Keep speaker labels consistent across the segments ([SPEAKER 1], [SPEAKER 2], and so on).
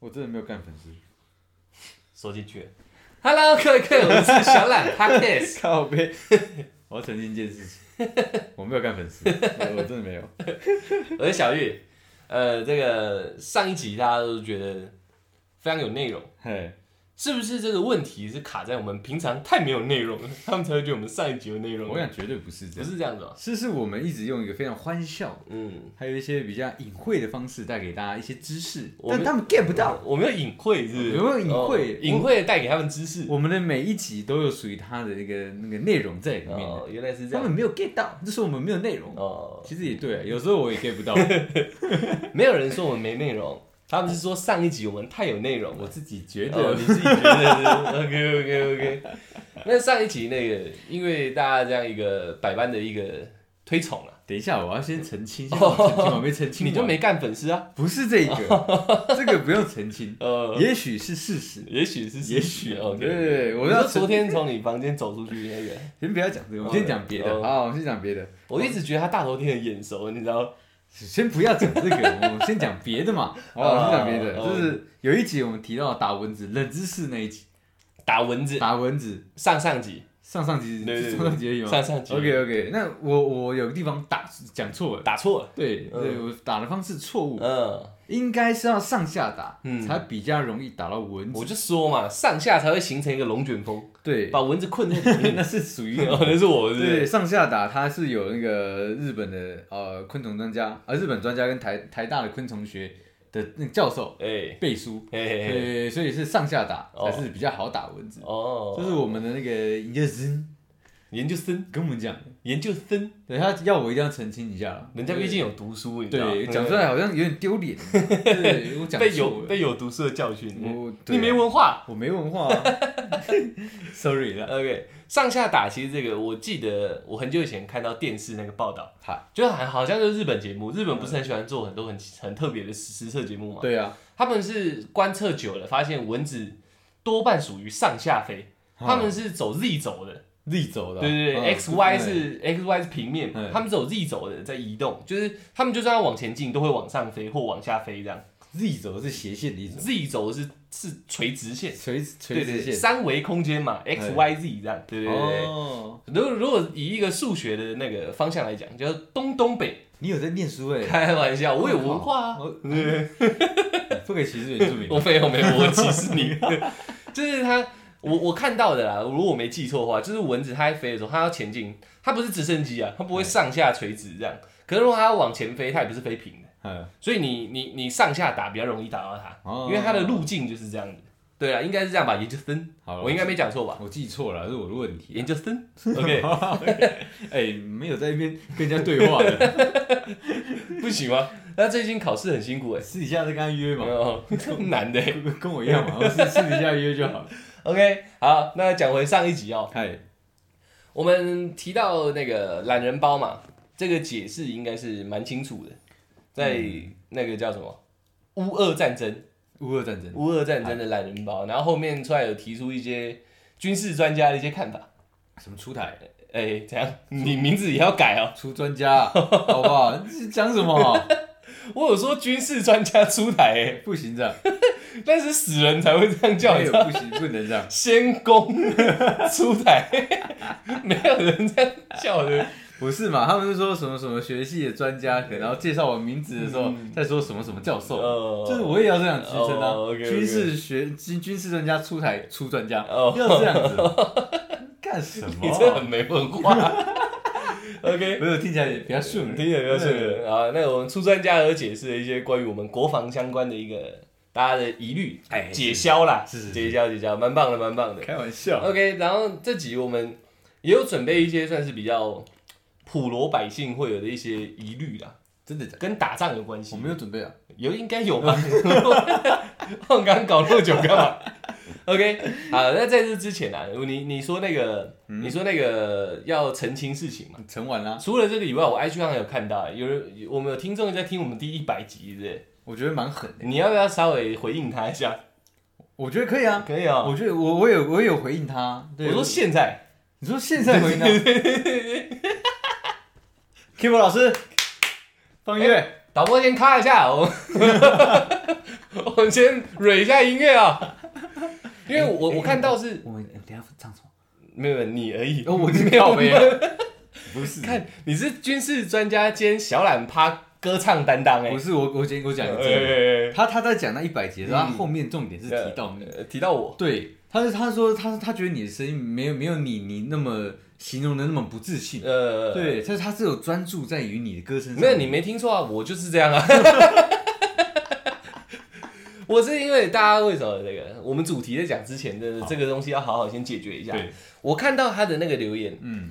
[SPEAKER 1] 我真的没有干粉丝，
[SPEAKER 2] 收进去了。Hello，各位客友，我是小懒 Podcast。
[SPEAKER 1] 靠背。 我要澄清一件事情，我没有干粉 丝，我我真的没有。
[SPEAKER 2] 我是小玉。呃，这个上一集大家都觉得非常有内容，
[SPEAKER 1] 嘿，
[SPEAKER 2] 是不是这个问题是卡在我们平常太没有内容了，他们才会觉得我们上一集有内容？
[SPEAKER 1] 我想绝对不是这
[SPEAKER 2] 不
[SPEAKER 1] 样，
[SPEAKER 2] 是这样子哦。
[SPEAKER 1] 是是我们一直用一个非常欢笑，
[SPEAKER 2] 嗯，
[SPEAKER 1] 还有一些比较隐晦的方式带给大家一些知识，
[SPEAKER 2] 我们
[SPEAKER 1] 但他们 get 不到。
[SPEAKER 2] 我没有隐晦，是不是？
[SPEAKER 1] 有没有隐晦
[SPEAKER 2] 哦隐晦地带给他们知识。
[SPEAKER 1] 我们的每一集都有属于它的那个那个内容在里面的，
[SPEAKER 2] 哦，原来是这
[SPEAKER 1] 他
[SPEAKER 2] 样
[SPEAKER 1] 们。没有 get 到，就是我们没有内容。
[SPEAKER 2] 哦，
[SPEAKER 1] 其实也对，啊有时候我也 get 不 到，
[SPEAKER 2] 没有人说我们没内容，他们是说上一集我们太有内容了
[SPEAKER 1] 我。自己觉
[SPEAKER 2] 哦，
[SPEAKER 1] 得
[SPEAKER 2] 你自己觉得 OK OK OK。那上一集那个，因为大家这样一个百般的一个推崇啊，
[SPEAKER 1] 等一下，我要先澄清，先我澄清完，我没澄清
[SPEAKER 2] 哦你
[SPEAKER 1] 完，
[SPEAKER 2] 就没哦干粉丝啊？
[SPEAKER 1] 不是这一个，这个不用澄清，
[SPEAKER 2] 呃，
[SPEAKER 1] 也许是事实。
[SPEAKER 2] 也许是
[SPEAKER 1] 也许
[SPEAKER 2] 哦，
[SPEAKER 1] 对对对我
[SPEAKER 2] 你
[SPEAKER 1] 要
[SPEAKER 2] 说昨天从你房间走出去那 个，
[SPEAKER 1] 先不要讲这个，我们先讲别的。
[SPEAKER 2] 哦
[SPEAKER 1] 好，我们先讲别的，
[SPEAKER 2] 我一直觉得他大头贴很眼熟，你知道？
[SPEAKER 1] 先不要讲这个，我 们先讲别的嘛。好，我
[SPEAKER 2] 哦
[SPEAKER 1] 们先讲别的，
[SPEAKER 2] 哦
[SPEAKER 1] 就是有一集我们提到打蚊子冷知识那一集，
[SPEAKER 2] 打蚊子
[SPEAKER 1] 打蚊子
[SPEAKER 2] 上上集，
[SPEAKER 1] 上上集
[SPEAKER 2] 啊对对对
[SPEAKER 1] 上上集有吗
[SPEAKER 2] 上上集
[SPEAKER 1] ？OK OK，那我我有个地方打讲错了，
[SPEAKER 2] 打错了，
[SPEAKER 1] 对
[SPEAKER 2] 嗯
[SPEAKER 1] 对，我打的方式错误，
[SPEAKER 2] 嗯，
[SPEAKER 1] 应该是要上下打
[SPEAKER 2] 嗯，
[SPEAKER 1] 才比较容易打到蚊
[SPEAKER 2] 我
[SPEAKER 1] 子。
[SPEAKER 2] 就说嘛，上下才会形成一个龙卷风，
[SPEAKER 1] 对，
[SPEAKER 2] 把蚊子困在里 面。
[SPEAKER 1] 那是属 于
[SPEAKER 2] 哦，那是我是不
[SPEAKER 1] 对，
[SPEAKER 2] 是，
[SPEAKER 1] 上下打他是有那个日本的呃昆虫专家，呃日本专家跟台台大的昆虫学的那个教授
[SPEAKER 2] 哎
[SPEAKER 1] 背书，
[SPEAKER 2] 嘿嘿嘿，
[SPEAKER 1] 对，所以是上下打
[SPEAKER 2] 哦
[SPEAKER 1] 才是比较好打蚊子。
[SPEAKER 2] 哦，
[SPEAKER 1] 这是我们的那个研究生
[SPEAKER 2] 研究生，
[SPEAKER 1] 跟我们讲的，
[SPEAKER 2] 研究生。
[SPEAKER 1] 对他要我一定要澄清一下啦
[SPEAKER 2] 人家毕竟有读书，你知道
[SPEAKER 1] 对讲出来好像有点丢 脸，对我讲
[SPEAKER 2] 被
[SPEAKER 1] 错
[SPEAKER 2] 有
[SPEAKER 1] 了
[SPEAKER 2] 被有读书的教训，
[SPEAKER 1] 我对
[SPEAKER 2] 你
[SPEAKER 1] 啊
[SPEAKER 2] 没文化。
[SPEAKER 1] 我没文化 啊，sorry 啦，
[SPEAKER 2] OK，上下打其实这个，我记得我很久以前看到电视那个报道，
[SPEAKER 1] 嗨，
[SPEAKER 2] 就好好像就是日本节目，日本不是很喜欢做很多很很特别的实实测节目嘛？
[SPEAKER 1] 对啊，
[SPEAKER 2] 他们是观测久了，发现蚊子多半属于上下飞，他们是走 Z 轴的，
[SPEAKER 1] 立走的啊，
[SPEAKER 2] 对对对
[SPEAKER 1] 嗯
[SPEAKER 2] ，X Y 是 X Y 是平面
[SPEAKER 1] 嗯，
[SPEAKER 2] 他们走 Z 轴的在移动，就是他们就算要往前进，都会往上飞或往下飞这样。
[SPEAKER 1] 立走是斜线的一种，
[SPEAKER 2] Z 轴是是垂直线，
[SPEAKER 1] 垂垂
[SPEAKER 2] 对
[SPEAKER 1] 直
[SPEAKER 2] 对，
[SPEAKER 1] 线，哎
[SPEAKER 2] 三维空间嘛，x
[SPEAKER 1] 对
[SPEAKER 2] y z 这样，对对对。
[SPEAKER 1] 哦，
[SPEAKER 2] 如果如果以一个数学的那个方向来讲，叫东东北，
[SPEAKER 1] 你有在念书哎、
[SPEAKER 2] 开玩笑，我有文化啊，
[SPEAKER 1] 我呃
[SPEAKER 2] 对
[SPEAKER 1] 不给歧视原住民 啊
[SPEAKER 2] 我没有没有，我歧视你， 就是他，我我看到的啦，如果我没记错的话，就是蚊子它在飞的时候，它要前进，它不是直升机啊，它不
[SPEAKER 1] 哎
[SPEAKER 2] 会上下垂直这样，可是如果它要往前飞，它也不是飞平的，
[SPEAKER 1] 嗯，
[SPEAKER 2] 所以你你你上下打比较容易打到它，
[SPEAKER 1] 哦
[SPEAKER 2] 因为它的路径就是这样子，对啊，应该是这样吧，研究生，
[SPEAKER 1] 好了
[SPEAKER 2] 我应该没讲错吧？
[SPEAKER 1] 我记错了，这是我的问题。
[SPEAKER 2] 研究生，OK，
[SPEAKER 1] 哎、没有在那边跟人家对话的，
[SPEAKER 2] 不行吗？那最近考试很辛苦哎、
[SPEAKER 1] 私底下再跟他约嘛，
[SPEAKER 2] 哦， 难的、欸。
[SPEAKER 1] 跟我一样嘛，我私私底下约就 好了。
[SPEAKER 2] OK，好，那讲回上一集哦，
[SPEAKER 1] 嗨，
[SPEAKER 2] 我们提到那个懒人包嘛，这个解释应该是蛮清楚的，在那个叫什么乌俄战争，
[SPEAKER 1] 乌俄战争，
[SPEAKER 2] 乌俄战争的懒人包，然后后面出来有提出一些军事专家的一些看法。
[SPEAKER 1] 什么出台，
[SPEAKER 2] 哎、怎样？你名字也要改哦？
[SPEAKER 1] 出专家，好不好？你是讲什么？
[SPEAKER 2] 我有说军事专家出台、欸，
[SPEAKER 1] 不行这样，
[SPEAKER 2] 但是死人才会这样叫，你
[SPEAKER 1] 哎
[SPEAKER 2] 知
[SPEAKER 1] 呦
[SPEAKER 2] 道吗？
[SPEAKER 1] 不行，不能这样。
[SPEAKER 2] 先攻 出台， 没有人这样叫的。
[SPEAKER 1] 不是嘛？他们是说什么什么学系的专家，可能然后介绍我名字的时候，再说什么什么教授，
[SPEAKER 2] 嗯哦
[SPEAKER 1] 就是我也要这样支撑啊
[SPEAKER 2] 哦，OK，OK
[SPEAKER 1] 军事学军军事专家出台出专家，
[SPEAKER 2] 哦
[SPEAKER 1] 要这样 子，干什
[SPEAKER 2] 你这很
[SPEAKER 1] 么？啊
[SPEAKER 2] 没文 化。OK，
[SPEAKER 1] 没有听起来也比较顺，
[SPEAKER 2] 听起来比较顺的啊。那我们出专家有解释了一些关于我们国防相关的一个大家的疑虑
[SPEAKER 1] 哎，
[SPEAKER 2] 解消啦，
[SPEAKER 1] 是是是
[SPEAKER 2] 解消解消，蛮棒的，蛮棒的。
[SPEAKER 1] 开玩笑，
[SPEAKER 2] OK，然后这集我们也有准备一些算是比较普罗百姓会有的一些疑虑啦，
[SPEAKER 1] 真的假的？
[SPEAKER 2] 跟打仗有关系
[SPEAKER 1] 我。没有准备啊，
[SPEAKER 2] 有应该有吧？ 我刚刚搞那么久干嘛？OK，好，那在这之前啊，你你说那个，
[SPEAKER 1] 嗯
[SPEAKER 2] 你说那个要澄清事情嘛？
[SPEAKER 1] 成完啊啦，
[SPEAKER 2] 除了这个以外，我 IG 上有看到有人，我们有听众在听我们第一百集，对不对？
[SPEAKER 1] 我觉得蛮狠的，
[SPEAKER 2] 你要不要稍微回应他一下？
[SPEAKER 1] 我觉得可以啊，
[SPEAKER 2] 可以啊、
[SPEAKER 1] 我觉得我我有我有回应他，对，
[SPEAKER 2] 我说现在，
[SPEAKER 1] 你说现在 回应他，Kibo 老师，放音乐，
[SPEAKER 2] 哎导播先咔一下，我我们 先蕊一下音乐啊，因为我我看到是
[SPEAKER 1] 我们等一下唱什么？
[SPEAKER 2] 没有没有你而已，
[SPEAKER 1] 哦，我是
[SPEAKER 2] 没有
[SPEAKER 1] 靠背啊， 不是，
[SPEAKER 2] 看你是军事专家兼小懒趴歌唱担当哎、
[SPEAKER 1] 不
[SPEAKER 2] 欸，
[SPEAKER 1] 是我，我先给我讲一个
[SPEAKER 2] 哎
[SPEAKER 1] 真的。
[SPEAKER 2] 哎 哎
[SPEAKER 1] 他他在讲那一百集的时候，他
[SPEAKER 2] 嗯
[SPEAKER 1] 后面重点是提到你，
[SPEAKER 2] 呃提到我，
[SPEAKER 1] 对，他是他说他他觉得你的声音没有没有你你那么形容的那么不自信，
[SPEAKER 2] 呃，，
[SPEAKER 1] 对，但是他是有专注在于你的歌声上。
[SPEAKER 2] 没有你没听错啊，我就是这样啊。 我是因为大家为什么这个我们主题在讲之前的这个东西要好好先解决一下。
[SPEAKER 1] 对，
[SPEAKER 2] 我看到他的那个留言，
[SPEAKER 1] 嗯，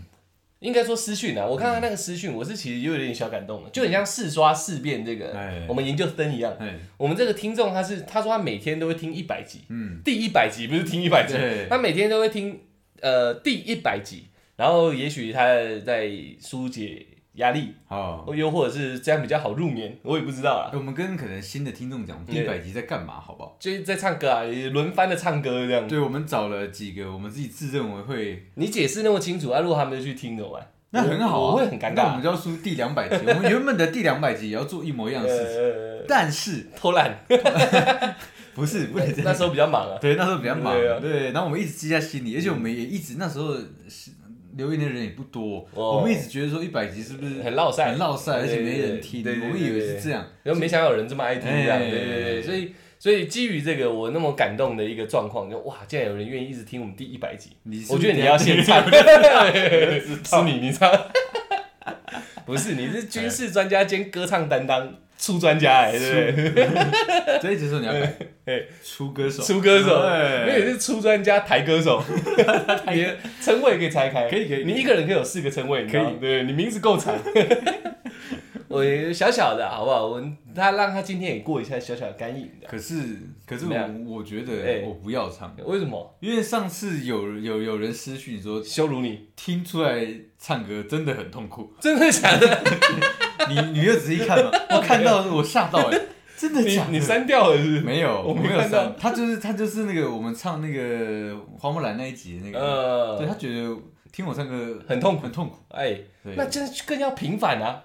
[SPEAKER 2] 应该说私讯啊，我看到他那个私讯，我是其实又有点小感动了，啊就很像试刷试遍这个
[SPEAKER 1] 哎
[SPEAKER 2] 我们研究生一样。
[SPEAKER 1] 哎，
[SPEAKER 2] 我们这个听众他是他说他每天都会听一百集，
[SPEAKER 1] 嗯，
[SPEAKER 2] 第一百集不是听一百集
[SPEAKER 1] 对，
[SPEAKER 2] 他每天都会听呃第一百集，然后也许他在疏解压力，
[SPEAKER 1] 好。
[SPEAKER 2] 又或者是这样比较好入眠，我也不知道啦。
[SPEAKER 1] 哎我们跟可能新的听众讲，我们第一
[SPEAKER 2] 对
[SPEAKER 1] 百集在干嘛，好不好？
[SPEAKER 2] 就是在唱歌啊，也轮番的唱歌这样。
[SPEAKER 1] 对，我们找了几个我们自己自认为会，
[SPEAKER 2] 你解释那么清楚啊，如果他们去听怎么办？
[SPEAKER 1] 那很好啊，
[SPEAKER 2] 我我会很尴
[SPEAKER 1] 那我
[SPEAKER 2] 尬
[SPEAKER 1] 们。就要出第两百集，我们原本的第两百集也要做一模一样的事情，
[SPEAKER 2] 呃，
[SPEAKER 1] 但是
[SPEAKER 2] 偷懒，
[SPEAKER 1] 不是 不能这
[SPEAKER 2] 那
[SPEAKER 1] 样。
[SPEAKER 2] 时候比较忙啊。
[SPEAKER 1] 对，那时候比较忙，
[SPEAKER 2] 对啊嗯
[SPEAKER 1] 对，然后我们一直记在心里，而且我们也一直那时候是留言的人也不多，
[SPEAKER 2] 哦
[SPEAKER 1] 我们一直觉得说一百集是不是
[SPEAKER 2] 很落塞
[SPEAKER 1] 很落塞，而
[SPEAKER 2] 对
[SPEAKER 1] 且没
[SPEAKER 2] 对
[SPEAKER 1] 人
[SPEAKER 2] 对
[SPEAKER 1] 听，
[SPEAKER 2] 对对
[SPEAKER 1] 我们以为是这样，
[SPEAKER 2] 然后没想到有人这么爱听这样，
[SPEAKER 1] 哎
[SPEAKER 2] 对对对，所以所以基于这个我那么感动的一个状况，就哇，竟然有人愿意一直听我们第一百集，
[SPEAKER 1] 你是
[SPEAKER 2] 我
[SPEAKER 1] 不是
[SPEAKER 2] 觉得你要先唱， 是你你唱，不是你是军事专家兼歌唱担当出专家哎，对不对？
[SPEAKER 1] 这一集说 你要改
[SPEAKER 2] 哎，
[SPEAKER 1] 出歌手，
[SPEAKER 2] 出歌手，
[SPEAKER 1] 对
[SPEAKER 2] 因为你是出专家抬歌 手，你的称谓可以拆开，
[SPEAKER 1] 可以可以
[SPEAKER 2] 你一个人可以有四个称谓，你知道吗
[SPEAKER 1] 可
[SPEAKER 2] 对你名字够长。 我小小的好不好？我他让他今天也过一下小小的干瘾的，
[SPEAKER 1] 可是可是
[SPEAKER 2] 怎
[SPEAKER 1] 我
[SPEAKER 2] 么样
[SPEAKER 1] 我觉
[SPEAKER 2] 哎
[SPEAKER 1] 得我不要唱，
[SPEAKER 2] 为什么
[SPEAKER 1] 因为上次有有有人私讯说
[SPEAKER 2] 羞辱你？
[SPEAKER 1] 听出来唱歌真的很痛苦，
[SPEAKER 2] 真的假的？
[SPEAKER 1] 你你有仔细看吗？我看到我吓到哎， 真的
[SPEAKER 2] 你
[SPEAKER 1] 假的？
[SPEAKER 2] 你删掉了是不是？
[SPEAKER 1] 没有，
[SPEAKER 2] 我
[SPEAKER 1] 我
[SPEAKER 2] 没
[SPEAKER 1] 没有
[SPEAKER 2] 看到
[SPEAKER 1] 上，他就是他就是那个我们唱那个花木兰那一集的那个，对
[SPEAKER 2] 呃，
[SPEAKER 1] 他觉得听我唱歌
[SPEAKER 2] 很痛苦。
[SPEAKER 1] 很痛苦。
[SPEAKER 2] 哎，
[SPEAKER 1] 对
[SPEAKER 2] 那，真的更要平反啊！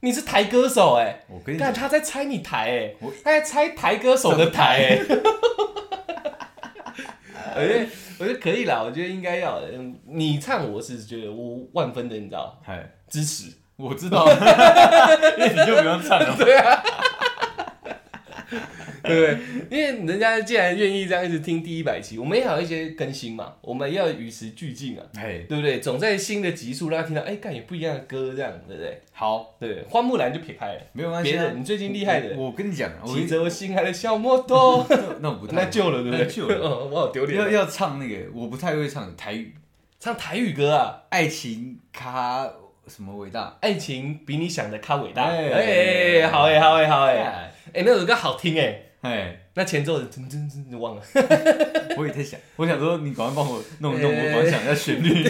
[SPEAKER 2] 你是台歌手哎、
[SPEAKER 1] 我跟你
[SPEAKER 2] 看
[SPEAKER 1] 讲，
[SPEAKER 2] 他在拆你台哎、
[SPEAKER 1] 我
[SPEAKER 2] 他在拆台歌手的台哎、 我觉得我觉得可以啦，我觉得应该要。嗯你唱我是觉得我万分的，你知道
[SPEAKER 1] 嗨，
[SPEAKER 2] 支持。
[SPEAKER 1] 我知 道，因为你就不用唱 了。
[SPEAKER 2] 对啊，对不对？ 因为人家既然愿意这样一直听第一百期，我们也要有一些更新嘛，我们要与时俱进啊，
[SPEAKER 1] 哎，
[SPEAKER 2] 对不对？总在新的集数让他听到，哎，干有不一样的歌，这样对不对？
[SPEAKER 1] 好，
[SPEAKER 2] 对，花木兰就撇开了。
[SPEAKER 1] 没有关
[SPEAKER 2] 别
[SPEAKER 1] 系啊。
[SPEAKER 2] 人，你最近厉害的，
[SPEAKER 1] 我我跟你讲，啊我
[SPEAKER 2] 骑着我心爱的小摩托，
[SPEAKER 1] 那我不
[SPEAKER 2] 那
[SPEAKER 1] 太
[SPEAKER 2] 救了，对不对？
[SPEAKER 1] 那救了
[SPEAKER 2] 嗯，我好丢脸
[SPEAKER 1] 要
[SPEAKER 2] 哦。
[SPEAKER 1] 要唱那个我不太会唱的台语，
[SPEAKER 2] 唱台语歌啊，
[SPEAKER 1] 爱情卡什么伟大？
[SPEAKER 2] 爱情比你想的咖伟大。
[SPEAKER 1] 哎
[SPEAKER 2] 哎，好哎，好哎，好哎，
[SPEAKER 1] 哎
[SPEAKER 2] 哎，那首歌好听哎，
[SPEAKER 1] 哎，
[SPEAKER 2] 那前奏的噔噔噔，你忘了。
[SPEAKER 1] 我也在想，我想说你赶快帮我弄一弄，
[SPEAKER 2] 哎
[SPEAKER 1] 我光想一下旋律。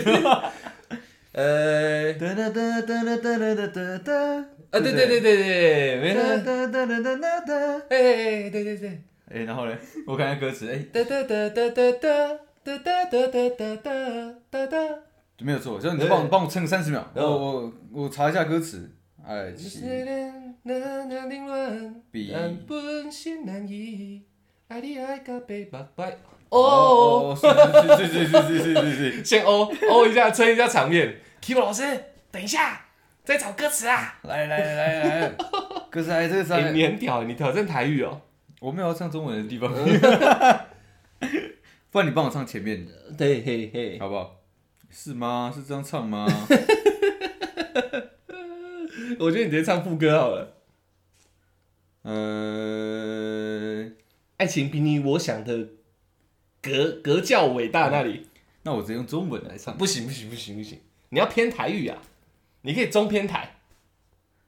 [SPEAKER 2] 呃，
[SPEAKER 1] 哒哒哒哒哒哒哒哒哒。
[SPEAKER 2] 啊，对对对对对，没
[SPEAKER 1] 哒
[SPEAKER 2] 了。
[SPEAKER 1] 哒哒哒哒哒。
[SPEAKER 2] 哎哎哎，对对对，
[SPEAKER 1] 哎，然后嘞，我看下歌词，哎，
[SPEAKER 2] 哒哒哒哒哒哒哒哒哒哒哒哒哒哒，
[SPEAKER 1] 没有错，就是你
[SPEAKER 2] 对
[SPEAKER 1] 帮我帮我撑三十秒，
[SPEAKER 2] 嗯
[SPEAKER 1] 我我我查一下歌词。爱情，
[SPEAKER 2] 难难凌乱，
[SPEAKER 1] 比
[SPEAKER 2] 但本心难移，爱你爱到白目白。哦
[SPEAKER 1] 哦，是是是是是是是是，
[SPEAKER 2] 先哦哦一下，撑一下场面。Kibo 老师，等一下，在找歌词啊！
[SPEAKER 1] 来来来来来，歌词哎，这个词
[SPEAKER 2] 哎，
[SPEAKER 1] 哎，
[SPEAKER 2] 你很屌，你挑战台语哦。
[SPEAKER 1] 我没有要唱中文的地方，不然你帮我唱前面的
[SPEAKER 2] 对，嘿嘿。
[SPEAKER 1] 好不好？是吗？是这样唱吗？
[SPEAKER 2] 我觉得你直接唱副歌好了。
[SPEAKER 1] 呃，
[SPEAKER 2] 爱情比你我想的格格较伟大那里，
[SPEAKER 1] 那我直接用中文来唱。
[SPEAKER 2] 嗯不行不行不行不行，你要偏台语啊，你可以中偏台，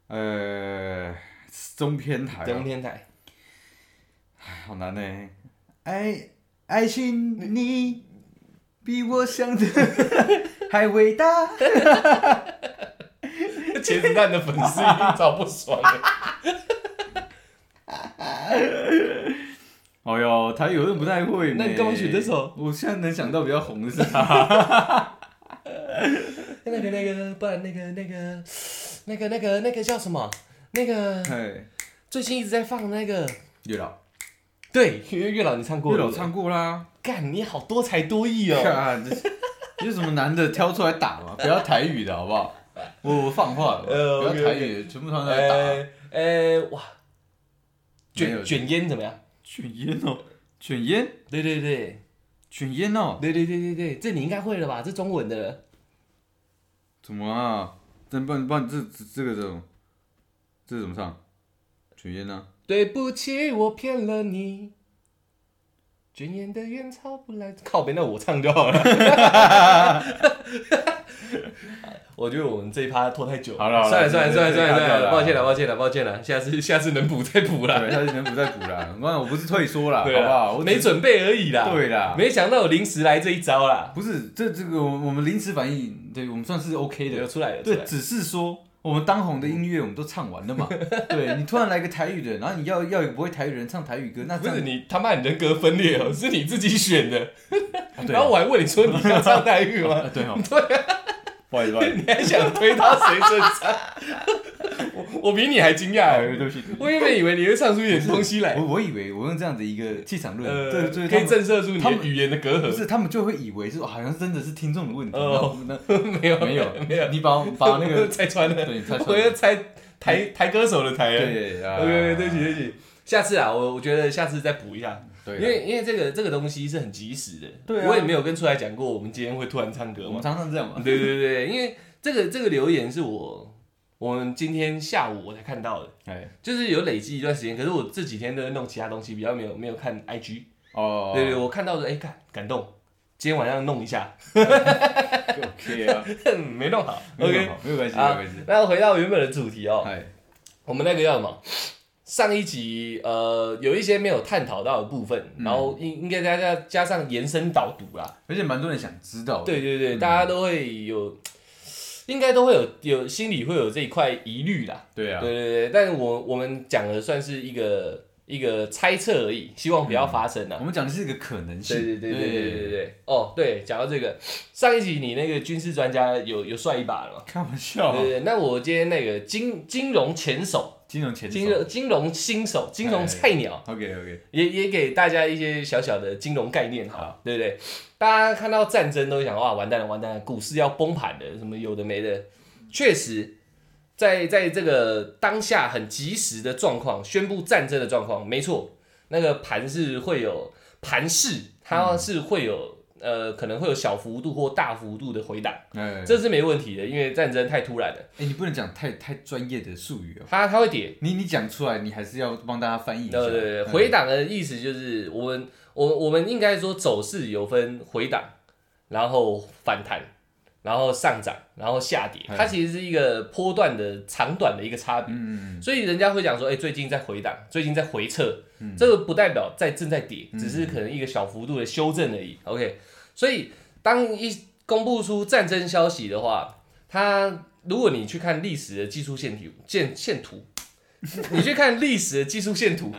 [SPEAKER 1] 呃，中偏台啊，
[SPEAKER 2] 中偏台。
[SPEAKER 1] 好难呢、爱爱情你比我想 的还伟大。
[SPEAKER 2] 茄子蛋的粉丝一定超不爽的。
[SPEAKER 1] 哎呦，台语有点不太会呢。
[SPEAKER 2] 那你干嘛选这首？
[SPEAKER 1] 我现在能想到比较红的是 啥？
[SPEAKER 2] 那个那个，不然那个那个那个那个那个叫什么？那个
[SPEAKER 1] 哎，
[SPEAKER 2] 最近一直在放那个。
[SPEAKER 1] 月老。
[SPEAKER 2] 对，因为月老你唱过，
[SPEAKER 1] 月老
[SPEAKER 2] 对不对
[SPEAKER 1] 唱过啦，
[SPEAKER 2] 干你好多才多艺哦。
[SPEAKER 1] 看这 有什么难的挑出来打嘛，不要台语的好不好？我我放话了，
[SPEAKER 2] 呃
[SPEAKER 1] 不要台
[SPEAKER 2] OK，OK
[SPEAKER 1] 语，全部都在打。
[SPEAKER 2] 呃呃，哇，
[SPEAKER 1] 哎没有
[SPEAKER 2] 卷卷烟怎么样？
[SPEAKER 1] 卷烟哦，卷烟，
[SPEAKER 2] 对对对
[SPEAKER 1] 卷烟哦，
[SPEAKER 2] 对对对对对，这你应该会了吧？这中文的，
[SPEAKER 1] 怎么啊？真不不，这这这个这种，这怎么唱？卷烟 呢？
[SPEAKER 2] 对不起，我骗了你。卷烟的烟草不来，靠别那我唱就好了。 我觉得我们这一趴拖太久
[SPEAKER 1] 好了好了
[SPEAKER 2] 算了算了算了
[SPEAKER 1] 这这
[SPEAKER 2] 算了
[SPEAKER 1] 这
[SPEAKER 2] 算
[SPEAKER 1] 这
[SPEAKER 2] 了，抱歉了抱歉了抱歉了，下次下次能补再补啦。
[SPEAKER 1] 对，他是能不再补啦。我我不是退缩啦，好
[SPEAKER 2] 对啦
[SPEAKER 1] 不 好？我只
[SPEAKER 2] 没准备而已啦。
[SPEAKER 1] 对啦，
[SPEAKER 2] 没想到我临时来这一招啦，
[SPEAKER 1] 不是这这个我们我们临时反应，对我们算是 OK
[SPEAKER 2] 有
[SPEAKER 1] 的。
[SPEAKER 2] 出来了，出
[SPEAKER 1] 对，
[SPEAKER 2] 来了
[SPEAKER 1] 只是说我们当红的音乐我们都唱完了 嘛。对你突然来个台语的，然后你要要一个不会台语的人唱台语歌，那
[SPEAKER 2] 不
[SPEAKER 1] 这
[SPEAKER 2] 是
[SPEAKER 1] 样
[SPEAKER 2] 你他妈你人格分裂哦，是你自己选的。
[SPEAKER 1] 啊对
[SPEAKER 2] 然后我还问你说你要唱台语
[SPEAKER 1] 啊
[SPEAKER 2] 吗？
[SPEAKER 1] 对哦，
[SPEAKER 2] 对啊，
[SPEAKER 1] 不好意思，不 好意思，
[SPEAKER 2] 你还想推他谁正常？我我比你还惊
[SPEAKER 1] 哎
[SPEAKER 2] 讶，欸
[SPEAKER 1] 对不起。对不起
[SPEAKER 2] 我原本以为你会唱出一点东西来，
[SPEAKER 1] 我我以为我用这样的一个气场论，
[SPEAKER 2] 呃
[SPEAKER 1] 对，对，
[SPEAKER 2] 可以
[SPEAKER 1] 他们
[SPEAKER 2] 震慑住你
[SPEAKER 1] 他
[SPEAKER 2] 的
[SPEAKER 1] 们
[SPEAKER 2] 语言的隔
[SPEAKER 1] 不
[SPEAKER 2] 阂。
[SPEAKER 1] 是他们就会以为是哦好像真的是听众的问题，
[SPEAKER 2] 哦
[SPEAKER 1] 然后那
[SPEAKER 2] 没有
[SPEAKER 1] 没有
[SPEAKER 2] 没有，
[SPEAKER 1] 你把我把那
[SPEAKER 2] 我
[SPEAKER 1] 个
[SPEAKER 2] 拆穿了，
[SPEAKER 1] 对你猜错
[SPEAKER 2] 我要
[SPEAKER 1] 了，
[SPEAKER 2] 猜台台歌手的台了。
[SPEAKER 1] 对啊
[SPEAKER 2] OK，对不起对不起，下次啊，我我觉得下次再补一下。
[SPEAKER 1] 对啊，
[SPEAKER 2] 因为因为这个这个东西是很及时的，
[SPEAKER 1] 对啊嗯
[SPEAKER 2] 我也没有跟出来讲过我们今天会突然唱歌
[SPEAKER 1] 我们
[SPEAKER 2] 嘛。
[SPEAKER 1] 常常这样嘛，
[SPEAKER 2] 对对对，因为这个这个留言是我我们今天下午我才看到的，
[SPEAKER 1] 哎，
[SPEAKER 2] 就是有累积一段时间，可是我这几天都在弄其他东西，比较没有没有看 IG。
[SPEAKER 1] 哦，
[SPEAKER 2] 对对，我看到的哎感感动，今天晚上弄一下，
[SPEAKER 1] OK 啊
[SPEAKER 2] 没弄好。
[SPEAKER 1] ，OK，
[SPEAKER 2] OK，
[SPEAKER 1] 没有关系，没有
[SPEAKER 2] 啊
[SPEAKER 1] 关系。，
[SPEAKER 2] 那回到原本的主题哦，
[SPEAKER 1] 哎，
[SPEAKER 2] 我们那个叫什么？上一集呃有一些没有探讨到的部分，然后应应该大家加上延伸导读啦。
[SPEAKER 1] 而且蛮多人想知道。，
[SPEAKER 2] 对对对，大家都会有，应该都会有有心里会有这一块疑虑啦。
[SPEAKER 1] 对啊
[SPEAKER 2] 对，对对，但是我我们讲的算是一个一个猜测而已，希望不要发生啊。
[SPEAKER 1] 我们讲的是一个可能性。
[SPEAKER 2] 对对对
[SPEAKER 1] 嗯
[SPEAKER 2] 对对对对，哦，对，讲到这个，上一集你那个军事专家有有帅一把了嘛？
[SPEAKER 1] 开玩笑
[SPEAKER 2] 对
[SPEAKER 1] 啊，
[SPEAKER 2] 对，对那我今天那个金金融前手、
[SPEAKER 1] 金融前
[SPEAKER 2] 金
[SPEAKER 1] 手。哎
[SPEAKER 2] 融金融新手、金融菜鸟，
[SPEAKER 1] OK OK，
[SPEAKER 2] 也也给大家一些小小的金融概念哈
[SPEAKER 1] 好，
[SPEAKER 2] 对不对？大家看到战争都会想哇，完蛋了，完蛋了，股市要崩盘的，什么有的没的。确实，在在这个当下很及时的状况，宣布战争的状况，没错，那个盘是会有盘势，它是会有、呃，可能会有小幅度或大幅度的回档，
[SPEAKER 1] 哎，
[SPEAKER 2] 这是没问题的，因为战争太突然了，
[SPEAKER 1] 哎，你不能讲太太专业的术语哦。
[SPEAKER 2] 它它会跌。
[SPEAKER 1] 你你讲出来，你还是要帮大家翻译一下。
[SPEAKER 2] 对对对，回档的意思就是我们我我们应该说走势有分回档，然后反弹，然后上涨，然后下跌，
[SPEAKER 1] 嗯
[SPEAKER 2] 它其实是一个波段的长短的一个差别。
[SPEAKER 1] 嗯，嗯
[SPEAKER 2] 所以人家会讲说，哎、最近在回档，最近在回撤，
[SPEAKER 1] 嗯
[SPEAKER 2] 这个不代表在正在跌，只是可能一个小幅度的修正而已。OK，所以当一公布出战争消息的话，它如果你去看历史的技术线图线线图，你去看历史的技术线图，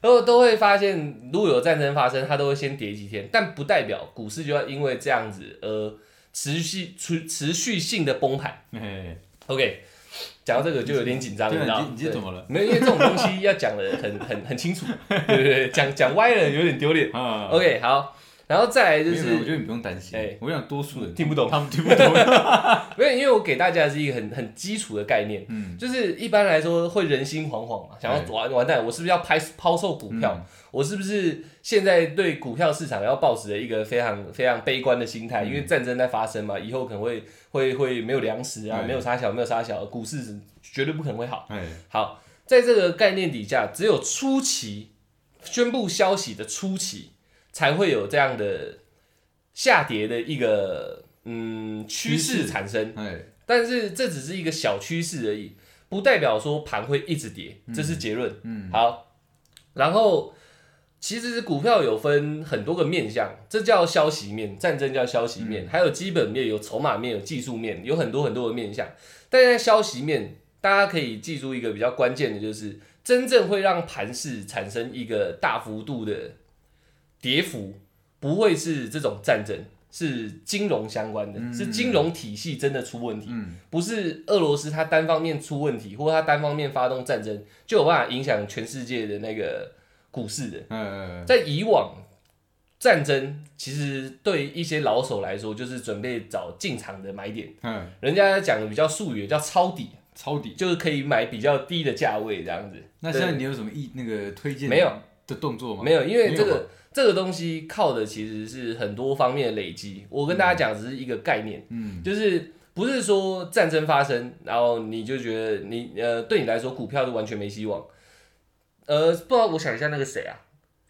[SPEAKER 2] 然后都会发现，如果有战争发生，它都会先跌几天，但不代表股市就要因为这样子而持续持持续性的崩盘。
[SPEAKER 1] 嗯哎，
[SPEAKER 2] OK，讲到这个就有点紧张，
[SPEAKER 1] 对
[SPEAKER 2] 知道
[SPEAKER 1] 啊，
[SPEAKER 2] 吗
[SPEAKER 1] 你你这怎么了？
[SPEAKER 2] 没有，因为这种东西要讲的很 很很清楚，对对对，讲讲歪了有点丢脸。
[SPEAKER 1] 啊
[SPEAKER 2] OK，好，然后再来就
[SPEAKER 1] 没有没有我
[SPEAKER 2] 是
[SPEAKER 1] 觉得你不用担心
[SPEAKER 2] 哎。
[SPEAKER 1] 我想多数人
[SPEAKER 2] 听不懂
[SPEAKER 1] 他们听不懂。
[SPEAKER 2] 没有，因为我给大家的是一个很很基础的概念，
[SPEAKER 1] 嗯，
[SPEAKER 2] 就是一般来说会人心惶惶嘛，想要
[SPEAKER 1] 对嗯
[SPEAKER 2] 完完蛋，我是不是要拍抛售股票？我是不是现在对股票市场要抱持着一个非常非常悲观的心态？因
[SPEAKER 1] 嗯
[SPEAKER 2] 为战争在发生嘛，以后可能会会会没有粮食啊，
[SPEAKER 1] 对
[SPEAKER 2] 没有啥小，没有啥小，股市绝对不可能会好。
[SPEAKER 1] 哎，
[SPEAKER 2] 好，在这个概念底下，只有初期宣布消息的初期，才会有这样的下跌的一个嗯趋势产生。
[SPEAKER 1] 哎，
[SPEAKER 2] 但是这只是一个小趋势而已，不代表说盘会一直跌，这是结论。嗯，好，然后。其实股票有分很多个面向，这叫消息面，战争叫消息面，还有基本面，有筹码面，有技术面，有很多很多的面向。但在消息面，大家可以记住一个比较关键的，就是真正会让盘势产生一个大幅度的跌幅，不会是这种战争，是金融相关的，是金融体系真的出问题，不是俄罗斯它单方面出问题，或它单方面发动战争就有办法影响全世界的那个。股市的。
[SPEAKER 1] 嗯，
[SPEAKER 2] 在以往战争，其实对一些老手来说，就是准备找进场的买点。
[SPEAKER 1] 嗯，
[SPEAKER 2] 人家讲的比较术语叫抄底，
[SPEAKER 1] 抄底。
[SPEAKER 2] 就是可以买比较低的价位这样子。
[SPEAKER 1] 那
[SPEAKER 2] 对
[SPEAKER 1] 现在你有什么意那个推荐？
[SPEAKER 2] 没有
[SPEAKER 1] 的动作吗？
[SPEAKER 2] 没有，因为这
[SPEAKER 1] 没有吗
[SPEAKER 2] 个这个东西靠的其实是很多方面的累积。我跟大家讲只是一个概念，
[SPEAKER 1] 嗯
[SPEAKER 2] 就是不是说战争发生，然后你就觉得你呃对你来说股票就完全没希望。呃，不知道我想一下那个谁啊，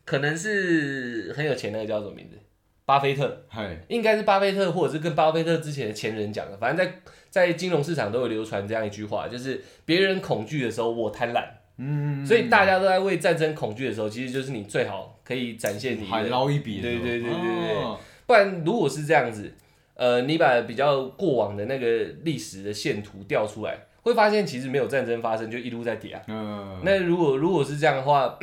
[SPEAKER 2] 可能是很有钱那个叫什么名字？巴菲特，
[SPEAKER 1] 嗨，
[SPEAKER 2] 应该是巴菲特，或者是跟巴菲特之前的前人讲的。反正在在金融市场都有流传这样一句话，就是别人恐惧的时候，我贪婪。
[SPEAKER 1] 嗯，
[SPEAKER 2] 所以大家都在为战争恐惧的时候，其实就是你最好可以展现你
[SPEAKER 1] 海
[SPEAKER 2] 的，
[SPEAKER 1] 捞一笔的时候，
[SPEAKER 2] 对对对对对
[SPEAKER 1] 哦
[SPEAKER 2] 不然如果是这样子，呃，你把比较过往的那个历史的线图调出来，会发现其实没有战争发生，就一路在跌啊。
[SPEAKER 1] 嗯，
[SPEAKER 2] 那如果如果是这样的话，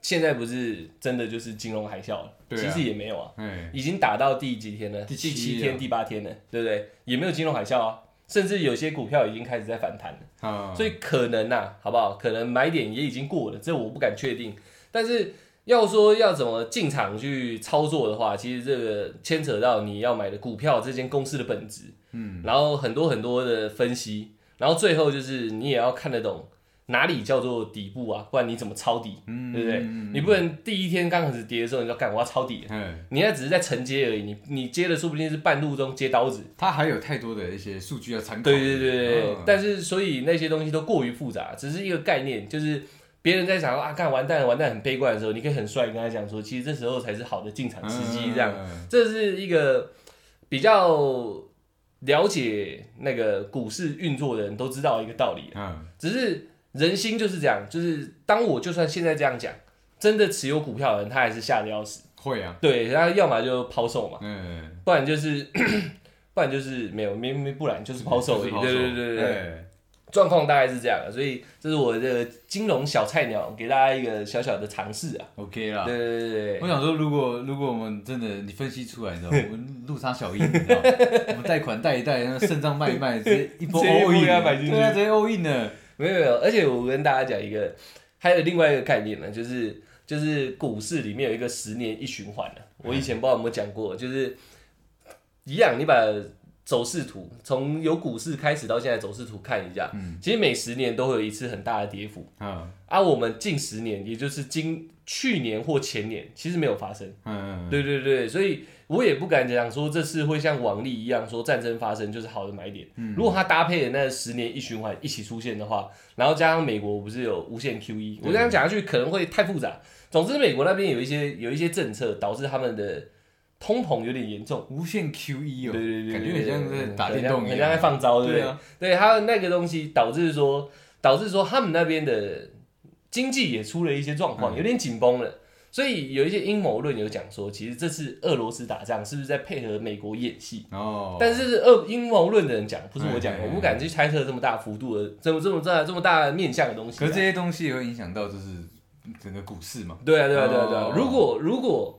[SPEAKER 2] 现在不是真的就是金融海啸了，
[SPEAKER 1] 对啊
[SPEAKER 2] 其实也没有啊，
[SPEAKER 1] 哎，
[SPEAKER 2] 已经打到第几天了？
[SPEAKER 1] 第七
[SPEAKER 2] 第七
[SPEAKER 1] 啊
[SPEAKER 2] 天、第八天了，对不对？也没有金融海啸啊，甚至有些股票已经开始在反弹了。
[SPEAKER 1] 啊，
[SPEAKER 2] 所以可能呐、好不好？可能买点也已经过了，这我不敢确定。但是要说要怎么进场去操作的话，其实这个牵扯到你要买的股票这间公司的本质，嗯，然后很多很多的分析，然后最后就是你也要看得懂哪里叫做底部啊，不然你怎么抄底，
[SPEAKER 1] 嗯
[SPEAKER 2] 对不对？你不能第一天刚开始跌的时候你就干我要抄底，
[SPEAKER 1] 哎，
[SPEAKER 2] 你那只是在承接而已，你你接的说不定是半路中接刀子，
[SPEAKER 1] 它还有太多的一些数据要参考。
[SPEAKER 2] 对对对对对
[SPEAKER 1] 嗯，
[SPEAKER 2] 但是所以那些东西都过于复杂，只是一个概念，就是别人在想说啊，干完蛋了完蛋很悲观的时候，你可以很帅地跟他讲说，其实这时候才是好的进场时机，这样，
[SPEAKER 1] 嗯
[SPEAKER 2] 这是一个比较了解那个股市运作的人都知道一个道理，
[SPEAKER 1] 嗯，
[SPEAKER 2] 只是人心就是这样，就是当我就算现在这样讲，真的持有股票的人他还是吓得要死，
[SPEAKER 1] 会啊，
[SPEAKER 2] 对，他要么就抛售嘛，
[SPEAKER 1] 嗯，
[SPEAKER 2] 不然就是。 不然就是没有，没没，不然就是抛售而已。
[SPEAKER 1] 就是
[SPEAKER 2] 对对对对对，
[SPEAKER 1] 哎
[SPEAKER 2] 状况大概是这样的，所以这是我的金融小菜鸟给大家一个小小的尝试啊。
[SPEAKER 1] ，OK 啦。
[SPEAKER 2] 对对对对
[SPEAKER 1] 我
[SPEAKER 2] 对，
[SPEAKER 1] 想说，如果如果我们真的你分析出来，你知道吗，我们入场小印，你 知道吗，我们贷款贷一贷，然后肾脏卖一卖，直接一波
[SPEAKER 2] 直接一
[SPEAKER 1] all
[SPEAKER 2] 波
[SPEAKER 1] in，
[SPEAKER 2] 给它买进去
[SPEAKER 1] 对啊，直接 all in 了。
[SPEAKER 2] 没有没有，而且我跟大家讲一个，还有另外一个概念呢，就是就是股市里面有一个十年一循环的、我以前不知道有没有讲过，就是一样，你把走势图从有股市开始到现在走势图看一下，其实每十年都会有一次很大的跌幅，
[SPEAKER 1] 嗯
[SPEAKER 2] 而、啊我们近十年，也就是今去年或前年，其实没有发生。
[SPEAKER 1] 嗯，
[SPEAKER 2] 对对对，所以我也不敢讲说这次会像王力一样说战争发生就是好的买点。
[SPEAKER 1] 嗯
[SPEAKER 2] 如果它搭配的那十年一循环一起出现的话，然后加上美国不是有无限 QE，我这 E，样讲下去可能会太复杂。总之，美国那边有一些有一些政策导致他们的通膨有点严重。
[SPEAKER 1] 无限 QE 哦，
[SPEAKER 2] 对对对，
[SPEAKER 1] 感觉
[SPEAKER 2] 对
[SPEAKER 1] 很
[SPEAKER 2] 对
[SPEAKER 1] 像
[SPEAKER 2] 对
[SPEAKER 1] 在打
[SPEAKER 2] 很
[SPEAKER 1] 电
[SPEAKER 2] 像
[SPEAKER 1] 动一样，
[SPEAKER 2] 很像在放招，对不
[SPEAKER 1] 对
[SPEAKER 2] 对？
[SPEAKER 1] 啊，
[SPEAKER 2] 对，他的那个东西导致说，导致说他们那边的经济也出了一些状
[SPEAKER 1] 嗯
[SPEAKER 2] 况，有点紧绷了。所以有一些阴谋论有讲说，其实这次俄罗斯打仗是不是在配合美国演戏？
[SPEAKER 1] 哦，
[SPEAKER 2] 但是恶阴谋论的人讲，不是我讲
[SPEAKER 1] 哎哎，哎
[SPEAKER 2] 我不敢去猜测这么大幅度的、这么这么大、这么大的面向的东西
[SPEAKER 1] 可
[SPEAKER 2] 啊、
[SPEAKER 1] 是这些东西也会影响到就是整个股市嘛，
[SPEAKER 2] 对啊，对啊，对啊，对啊
[SPEAKER 1] 哦！
[SPEAKER 2] 如果如果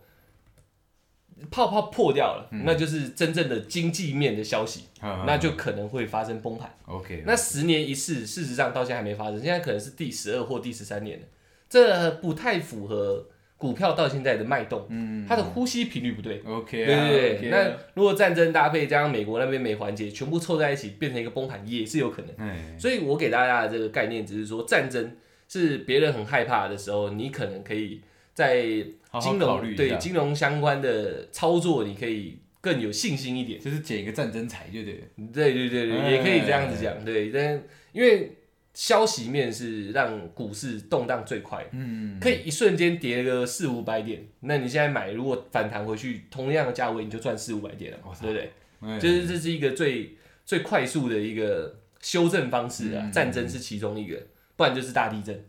[SPEAKER 2] 泡泡破掉了，那就是真正的经济面的消息，
[SPEAKER 1] 嗯
[SPEAKER 2] 那就可能会发生崩盘。
[SPEAKER 1] OK，
[SPEAKER 2] 那十年一次，事实上到现在还没发生，现在可能是第十二或第十三年了，这不太符合股票到现在的脉动，
[SPEAKER 1] 嗯
[SPEAKER 2] 它的呼吸频率不对。
[SPEAKER 1] OK
[SPEAKER 2] 对
[SPEAKER 1] 啊
[SPEAKER 2] 对对，
[SPEAKER 1] OK
[SPEAKER 2] 那
[SPEAKER 1] 啊
[SPEAKER 2] 如果战争搭配加上美国那边没缓解，全部凑在一起变成一个崩盘也是有可能。
[SPEAKER 1] 哎
[SPEAKER 2] 所以我给大家的这个概念只是说，战争是别人很害怕的时候，你可能可以在
[SPEAKER 1] 好好
[SPEAKER 2] 金
[SPEAKER 1] 考
[SPEAKER 2] 融
[SPEAKER 1] 虑一
[SPEAKER 2] 对
[SPEAKER 1] 下，
[SPEAKER 2] 金融相关的操作，你可以更有信心一点。
[SPEAKER 1] 就是捡一个战争财就对了，
[SPEAKER 2] 对对对
[SPEAKER 1] 哎
[SPEAKER 2] 对，也可以这样子讲，对，但因为消息面是让股市动荡最快，
[SPEAKER 1] 嗯，
[SPEAKER 2] 可以一瞬间跌个四五百点，那你现在买，如果反弹回去同样的价位，你就赚四五百点了
[SPEAKER 1] 我，操
[SPEAKER 2] 对不对？
[SPEAKER 1] 哎
[SPEAKER 2] 就是这是一个最最快速的一个修正方式啊，战争是其中一个，不然就是大地震，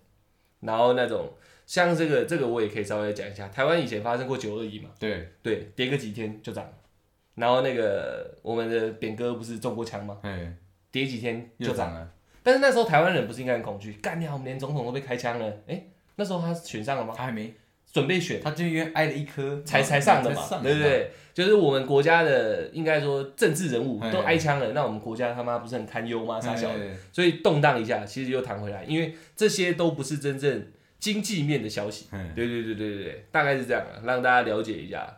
[SPEAKER 2] 然后那种像这个这个我也可以稍微讲一下，台湾以前发生过九二一嘛。
[SPEAKER 1] 对，
[SPEAKER 2] 对，跌个几天就涨了。然后那个我们的扁哥不是中过枪吗？
[SPEAKER 1] 哎，
[SPEAKER 2] 跌几天就
[SPEAKER 1] 又
[SPEAKER 2] 涨。
[SPEAKER 1] 涨了，
[SPEAKER 2] 但是那时候台湾人不是应该很恐惧？干掉我们连总统都被开枪了。哎，那时候他选上了吗？
[SPEAKER 1] 他还没，
[SPEAKER 2] 准备选
[SPEAKER 1] 他就因为挨了一颗
[SPEAKER 2] 才才上的嘛，对不？对？就是我们国家的应该说政治人物
[SPEAKER 1] 哎
[SPEAKER 2] 都挨枪了，那我们国家他妈不是很堪忧吗？
[SPEAKER 1] 嘛
[SPEAKER 2] 傻小子，
[SPEAKER 1] 哎
[SPEAKER 2] 所以动荡一下，其实又弹回来，因为这些都不是真正经济面的消息。
[SPEAKER 1] 嗯
[SPEAKER 2] 对对对对对对，大概是这样啊，让大家了解一下。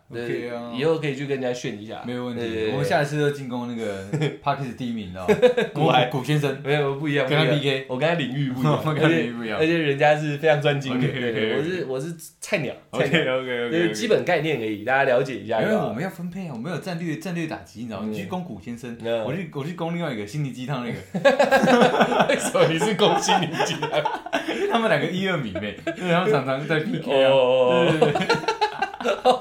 [SPEAKER 1] OK
[SPEAKER 2] 对
[SPEAKER 1] 啊
[SPEAKER 2] 以后可以去跟人家炫一下。
[SPEAKER 1] 没有问
[SPEAKER 2] 对对
[SPEAKER 1] 题。
[SPEAKER 2] 对
[SPEAKER 1] 我们下次就进攻那 个 Parkes 第一名了，古
[SPEAKER 2] 我来
[SPEAKER 1] 古先 生。
[SPEAKER 2] 没有不一样，
[SPEAKER 1] 跟他
[SPEAKER 2] 不一样
[SPEAKER 1] PK
[SPEAKER 2] 我跟他领域不一样，
[SPEAKER 1] 我跟他领域不一样
[SPEAKER 2] 而且而且人家是非常专精的，
[SPEAKER 1] OK，OK，OK
[SPEAKER 2] 对对对我是我是菜鸟，菜
[SPEAKER 1] OK
[SPEAKER 2] 鸟
[SPEAKER 1] OK
[SPEAKER 2] 就是哎基本概念而已，大家了解一下
[SPEAKER 1] 因
[SPEAKER 2] 就
[SPEAKER 1] 为
[SPEAKER 2] 好。
[SPEAKER 1] 我们要分配啊，我们有战略战略打击，你知道吗？
[SPEAKER 2] 嗯
[SPEAKER 1] 你去攻古先生，
[SPEAKER 2] 嗯
[SPEAKER 1] 我去我去攻另外一个心灵鸡汤那个，
[SPEAKER 2] 为什么你是恭喜你进来？
[SPEAKER 1] 他们两个一二名妹，对，他们常常在 PK 啊。
[SPEAKER 2] 哦
[SPEAKER 1] 对对对，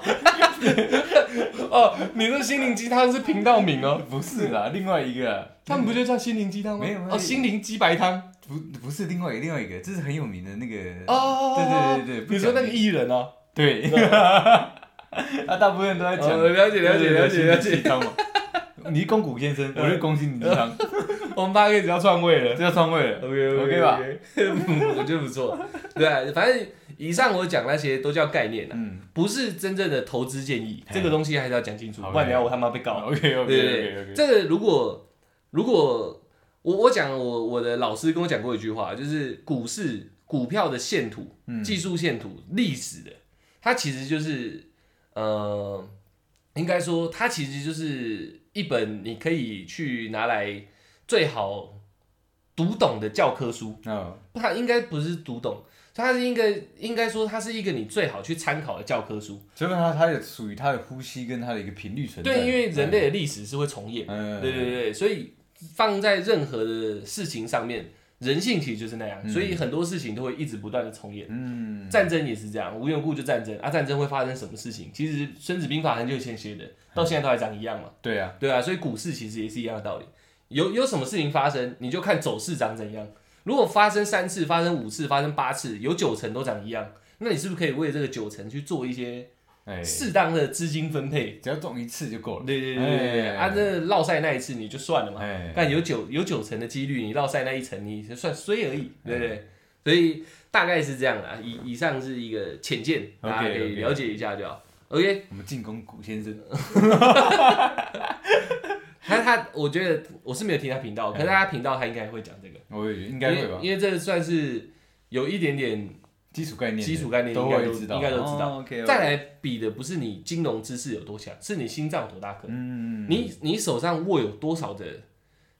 [SPEAKER 2] 哦，你说心灵鸡汤是频道名哦，
[SPEAKER 1] 不是啦， 另外一个啊
[SPEAKER 2] 他们不就叫心灵鸡汤吗？
[SPEAKER 1] 没有没有
[SPEAKER 2] 哦，心灵鸡白汤。
[SPEAKER 1] 不不是另外一个另外一个，这是很有名的那个
[SPEAKER 2] 哦哦，哦
[SPEAKER 1] 对对对对，不
[SPEAKER 2] 你说那
[SPEAKER 1] 讲
[SPEAKER 2] 个艺人哦，
[SPEAKER 1] 对， 他大部分都在讲
[SPEAKER 2] 哦了解了解了解了
[SPEAKER 1] 心灵鸡
[SPEAKER 2] 解，
[SPEAKER 1] 汤嘛。你是攻古先生，我是攻心灵鸡汤，
[SPEAKER 2] 我们八个只要篡位了
[SPEAKER 1] 这。叫双位了。
[SPEAKER 2] OK
[SPEAKER 1] OK 吧
[SPEAKER 2] 我觉得不错。对啊，反正以上我讲那些都叫概念啊，
[SPEAKER 1] 嗯
[SPEAKER 2] 不是真正的投资建议，
[SPEAKER 1] 嘿
[SPEAKER 2] 这个东西还是要讲清楚，
[SPEAKER 1] OK
[SPEAKER 2] 不然等下我他妈被告。
[SPEAKER 1] ，OK
[SPEAKER 2] 对
[SPEAKER 1] OK
[SPEAKER 2] 对对
[SPEAKER 1] OK，OK，
[SPEAKER 2] 这个如果如果我我讲我我的老师跟我讲过一句话，就是股市股票的线图、
[SPEAKER 1] 嗯
[SPEAKER 2] 技术线图、历史的，它其实就是呃，应该说它其实就是一本你可以去拿来最好读懂的教科书。
[SPEAKER 1] 嗯
[SPEAKER 2] 它应该不是读懂，它是应该应该说它是一个你最好去参考的教科书。
[SPEAKER 1] 所以它它也属于它的呼吸跟它的一个频率存在。
[SPEAKER 2] 对，因为人类的历史是会重演，
[SPEAKER 1] 嗯，
[SPEAKER 2] 对对对，所以放在任何的事情上面，人性其实就是那样，所以很多事情都会一直不断的重演。
[SPEAKER 1] 嗯，
[SPEAKER 2] 战争也是这样，无缘无故就战争啊！战争会发生什么事情？其实《孙子兵法》很久以前写的，到现在都还长一样嘛。
[SPEAKER 1] 对啊，
[SPEAKER 2] 对啊，所以股市其实也是一样的道理。有有什么事情发生，你就看走势长怎样。如果发生三次、发生五次、发生八次，有九成都长一样，那你是不是可以为这个九成去做一些
[SPEAKER 1] 哎，
[SPEAKER 2] 适当的资金分配？
[SPEAKER 1] 只要中一次就够了。
[SPEAKER 2] 对对对对对，
[SPEAKER 1] 哎
[SPEAKER 2] 啊，这落赛那一次你就算了嘛，
[SPEAKER 1] 哎，
[SPEAKER 2] 但有九有九成的几率你落赛那一层，你就算衰而已，
[SPEAKER 1] 哎
[SPEAKER 2] 对不对？所以大概是这样啦。以以上是一个浅见，大家可以
[SPEAKER 1] OK，OK
[SPEAKER 2] 了解一下就好。OK，
[SPEAKER 1] 我们进攻古先生，
[SPEAKER 2] 他他，我觉得我是没有听他频道，可是他频道他应该会讲这个，
[SPEAKER 1] 我也觉得哎应该会吧
[SPEAKER 2] 因为，因为这算是有一点点
[SPEAKER 1] 基础概念的，
[SPEAKER 2] 基础概念，
[SPEAKER 1] 都
[SPEAKER 2] 应该
[SPEAKER 1] 会
[SPEAKER 2] 都
[SPEAKER 1] 知道，
[SPEAKER 2] 应该都知道。
[SPEAKER 1] 哦。OK，
[SPEAKER 2] 再来比的不是你金融知识有多强，是你心脏有多大颗，
[SPEAKER 1] 嗯，
[SPEAKER 2] 你你手上握有多少的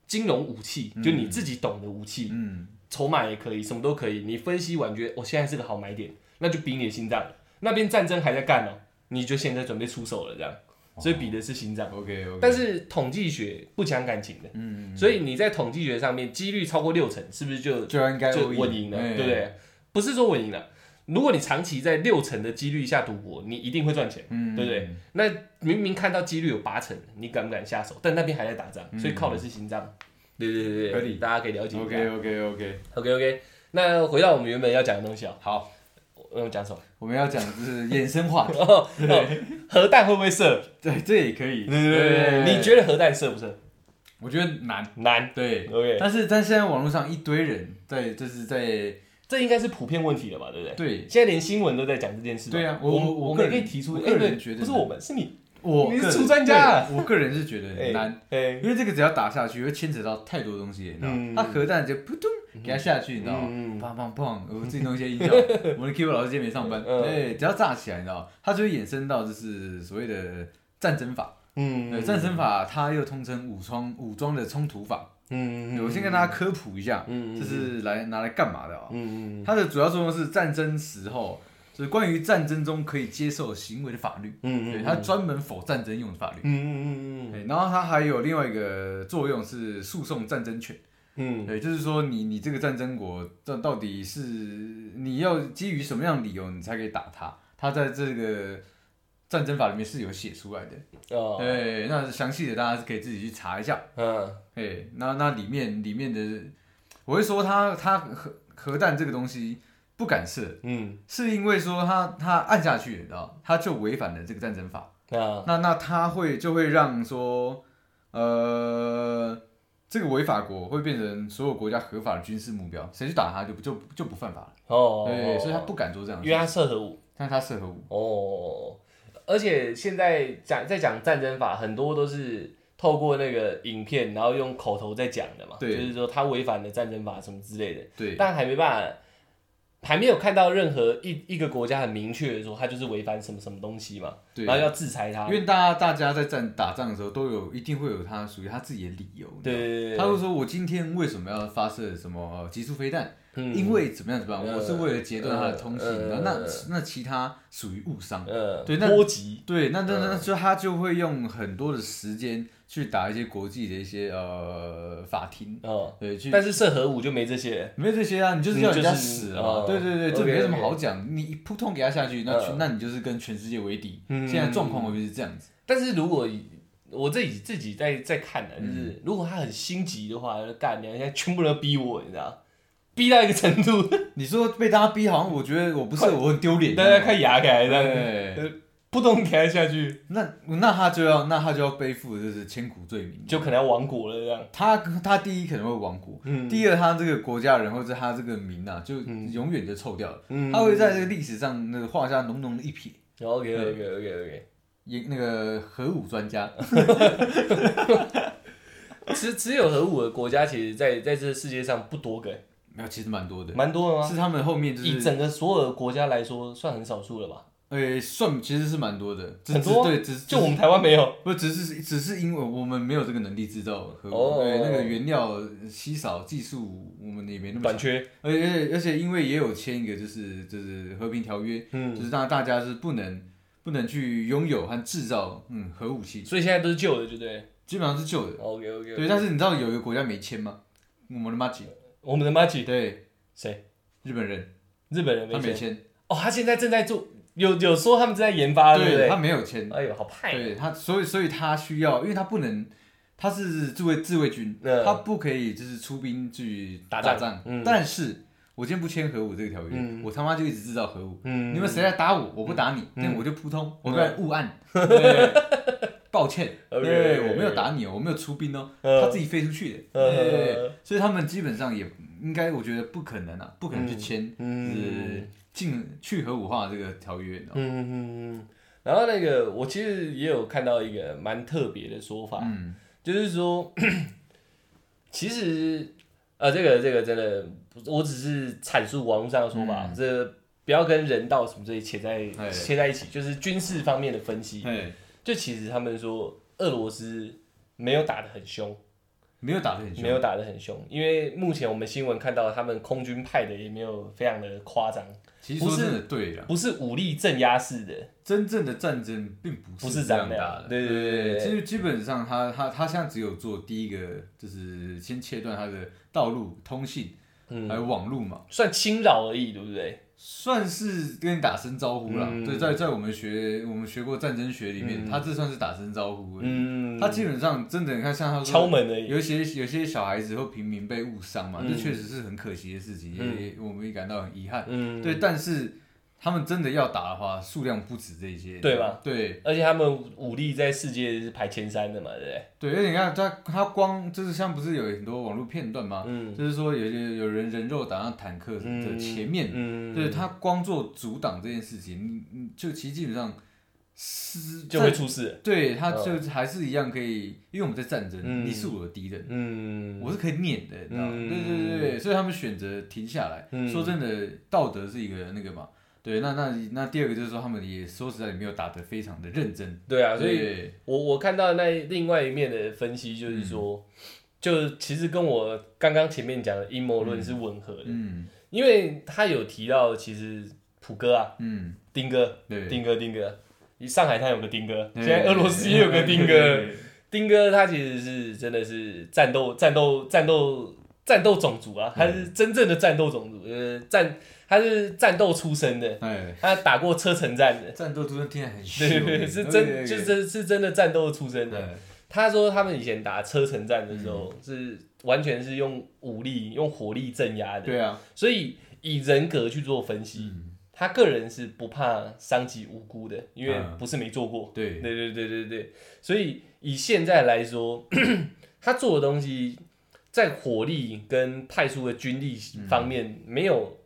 [SPEAKER 2] 金融武器，就你自己懂的武器，
[SPEAKER 1] 嗯，
[SPEAKER 2] 筹码也可以，什么都可以。你分析完觉得，我、现在是个好买点，那就比你的心脏了。那边战争还在干哦，你就现在准备出手了这样，所以比的是心脏。
[SPEAKER 1] OK 哦 OK，
[SPEAKER 2] 但是统计学不讲感情的，
[SPEAKER 1] 嗯，
[SPEAKER 2] 所以你在统计学上面几率超过六成，是不是就
[SPEAKER 1] 就应该
[SPEAKER 2] 就
[SPEAKER 1] 会
[SPEAKER 2] 稳赢了，
[SPEAKER 1] 哎
[SPEAKER 2] 对不对？不是说稳赢了，如果你长期在六成的几率下赌博，你一定会赚钱，
[SPEAKER 1] 嗯，
[SPEAKER 2] 对不对？那明明看到几率有八成，你敢不敢下手？但那边还在打仗，所以靠的是心脏。对对对
[SPEAKER 1] 嗯合
[SPEAKER 2] 对，
[SPEAKER 1] 理
[SPEAKER 2] 大家可以了解一下。
[SPEAKER 1] ？OK OK OK，
[SPEAKER 2] OK OK，那回到我们原本要讲的东西啊，
[SPEAKER 1] 好，
[SPEAKER 2] 我我们讲什么？
[SPEAKER 1] 我们要讲就是衍生话题，
[SPEAKER 2] 哦，哦核弹会不会射？
[SPEAKER 1] 对，这也可以，
[SPEAKER 2] 你觉得核弹射不射？
[SPEAKER 1] 我觉得难，
[SPEAKER 2] 难。
[SPEAKER 1] 对
[SPEAKER 2] OK
[SPEAKER 1] 但是但现在网络上一堆人在就是在
[SPEAKER 2] 这应该是普遍问题了吧，对不对？
[SPEAKER 1] 对
[SPEAKER 2] 现在连新闻都在讲这件事吧。
[SPEAKER 1] 对啊
[SPEAKER 2] 我
[SPEAKER 1] 我
[SPEAKER 2] 们
[SPEAKER 1] 我
[SPEAKER 2] 我
[SPEAKER 1] 个
[SPEAKER 2] 们也
[SPEAKER 1] 人
[SPEAKER 2] 可以提出，
[SPEAKER 1] 我
[SPEAKER 2] 哎
[SPEAKER 1] 个人
[SPEAKER 2] 对
[SPEAKER 1] 觉得
[SPEAKER 2] 不是
[SPEAKER 1] 呢
[SPEAKER 2] 我们，是你
[SPEAKER 1] 我
[SPEAKER 2] 你是
[SPEAKER 1] 个人
[SPEAKER 2] 出专家啊
[SPEAKER 1] 对我个人是觉得很 难，
[SPEAKER 2] 哎，
[SPEAKER 1] 因为这个只要打下去，会牵扯到太多东西，你知道
[SPEAKER 2] 嗯
[SPEAKER 1] 吗？它核弹就扑通给它下去，你知道吗？
[SPEAKER 2] 嗯
[SPEAKER 1] 砰砰砰！我自己弄一些音 效。我的 Q 老师今天没上班，
[SPEAKER 2] 嗯
[SPEAKER 1] 对，只要炸起来，你知道吗？它就会衍生到就是所谓的战争法。对，
[SPEAKER 2] 嗯
[SPEAKER 1] 战争法它又通称武装武装的冲突法。
[SPEAKER 2] 嗯
[SPEAKER 1] 对我先跟大家科普一下，
[SPEAKER 2] 嗯
[SPEAKER 1] 这是来拿来干嘛的啊？
[SPEAKER 2] 嗯嗯
[SPEAKER 1] 它的主要作用是战争时候，就是关于战争中可以接受行为的法律。
[SPEAKER 2] 嗯
[SPEAKER 1] 对，
[SPEAKER 2] 嗯，
[SPEAKER 1] 它专门否战争用的法律。
[SPEAKER 2] 嗯嗯嗯
[SPEAKER 1] 对，然后它还有另外一个作用是诉讼战争权，
[SPEAKER 2] 嗯
[SPEAKER 1] 对，就是说你你这个战争国到到底是你要基于什么样的理由你才可以打他？他在这个战争法里面是有写出来的，
[SPEAKER 2] 嗯哦
[SPEAKER 1] 对，那详细的大家是可以自己去查一下，
[SPEAKER 2] 嗯
[SPEAKER 1] 对，那那里面里面的，我会说他他核核弹这个东西不敢射，
[SPEAKER 2] 嗯
[SPEAKER 1] 是因为说他他按下去，你知道，他就违反了这个战争法。
[SPEAKER 2] 啊
[SPEAKER 1] 那那他会就会让说，呃，这个违法国会变成所有国家合法的军事目标，谁去打他就不就就不犯法了。
[SPEAKER 2] 哦，
[SPEAKER 1] 对，所以他不敢做这样的
[SPEAKER 2] 因
[SPEAKER 1] 事。
[SPEAKER 2] 为他射核武
[SPEAKER 1] 但他适合我。
[SPEAKER 2] 哦，而且现在讲在讲战争法，很多都是。透过那个影片，然后用口头在讲的嘛，就
[SPEAKER 1] 对
[SPEAKER 2] 是说他违反了战争法什么之类的，
[SPEAKER 1] 对
[SPEAKER 2] 但还没办法还没有看到任何一一个国家很明确的说他就是违反什么什么东西嘛，
[SPEAKER 1] 对
[SPEAKER 2] 然后要制裁他
[SPEAKER 1] 因。为大家大家在战打仗的时候，都有一定会有他属于他自己的理由。
[SPEAKER 2] 对对对
[SPEAKER 1] 他
[SPEAKER 2] 对，
[SPEAKER 1] 会说：“我今天为什么要发射什么呃集束飞弹？
[SPEAKER 2] 嗯
[SPEAKER 1] 因为怎么样怎么样，
[SPEAKER 2] 呃
[SPEAKER 1] 我是为了截断他的通信。
[SPEAKER 2] 呃
[SPEAKER 1] 然后那
[SPEAKER 2] 呃
[SPEAKER 1] 那其他属于误伤。
[SPEAKER 2] 呃，
[SPEAKER 1] 对那
[SPEAKER 2] 波及，
[SPEAKER 1] 对，那那
[SPEAKER 2] 嗯
[SPEAKER 1] 那就他就会用很多的时间去打一些国际的一些呃法庭，
[SPEAKER 2] 哦，
[SPEAKER 1] 对，去
[SPEAKER 2] 但是射核武就没这些，
[SPEAKER 1] 没有这些啊，你就是要人家
[SPEAKER 2] 你就是
[SPEAKER 1] 死
[SPEAKER 2] 哦
[SPEAKER 1] 啊！对对对，这
[SPEAKER 2] OK，OK
[SPEAKER 1] 没什么好讲，你一扑通给他下去，那
[SPEAKER 2] 嗯
[SPEAKER 1] 全那你就是跟全世界为敌。
[SPEAKER 2] 嗯
[SPEAKER 1] 现在状况会不会是这样子？
[SPEAKER 2] 但是如果以我自己自己在在看呢、就是、如果他很心急的话，就干，你现在全部都逼我，你知道，逼到一个程度，
[SPEAKER 1] 你说被大家逼，好像我觉得我不是我很丢脸。
[SPEAKER 2] 大家快牙开，这样
[SPEAKER 1] 对，
[SPEAKER 2] 扑通给他下去，
[SPEAKER 1] 那那他就要那他就要背负的就是千古罪名。
[SPEAKER 2] 就可能要亡国了这样。
[SPEAKER 1] 他他第一可能会亡国，
[SPEAKER 2] 嗯
[SPEAKER 1] 第二他这个国家人或者他这个名啊，就永远就臭掉了。
[SPEAKER 2] 嗯
[SPEAKER 1] 他会在这个历史上那个画下浓浓的一撇。
[SPEAKER 2] OK OK OK OK，
[SPEAKER 1] 也那个核武专家，
[SPEAKER 2] 只只有核武的国家，其实在在这世界上不多个、
[SPEAKER 1] 没有，其实蛮多的，
[SPEAKER 2] 蛮多的吗？
[SPEAKER 1] 是他们后面就
[SPEAKER 2] 以
[SPEAKER 1] 是
[SPEAKER 2] 整个所有的国家来说，算很少数了吧？
[SPEAKER 1] 诶、算其实是蛮多的，只
[SPEAKER 2] 很多啊
[SPEAKER 1] 只对，只
[SPEAKER 2] 就我们台湾没有。
[SPEAKER 1] 不只是只是因为我们没有这个能力制造核武，
[SPEAKER 2] 哦
[SPEAKER 1] 对那个原料稀少，技术我们也没那么
[SPEAKER 2] 短
[SPEAKER 1] 强，
[SPEAKER 2] 缺，
[SPEAKER 1] 而且而且而且因为也有签一个就是就是和平条约，
[SPEAKER 2] 嗯，
[SPEAKER 1] 就是让大家是不能不能去拥有和制造嗯核武器，
[SPEAKER 2] 所以现在都是旧的，对不对
[SPEAKER 1] 基本上是旧的，
[SPEAKER 2] ？OK OK，
[SPEAKER 1] 对，但是你知道有一个国家没签吗？我们的马吉，
[SPEAKER 2] 我们的 Machi
[SPEAKER 1] 对，
[SPEAKER 2] 谁？
[SPEAKER 1] 日本人
[SPEAKER 2] 日本人
[SPEAKER 1] 他
[SPEAKER 2] 没
[SPEAKER 1] 没
[SPEAKER 2] 钱。
[SPEAKER 1] 签，
[SPEAKER 2] 哦，他现在正在做，有有说他们正在研发，啊对不
[SPEAKER 1] 对
[SPEAKER 2] 对
[SPEAKER 1] 他？没有签，
[SPEAKER 2] 哎呦，好派！
[SPEAKER 1] 对他，所以所以他需要，因为他不能，他是自卫自卫军，
[SPEAKER 2] 嗯
[SPEAKER 1] 他不可以就是出兵去
[SPEAKER 2] 打仗
[SPEAKER 1] 仗。
[SPEAKER 2] 嗯
[SPEAKER 1] 但是我今天不签核武这个条约，
[SPEAKER 2] 嗯
[SPEAKER 1] 我他妈就一直制造核武。
[SPEAKER 2] 嗯
[SPEAKER 1] 你们谁来打我，我不打你，
[SPEAKER 2] 嗯
[SPEAKER 1] 但我就扑通，我不然误 按。对抱歉，
[SPEAKER 2] OK，
[SPEAKER 1] 对
[SPEAKER 2] OK，
[SPEAKER 1] 我没有打你哦，我没有出兵哦，
[SPEAKER 2] 嗯
[SPEAKER 1] 他自己飞出去的。
[SPEAKER 2] 嗯
[SPEAKER 1] 对，所以他们基本上也应该，我觉得不可能啊，不可能去签，
[SPEAKER 2] 嗯
[SPEAKER 1] 就是进去核武化这个条约。你知道吗
[SPEAKER 2] 嗯嗯嗯嗯。然后那个，我其实也有看到一个蛮特别的说法，
[SPEAKER 1] 嗯，
[SPEAKER 2] 就是说， 其实呃，这个这个真的，我只是阐述网络上的说法，这不要跟人道什么这些切
[SPEAKER 1] 哎
[SPEAKER 2] 在切在一起，就是军事方面的分析。
[SPEAKER 1] 哎，
[SPEAKER 2] 就其实他们说，俄罗斯没有打得很凶。
[SPEAKER 1] 没有打得很凶
[SPEAKER 2] 没。有打得很凶，因为目前我们新闻看到他们空军派的也没有非常的夸张，
[SPEAKER 1] 其实说真的，对了，
[SPEAKER 2] 不是武力镇压式的，
[SPEAKER 1] 真正的战争并不
[SPEAKER 2] 不是
[SPEAKER 1] 这
[SPEAKER 2] 这
[SPEAKER 1] 样
[SPEAKER 2] 样
[SPEAKER 1] 打的。
[SPEAKER 2] 对对对对对
[SPEAKER 1] 其实基本上他他他现在只有做第一个，就是先切断他的道路、通信，
[SPEAKER 2] 嗯
[SPEAKER 1] 还有网路嘛，
[SPEAKER 2] 算侵扰而已，对不对？
[SPEAKER 1] 算是跟你打声招呼啦。
[SPEAKER 2] 嗯
[SPEAKER 1] 对，在在我们学我们学过战争学里面，他这算是打声招呼而已。
[SPEAKER 2] 嗯，
[SPEAKER 1] 他基本上真的，你看像他
[SPEAKER 2] 敲
[SPEAKER 1] 说。
[SPEAKER 2] 门而已，
[SPEAKER 1] 有一些有些小孩子或平民被误伤嘛，
[SPEAKER 2] 嗯
[SPEAKER 1] 这确实是很可惜的事情，
[SPEAKER 2] 嗯
[SPEAKER 1] 也也我们也感到很遗憾。
[SPEAKER 2] 嗯，
[SPEAKER 1] 对，但是他们真的要打的话，数量不止这些，
[SPEAKER 2] 对吧？
[SPEAKER 1] 对
[SPEAKER 2] 而且他们武力在世界是排前三的嘛，对不对？
[SPEAKER 1] 对，而且你看他他光就是像不是有很多网络片段吗？
[SPEAKER 2] 嗯
[SPEAKER 1] 就是说有些有人人肉打上坦克的
[SPEAKER 2] 嗯，
[SPEAKER 1] 前面，
[SPEAKER 2] 嗯，
[SPEAKER 1] 对他光做阻挡这件事情，你你就其实基本上是
[SPEAKER 2] 就会
[SPEAKER 1] 在
[SPEAKER 2] 出事，
[SPEAKER 1] 对他就还是一样可以，因为我们在战争，
[SPEAKER 2] 嗯
[SPEAKER 1] 你是我的敌人。
[SPEAKER 2] 嗯，
[SPEAKER 1] 我是可以念的，你知道吗？
[SPEAKER 2] 嗯
[SPEAKER 1] 对对对，所以他们选择停下来。
[SPEAKER 2] 嗯
[SPEAKER 1] 说真的，道德是一个那个嘛，对，那那那第二个就是说，他们也说实在也没有打得非常的认真，
[SPEAKER 2] 对啊，所以
[SPEAKER 1] 对
[SPEAKER 2] 我我看到那另外一面的分析就是说，
[SPEAKER 1] 嗯
[SPEAKER 2] 就其实跟我刚刚前面讲的阴谋论是吻合的，
[SPEAKER 1] 嗯
[SPEAKER 2] 因为他有提到，其实普哥啊，
[SPEAKER 1] 嗯，
[SPEAKER 2] 丁哥，
[SPEAKER 1] 对，
[SPEAKER 2] 丁哥，丁哥，上海滩有个丁哥，
[SPEAKER 1] 对
[SPEAKER 2] 现在俄罗斯也有个丁
[SPEAKER 1] 对对
[SPEAKER 2] 哥。
[SPEAKER 1] 对
[SPEAKER 2] 丁哥他其实是真的是战斗战斗战斗战斗种族啊，他是真正的战斗种族，呃，战他是战斗出身的，
[SPEAKER 1] 哎，
[SPEAKER 2] 他打过车臣战的，
[SPEAKER 1] 战斗突然听起来很凶，
[SPEAKER 2] 对对对，是真就是真是真的战斗出身的。
[SPEAKER 1] 的，
[SPEAKER 2] 他说他们以前打车臣战的时候是完全是用武力用火力镇压的，
[SPEAKER 1] 对啊，
[SPEAKER 2] 所以以人格去做分析，
[SPEAKER 1] 嗯
[SPEAKER 2] 他个人是不怕伤及无辜的，因为
[SPEAKER 1] 嗯
[SPEAKER 2] 不是没做过。
[SPEAKER 1] 对，
[SPEAKER 2] 对对对对对，所以以现在来说， 他做的东西在火力跟派出的军力方面
[SPEAKER 1] 嗯
[SPEAKER 2] 没有、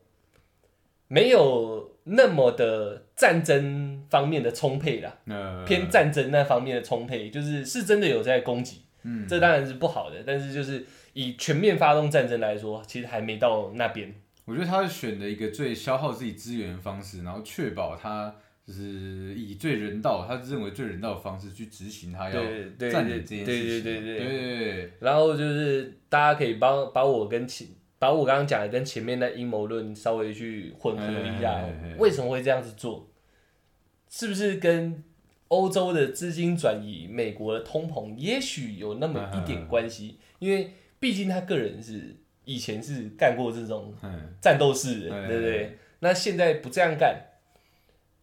[SPEAKER 2] 没有那么的战争方面的充沛啦，
[SPEAKER 1] 那
[SPEAKER 2] 偏战争那方面的充沛，就是是真的有在攻击，
[SPEAKER 1] 嗯
[SPEAKER 2] 这当然是不好的，但是就是以全面发动战争来说，其实还没到那边。
[SPEAKER 1] 我觉得他选的一个最消耗自己资源的方式，然后确保他就是以最人道，他认为最人道的方式去执行他要
[SPEAKER 2] 对对
[SPEAKER 1] 占领
[SPEAKER 2] 对
[SPEAKER 1] 这件
[SPEAKER 2] 对
[SPEAKER 1] 事
[SPEAKER 2] 对
[SPEAKER 1] 情。
[SPEAKER 2] 对
[SPEAKER 1] 对
[SPEAKER 2] 对。
[SPEAKER 1] 对
[SPEAKER 2] 然后就是大家可以帮把我跟前把我刚刚讲的跟前面的阴谋论稍微去混合一下
[SPEAKER 1] 哎哎哎哎，
[SPEAKER 2] 为什么会这样子做？是不是跟欧洲的资金转移、美国的通膨也许有那么一
[SPEAKER 1] 嗯
[SPEAKER 2] 点关系？因为毕竟他个人是以前是干过这种
[SPEAKER 1] 嗯，
[SPEAKER 2] 战斗式人，
[SPEAKER 1] 哎
[SPEAKER 2] 对不对？那现在不这样干，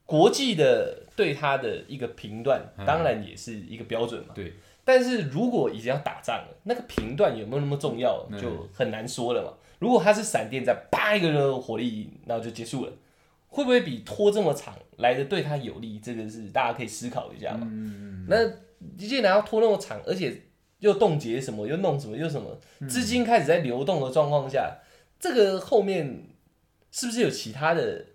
[SPEAKER 2] 国际的对他的一个评断，当然也是一个标准
[SPEAKER 1] 嗯
[SPEAKER 2] 嘛。
[SPEAKER 1] 对。
[SPEAKER 2] 但是如果已经要打仗了，那个评断有没有那么重要，
[SPEAKER 1] 嗯
[SPEAKER 2] 就很难说了嘛。如果他是闪电战，啪一个火力，然后就结束了，会不会比拖这么长来的对他有利？这个是大家可以思考一下嘛。
[SPEAKER 1] 嗯
[SPEAKER 2] 那既然要拖那么长，而且又冻结什么，又弄什么，又什么，
[SPEAKER 1] 嗯
[SPEAKER 2] 资金开始在流动的状况下，这个后面是不是有其他的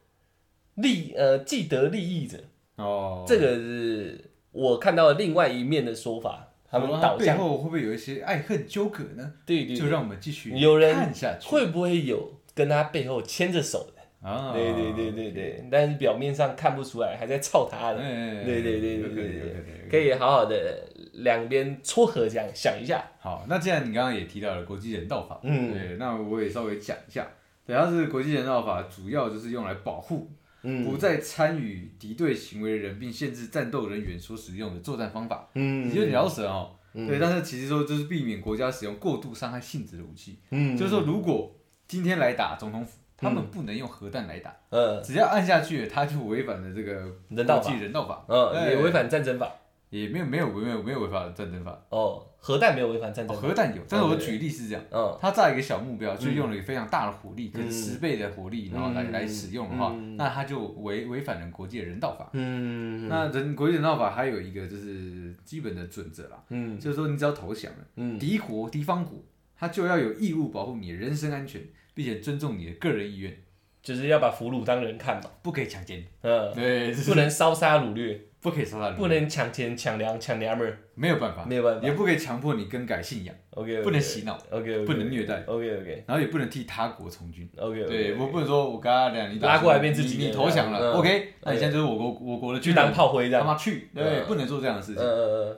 [SPEAKER 2] 利呃既得利益者？
[SPEAKER 1] 哦，
[SPEAKER 2] 这个是我看到的另外一面的说法，他们
[SPEAKER 1] 好吧
[SPEAKER 2] 导
[SPEAKER 1] 背
[SPEAKER 2] 向
[SPEAKER 1] 哦后会不会有一些爱恨纠葛呢？
[SPEAKER 2] 对对
[SPEAKER 1] 就
[SPEAKER 2] 对，
[SPEAKER 1] 让我们继续
[SPEAKER 2] 有人
[SPEAKER 1] 看下去
[SPEAKER 2] 会不会有跟他背后牵着手的？
[SPEAKER 1] 啊！
[SPEAKER 2] 对对对对对，但是表面上看不出来，还在操他的。
[SPEAKER 1] 哎，
[SPEAKER 2] 对对对对
[SPEAKER 1] 有可能
[SPEAKER 2] 对
[SPEAKER 1] 有可
[SPEAKER 2] 对
[SPEAKER 1] 能有可能
[SPEAKER 2] 可以好好的两边撮合这样想一下，
[SPEAKER 1] 好，那既然你刚刚也提到了国际人道法，
[SPEAKER 2] 嗯
[SPEAKER 1] 对，那我也稍微讲一下。对，它是国际人道法，主要就是用来保护
[SPEAKER 2] 嗯
[SPEAKER 1] 不再参与敌对行为的人，并限制战斗人员所使用的作战方法。
[SPEAKER 2] 嗯，
[SPEAKER 1] 你就饶舌哦，
[SPEAKER 2] 嗯
[SPEAKER 1] 对，但是其实说就是避免国家使用过度伤害性质的武器，
[SPEAKER 2] 嗯，
[SPEAKER 1] 就是说如果今天来打总统府，他们不能用核弹来打，
[SPEAKER 2] 嗯
[SPEAKER 1] 只要按下去，他就违反了这个
[SPEAKER 2] 人道
[SPEAKER 1] 国
[SPEAKER 2] 法
[SPEAKER 1] 际人道法，
[SPEAKER 2] 嗯，
[SPEAKER 1] 哎
[SPEAKER 2] 也违反战争法
[SPEAKER 1] 也没有没有没有没有违反战争法，
[SPEAKER 2] 哦，核弹没有违反战
[SPEAKER 1] 哦
[SPEAKER 2] 争法，
[SPEAKER 1] 核弹有，但是我
[SPEAKER 2] 对
[SPEAKER 1] 举例是这样。
[SPEAKER 2] 嗯
[SPEAKER 1] 他炸一个小目标，就用了一个非常大的火力，可能
[SPEAKER 2] 嗯
[SPEAKER 1] 十倍的火力，然后来、
[SPEAKER 2] 嗯
[SPEAKER 1] 来使用的话，
[SPEAKER 2] 嗯
[SPEAKER 1] 那他就违违反了国际的人道法。
[SPEAKER 2] 嗯
[SPEAKER 1] 那人国际人道法还有一个就是基本的准则啦，
[SPEAKER 2] 嗯
[SPEAKER 1] 就是说你只要投降了，
[SPEAKER 2] 嗯
[SPEAKER 1] 敌国敌方国他就要有义务保护你的人身安全，并且尊重你的个人意愿，
[SPEAKER 2] 就是要把俘虏当人看嘛，
[SPEAKER 1] 不可以强奸，
[SPEAKER 2] 嗯，
[SPEAKER 1] 对，就是
[SPEAKER 2] 不能烧杀掳掠，
[SPEAKER 1] 不可以杀他人，
[SPEAKER 2] 不能抢钱、抢粮、抢娘们儿，
[SPEAKER 1] 没有办法，
[SPEAKER 2] 没有办法
[SPEAKER 1] 也不可以强迫你更改信仰，
[SPEAKER 2] ，OK，
[SPEAKER 1] 啊不能洗脑，
[SPEAKER 2] ，OK，
[SPEAKER 1] 不能虐待，
[SPEAKER 2] ，OK，OK，OK，
[SPEAKER 1] 然后也不能替他国从军。
[SPEAKER 2] OK，
[SPEAKER 1] 对，我不能说我刚刚你打
[SPEAKER 2] 拉过来变自
[SPEAKER 1] 你
[SPEAKER 2] 己
[SPEAKER 1] 你
[SPEAKER 2] 人
[SPEAKER 1] 投降了
[SPEAKER 2] 嗯
[SPEAKER 1] ，OK，那你现在就是我国我国的
[SPEAKER 2] 去
[SPEAKER 1] 军
[SPEAKER 2] 当
[SPEAKER 1] 人，
[SPEAKER 2] 炮灰这
[SPEAKER 1] 他
[SPEAKER 2] 样，
[SPEAKER 1] 妈去，对，
[SPEAKER 2] 嗯
[SPEAKER 1] 不能做这样的事
[SPEAKER 2] 嗯
[SPEAKER 1] 情。
[SPEAKER 2] 嗯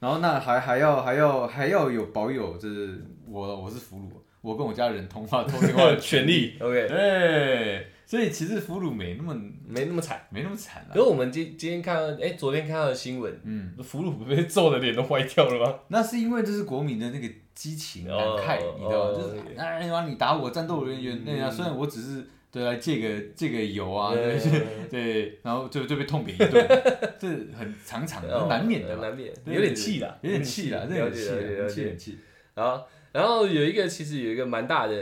[SPEAKER 1] 然后那还还要还要还要有保有，就是我我是俘虏，我跟我家人通话通电话
[SPEAKER 2] 嗯，
[SPEAKER 1] 的
[SPEAKER 2] 权利，OK，
[SPEAKER 1] 对，所以其实俘虏没那么
[SPEAKER 2] 没那么惨。
[SPEAKER 1] 没那么惨啊
[SPEAKER 2] 可
[SPEAKER 1] 了，
[SPEAKER 2] 是我们今今天看到，哎，昨天看到的新闻，
[SPEAKER 1] 嗯，
[SPEAKER 2] 俘虏不被揍的脸都坏掉了吗？
[SPEAKER 1] 那是因为就是国民的那个激情难
[SPEAKER 2] 哦
[SPEAKER 1] 慨，
[SPEAKER 2] 哦
[SPEAKER 1] 你知道吗？就
[SPEAKER 2] 哦嗯
[SPEAKER 1] 是啊，你妈你打我战斗人员那啊样，虽然我只是对来借个借个油啊，对 对，然后就就被痛扁一顿， 这很常常的，难免的
[SPEAKER 2] 嗯
[SPEAKER 1] 嘛，
[SPEAKER 2] 难免，
[SPEAKER 1] 对
[SPEAKER 2] 有点气啦，
[SPEAKER 1] 有点气啦，真的
[SPEAKER 2] 了
[SPEAKER 1] 有
[SPEAKER 2] 解
[SPEAKER 1] 气啦，
[SPEAKER 2] 了解
[SPEAKER 1] 有点
[SPEAKER 2] 了
[SPEAKER 1] 气，有
[SPEAKER 2] 解
[SPEAKER 1] 点气。
[SPEAKER 2] 然后，然后有一个其实有一个蛮大的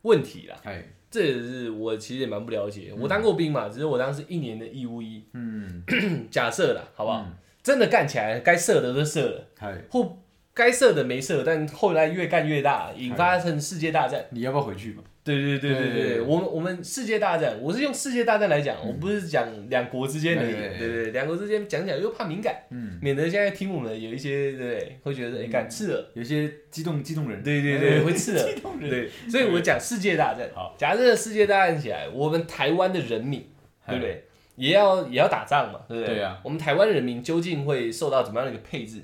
[SPEAKER 2] 问题啦，
[SPEAKER 1] 哎，
[SPEAKER 2] 这也是我其实也蛮不了解。我当过兵嘛，只是我当时一年的义务役，
[SPEAKER 1] 嗯，
[SPEAKER 2] 假设啦，好不好？真的干起来，该射的都射了。
[SPEAKER 1] 哎，
[SPEAKER 2] 或该射的没射，但后来越干越大，引发成世界大战。
[SPEAKER 1] 你要不要回去嘛？
[SPEAKER 2] 对对对对
[SPEAKER 1] 对
[SPEAKER 2] 对，我们我们世界大战，我是用世界大战来讲，我不是讲两国之间的，
[SPEAKER 1] 对
[SPEAKER 2] 对
[SPEAKER 1] 对
[SPEAKER 2] 对，两国之间讲讲又怕敏感，
[SPEAKER 1] 哎嗯，
[SPEAKER 2] 免得现在听我们的有一些对不对，会觉得哎干刺耳，
[SPEAKER 1] 有些激动激动人，
[SPEAKER 2] 对对对，
[SPEAKER 1] 哎
[SPEAKER 2] 会刺耳
[SPEAKER 1] 激，动人，
[SPEAKER 2] 对，所以我讲世界大战。
[SPEAKER 1] 好，
[SPEAKER 2] 假设世界大战起来，我们台湾的人民，
[SPEAKER 1] 哎
[SPEAKER 2] 对不对？也要也要打仗嘛，对不对？
[SPEAKER 1] 对啊
[SPEAKER 2] 我们台湾人民究竟会受到怎么样的一个配置？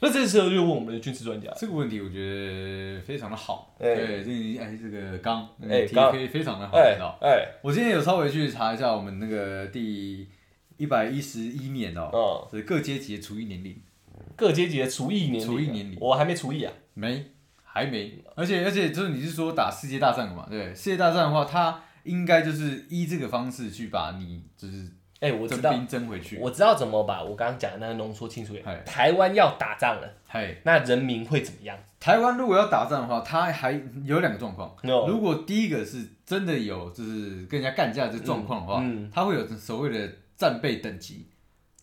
[SPEAKER 2] 那这时候就问我们的军事专家，
[SPEAKER 1] 这个问题我觉得非常的好，
[SPEAKER 2] 哎
[SPEAKER 1] 对，这个哎这个刚，嗯
[SPEAKER 2] 哎
[SPEAKER 1] 提
[SPEAKER 2] 刚
[SPEAKER 1] 非非常的好，
[SPEAKER 2] 哎
[SPEAKER 1] 你知道。
[SPEAKER 2] 哎，
[SPEAKER 1] 我今天有稍微去查一下我们那个第一百一十一年哦，
[SPEAKER 2] 嗯，
[SPEAKER 1] 是各阶级的除役年龄
[SPEAKER 2] 各阶级的厨艺年龄啊，
[SPEAKER 1] 厨艺年龄
[SPEAKER 2] 我还没厨艺啊。
[SPEAKER 1] 没，还没，而且而且就是你是说打世界大战了嘛？对，世界大战的话，它应该就是依这个方式去把你就是
[SPEAKER 2] 哎，我知
[SPEAKER 1] 征
[SPEAKER 2] 道，
[SPEAKER 1] 兵征回去，
[SPEAKER 2] 我知道怎么把我刚刚讲的那个浓缩清楚一点
[SPEAKER 1] 嗨
[SPEAKER 2] 台湾要打仗了，
[SPEAKER 1] 嗨。
[SPEAKER 2] 那人民会怎么样？
[SPEAKER 1] 台湾如果要打仗的话，它还有两个状况。
[SPEAKER 2] No
[SPEAKER 1] 如果第一个是真的有就是跟人家干架这状况的话，
[SPEAKER 2] 嗯
[SPEAKER 1] 它会有所谓的战备等级，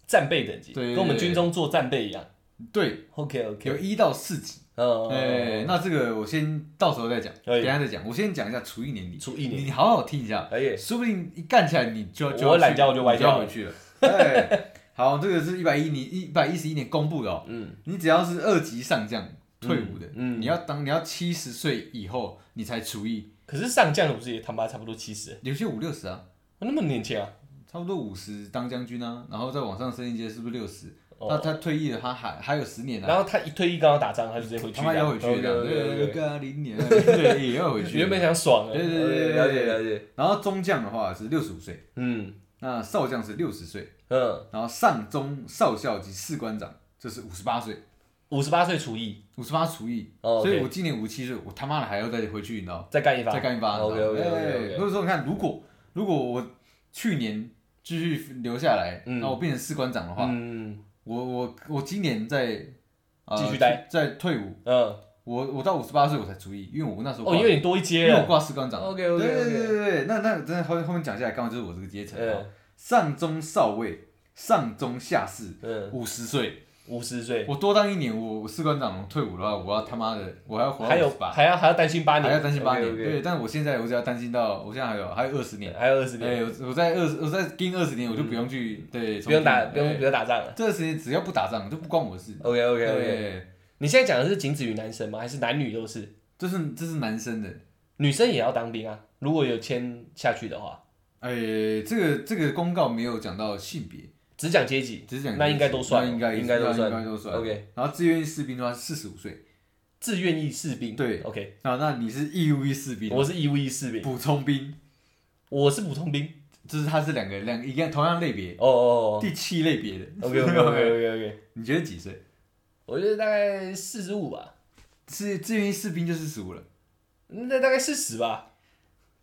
[SPEAKER 2] 战备等级，
[SPEAKER 1] 对对
[SPEAKER 2] 跟我们
[SPEAKER 1] 对
[SPEAKER 2] 军中做战备一样。
[SPEAKER 1] 对，
[SPEAKER 2] OK
[SPEAKER 1] 有
[SPEAKER 2] OK，
[SPEAKER 1] 一到四级。
[SPEAKER 2] 嗯，
[SPEAKER 1] 哎、那这个我先到时候再讲，
[SPEAKER 2] 可以
[SPEAKER 1] 等一下再讲。我先讲一下厨艺年底，
[SPEAKER 2] 厨艺年龄
[SPEAKER 1] 你好好听一下，
[SPEAKER 2] 可以，
[SPEAKER 1] 说不定一干起来你就就
[SPEAKER 2] 我懒觉
[SPEAKER 1] 觉
[SPEAKER 2] 就歪掉了
[SPEAKER 1] 回去了。哎，好，这个是一百一年一百一十一年公布的哦。
[SPEAKER 2] 嗯，
[SPEAKER 1] 你只要是二级上将退伍的，
[SPEAKER 2] 嗯嗯
[SPEAKER 1] 你要当你要七十岁以后你才除役，
[SPEAKER 2] 可是上将不是也他妈差不多七十，
[SPEAKER 1] 有些五六十啊，
[SPEAKER 2] 那么年轻啊？
[SPEAKER 1] 差不多五十当将军啊，然后再往上升一阶是不是六十？那
[SPEAKER 2] 哦，
[SPEAKER 1] 他退役了，他还还有十年啊，
[SPEAKER 2] 然后他一退役刚好打仗，他就直接回去
[SPEAKER 1] 他
[SPEAKER 2] 了。
[SPEAKER 1] 妈要回去
[SPEAKER 2] 对
[SPEAKER 1] 的，
[SPEAKER 2] 对对对对
[SPEAKER 1] 干零年啊，对，也要回去。
[SPEAKER 2] 原本想爽啊，
[SPEAKER 1] 对对对对对
[SPEAKER 2] 了解了解，
[SPEAKER 1] 然后中将的话是六十五岁，
[SPEAKER 2] 嗯
[SPEAKER 1] 那少将是六十岁，
[SPEAKER 2] 嗯，
[SPEAKER 1] 然后上中少校及士官长这是五十八岁，
[SPEAKER 2] 五十八岁除役，
[SPEAKER 1] 五十八除以，
[SPEAKER 2] 哦
[SPEAKER 1] 所以
[SPEAKER 2] OK
[SPEAKER 1] 我今年五七岁，我他妈的还要再回去，你知道吗？
[SPEAKER 2] 再干一发，
[SPEAKER 1] 再干一发。
[SPEAKER 2] OK OK
[SPEAKER 1] 哎
[SPEAKER 2] OK
[SPEAKER 1] 所以说你看，如果如果我去年继续留下来，
[SPEAKER 2] 嗯
[SPEAKER 1] 然后我变成士官长的话，
[SPEAKER 2] 嗯
[SPEAKER 1] 我我我今年再呃
[SPEAKER 2] 继续待
[SPEAKER 1] 再退伍，
[SPEAKER 2] 嗯，
[SPEAKER 1] 我我到五十八岁我才注意，因为我那时候挂
[SPEAKER 2] 哦，因为你多一
[SPEAKER 1] 因
[SPEAKER 2] 阶
[SPEAKER 1] 为我
[SPEAKER 2] 了，
[SPEAKER 1] 挂士官长。
[SPEAKER 2] OK，OK，OK
[SPEAKER 1] 对对对对对，那那真的后后面讲下来，刚好就是我这个阶层啊、
[SPEAKER 2] 嗯
[SPEAKER 1] 上中少尉、上中下士，
[SPEAKER 2] 嗯，
[SPEAKER 1] 五十岁，
[SPEAKER 2] 五十岁，
[SPEAKER 1] 我多当一年，我我士官长退伍的话，我要他妈的，我还要活到
[SPEAKER 2] 还有
[SPEAKER 1] 58
[SPEAKER 2] 还要还要担心八年，
[SPEAKER 1] 还要担心八年。
[SPEAKER 2] OK，OK，
[SPEAKER 1] 对，但我现在我只要担心到，我现在还有还有二十年。
[SPEAKER 2] 还有二十
[SPEAKER 1] 哎、
[SPEAKER 2] 年，嗯
[SPEAKER 1] 我我在二十，我在盯二十年，我就不用去、对，
[SPEAKER 2] 不用打
[SPEAKER 1] 从
[SPEAKER 2] 不用不
[SPEAKER 1] 哎
[SPEAKER 2] 用打仗了。
[SPEAKER 1] 这二十年只要不打仗，就不关我的事。
[SPEAKER 2] OK OK OK，
[SPEAKER 1] 对，
[SPEAKER 2] 你现在讲的是仅止于男生吗？还是男女都是？
[SPEAKER 1] 这是这是男生的。
[SPEAKER 2] 女生也要当兵啊？如果有签下去的话，
[SPEAKER 1] 哎、这个这个公告没有讲到性别，
[SPEAKER 2] 只讲阶级，
[SPEAKER 1] 只是讲
[SPEAKER 2] 那应该都算
[SPEAKER 1] 那应该
[SPEAKER 2] 应该都算
[SPEAKER 1] 应该都算。
[SPEAKER 2] OK
[SPEAKER 1] 然后自愿役士兵的话是四十五岁，
[SPEAKER 2] 自愿役士兵。
[SPEAKER 1] 对
[SPEAKER 2] ，OK，
[SPEAKER 1] 那啊那你是义务役士兵，
[SPEAKER 2] 我是义务役士兵，
[SPEAKER 1] 补充兵，
[SPEAKER 2] 我是普通兵。
[SPEAKER 1] 就是它是两个两个一样同样类别，
[SPEAKER 2] 哦哦
[SPEAKER 1] 第七类别的。
[SPEAKER 2] ，OK OK OK OK OK，
[SPEAKER 1] 你觉得几岁？
[SPEAKER 2] 我觉得大概四十五吧，
[SPEAKER 1] 自自愿役士兵就四十五了。
[SPEAKER 2] 那大概四十吧，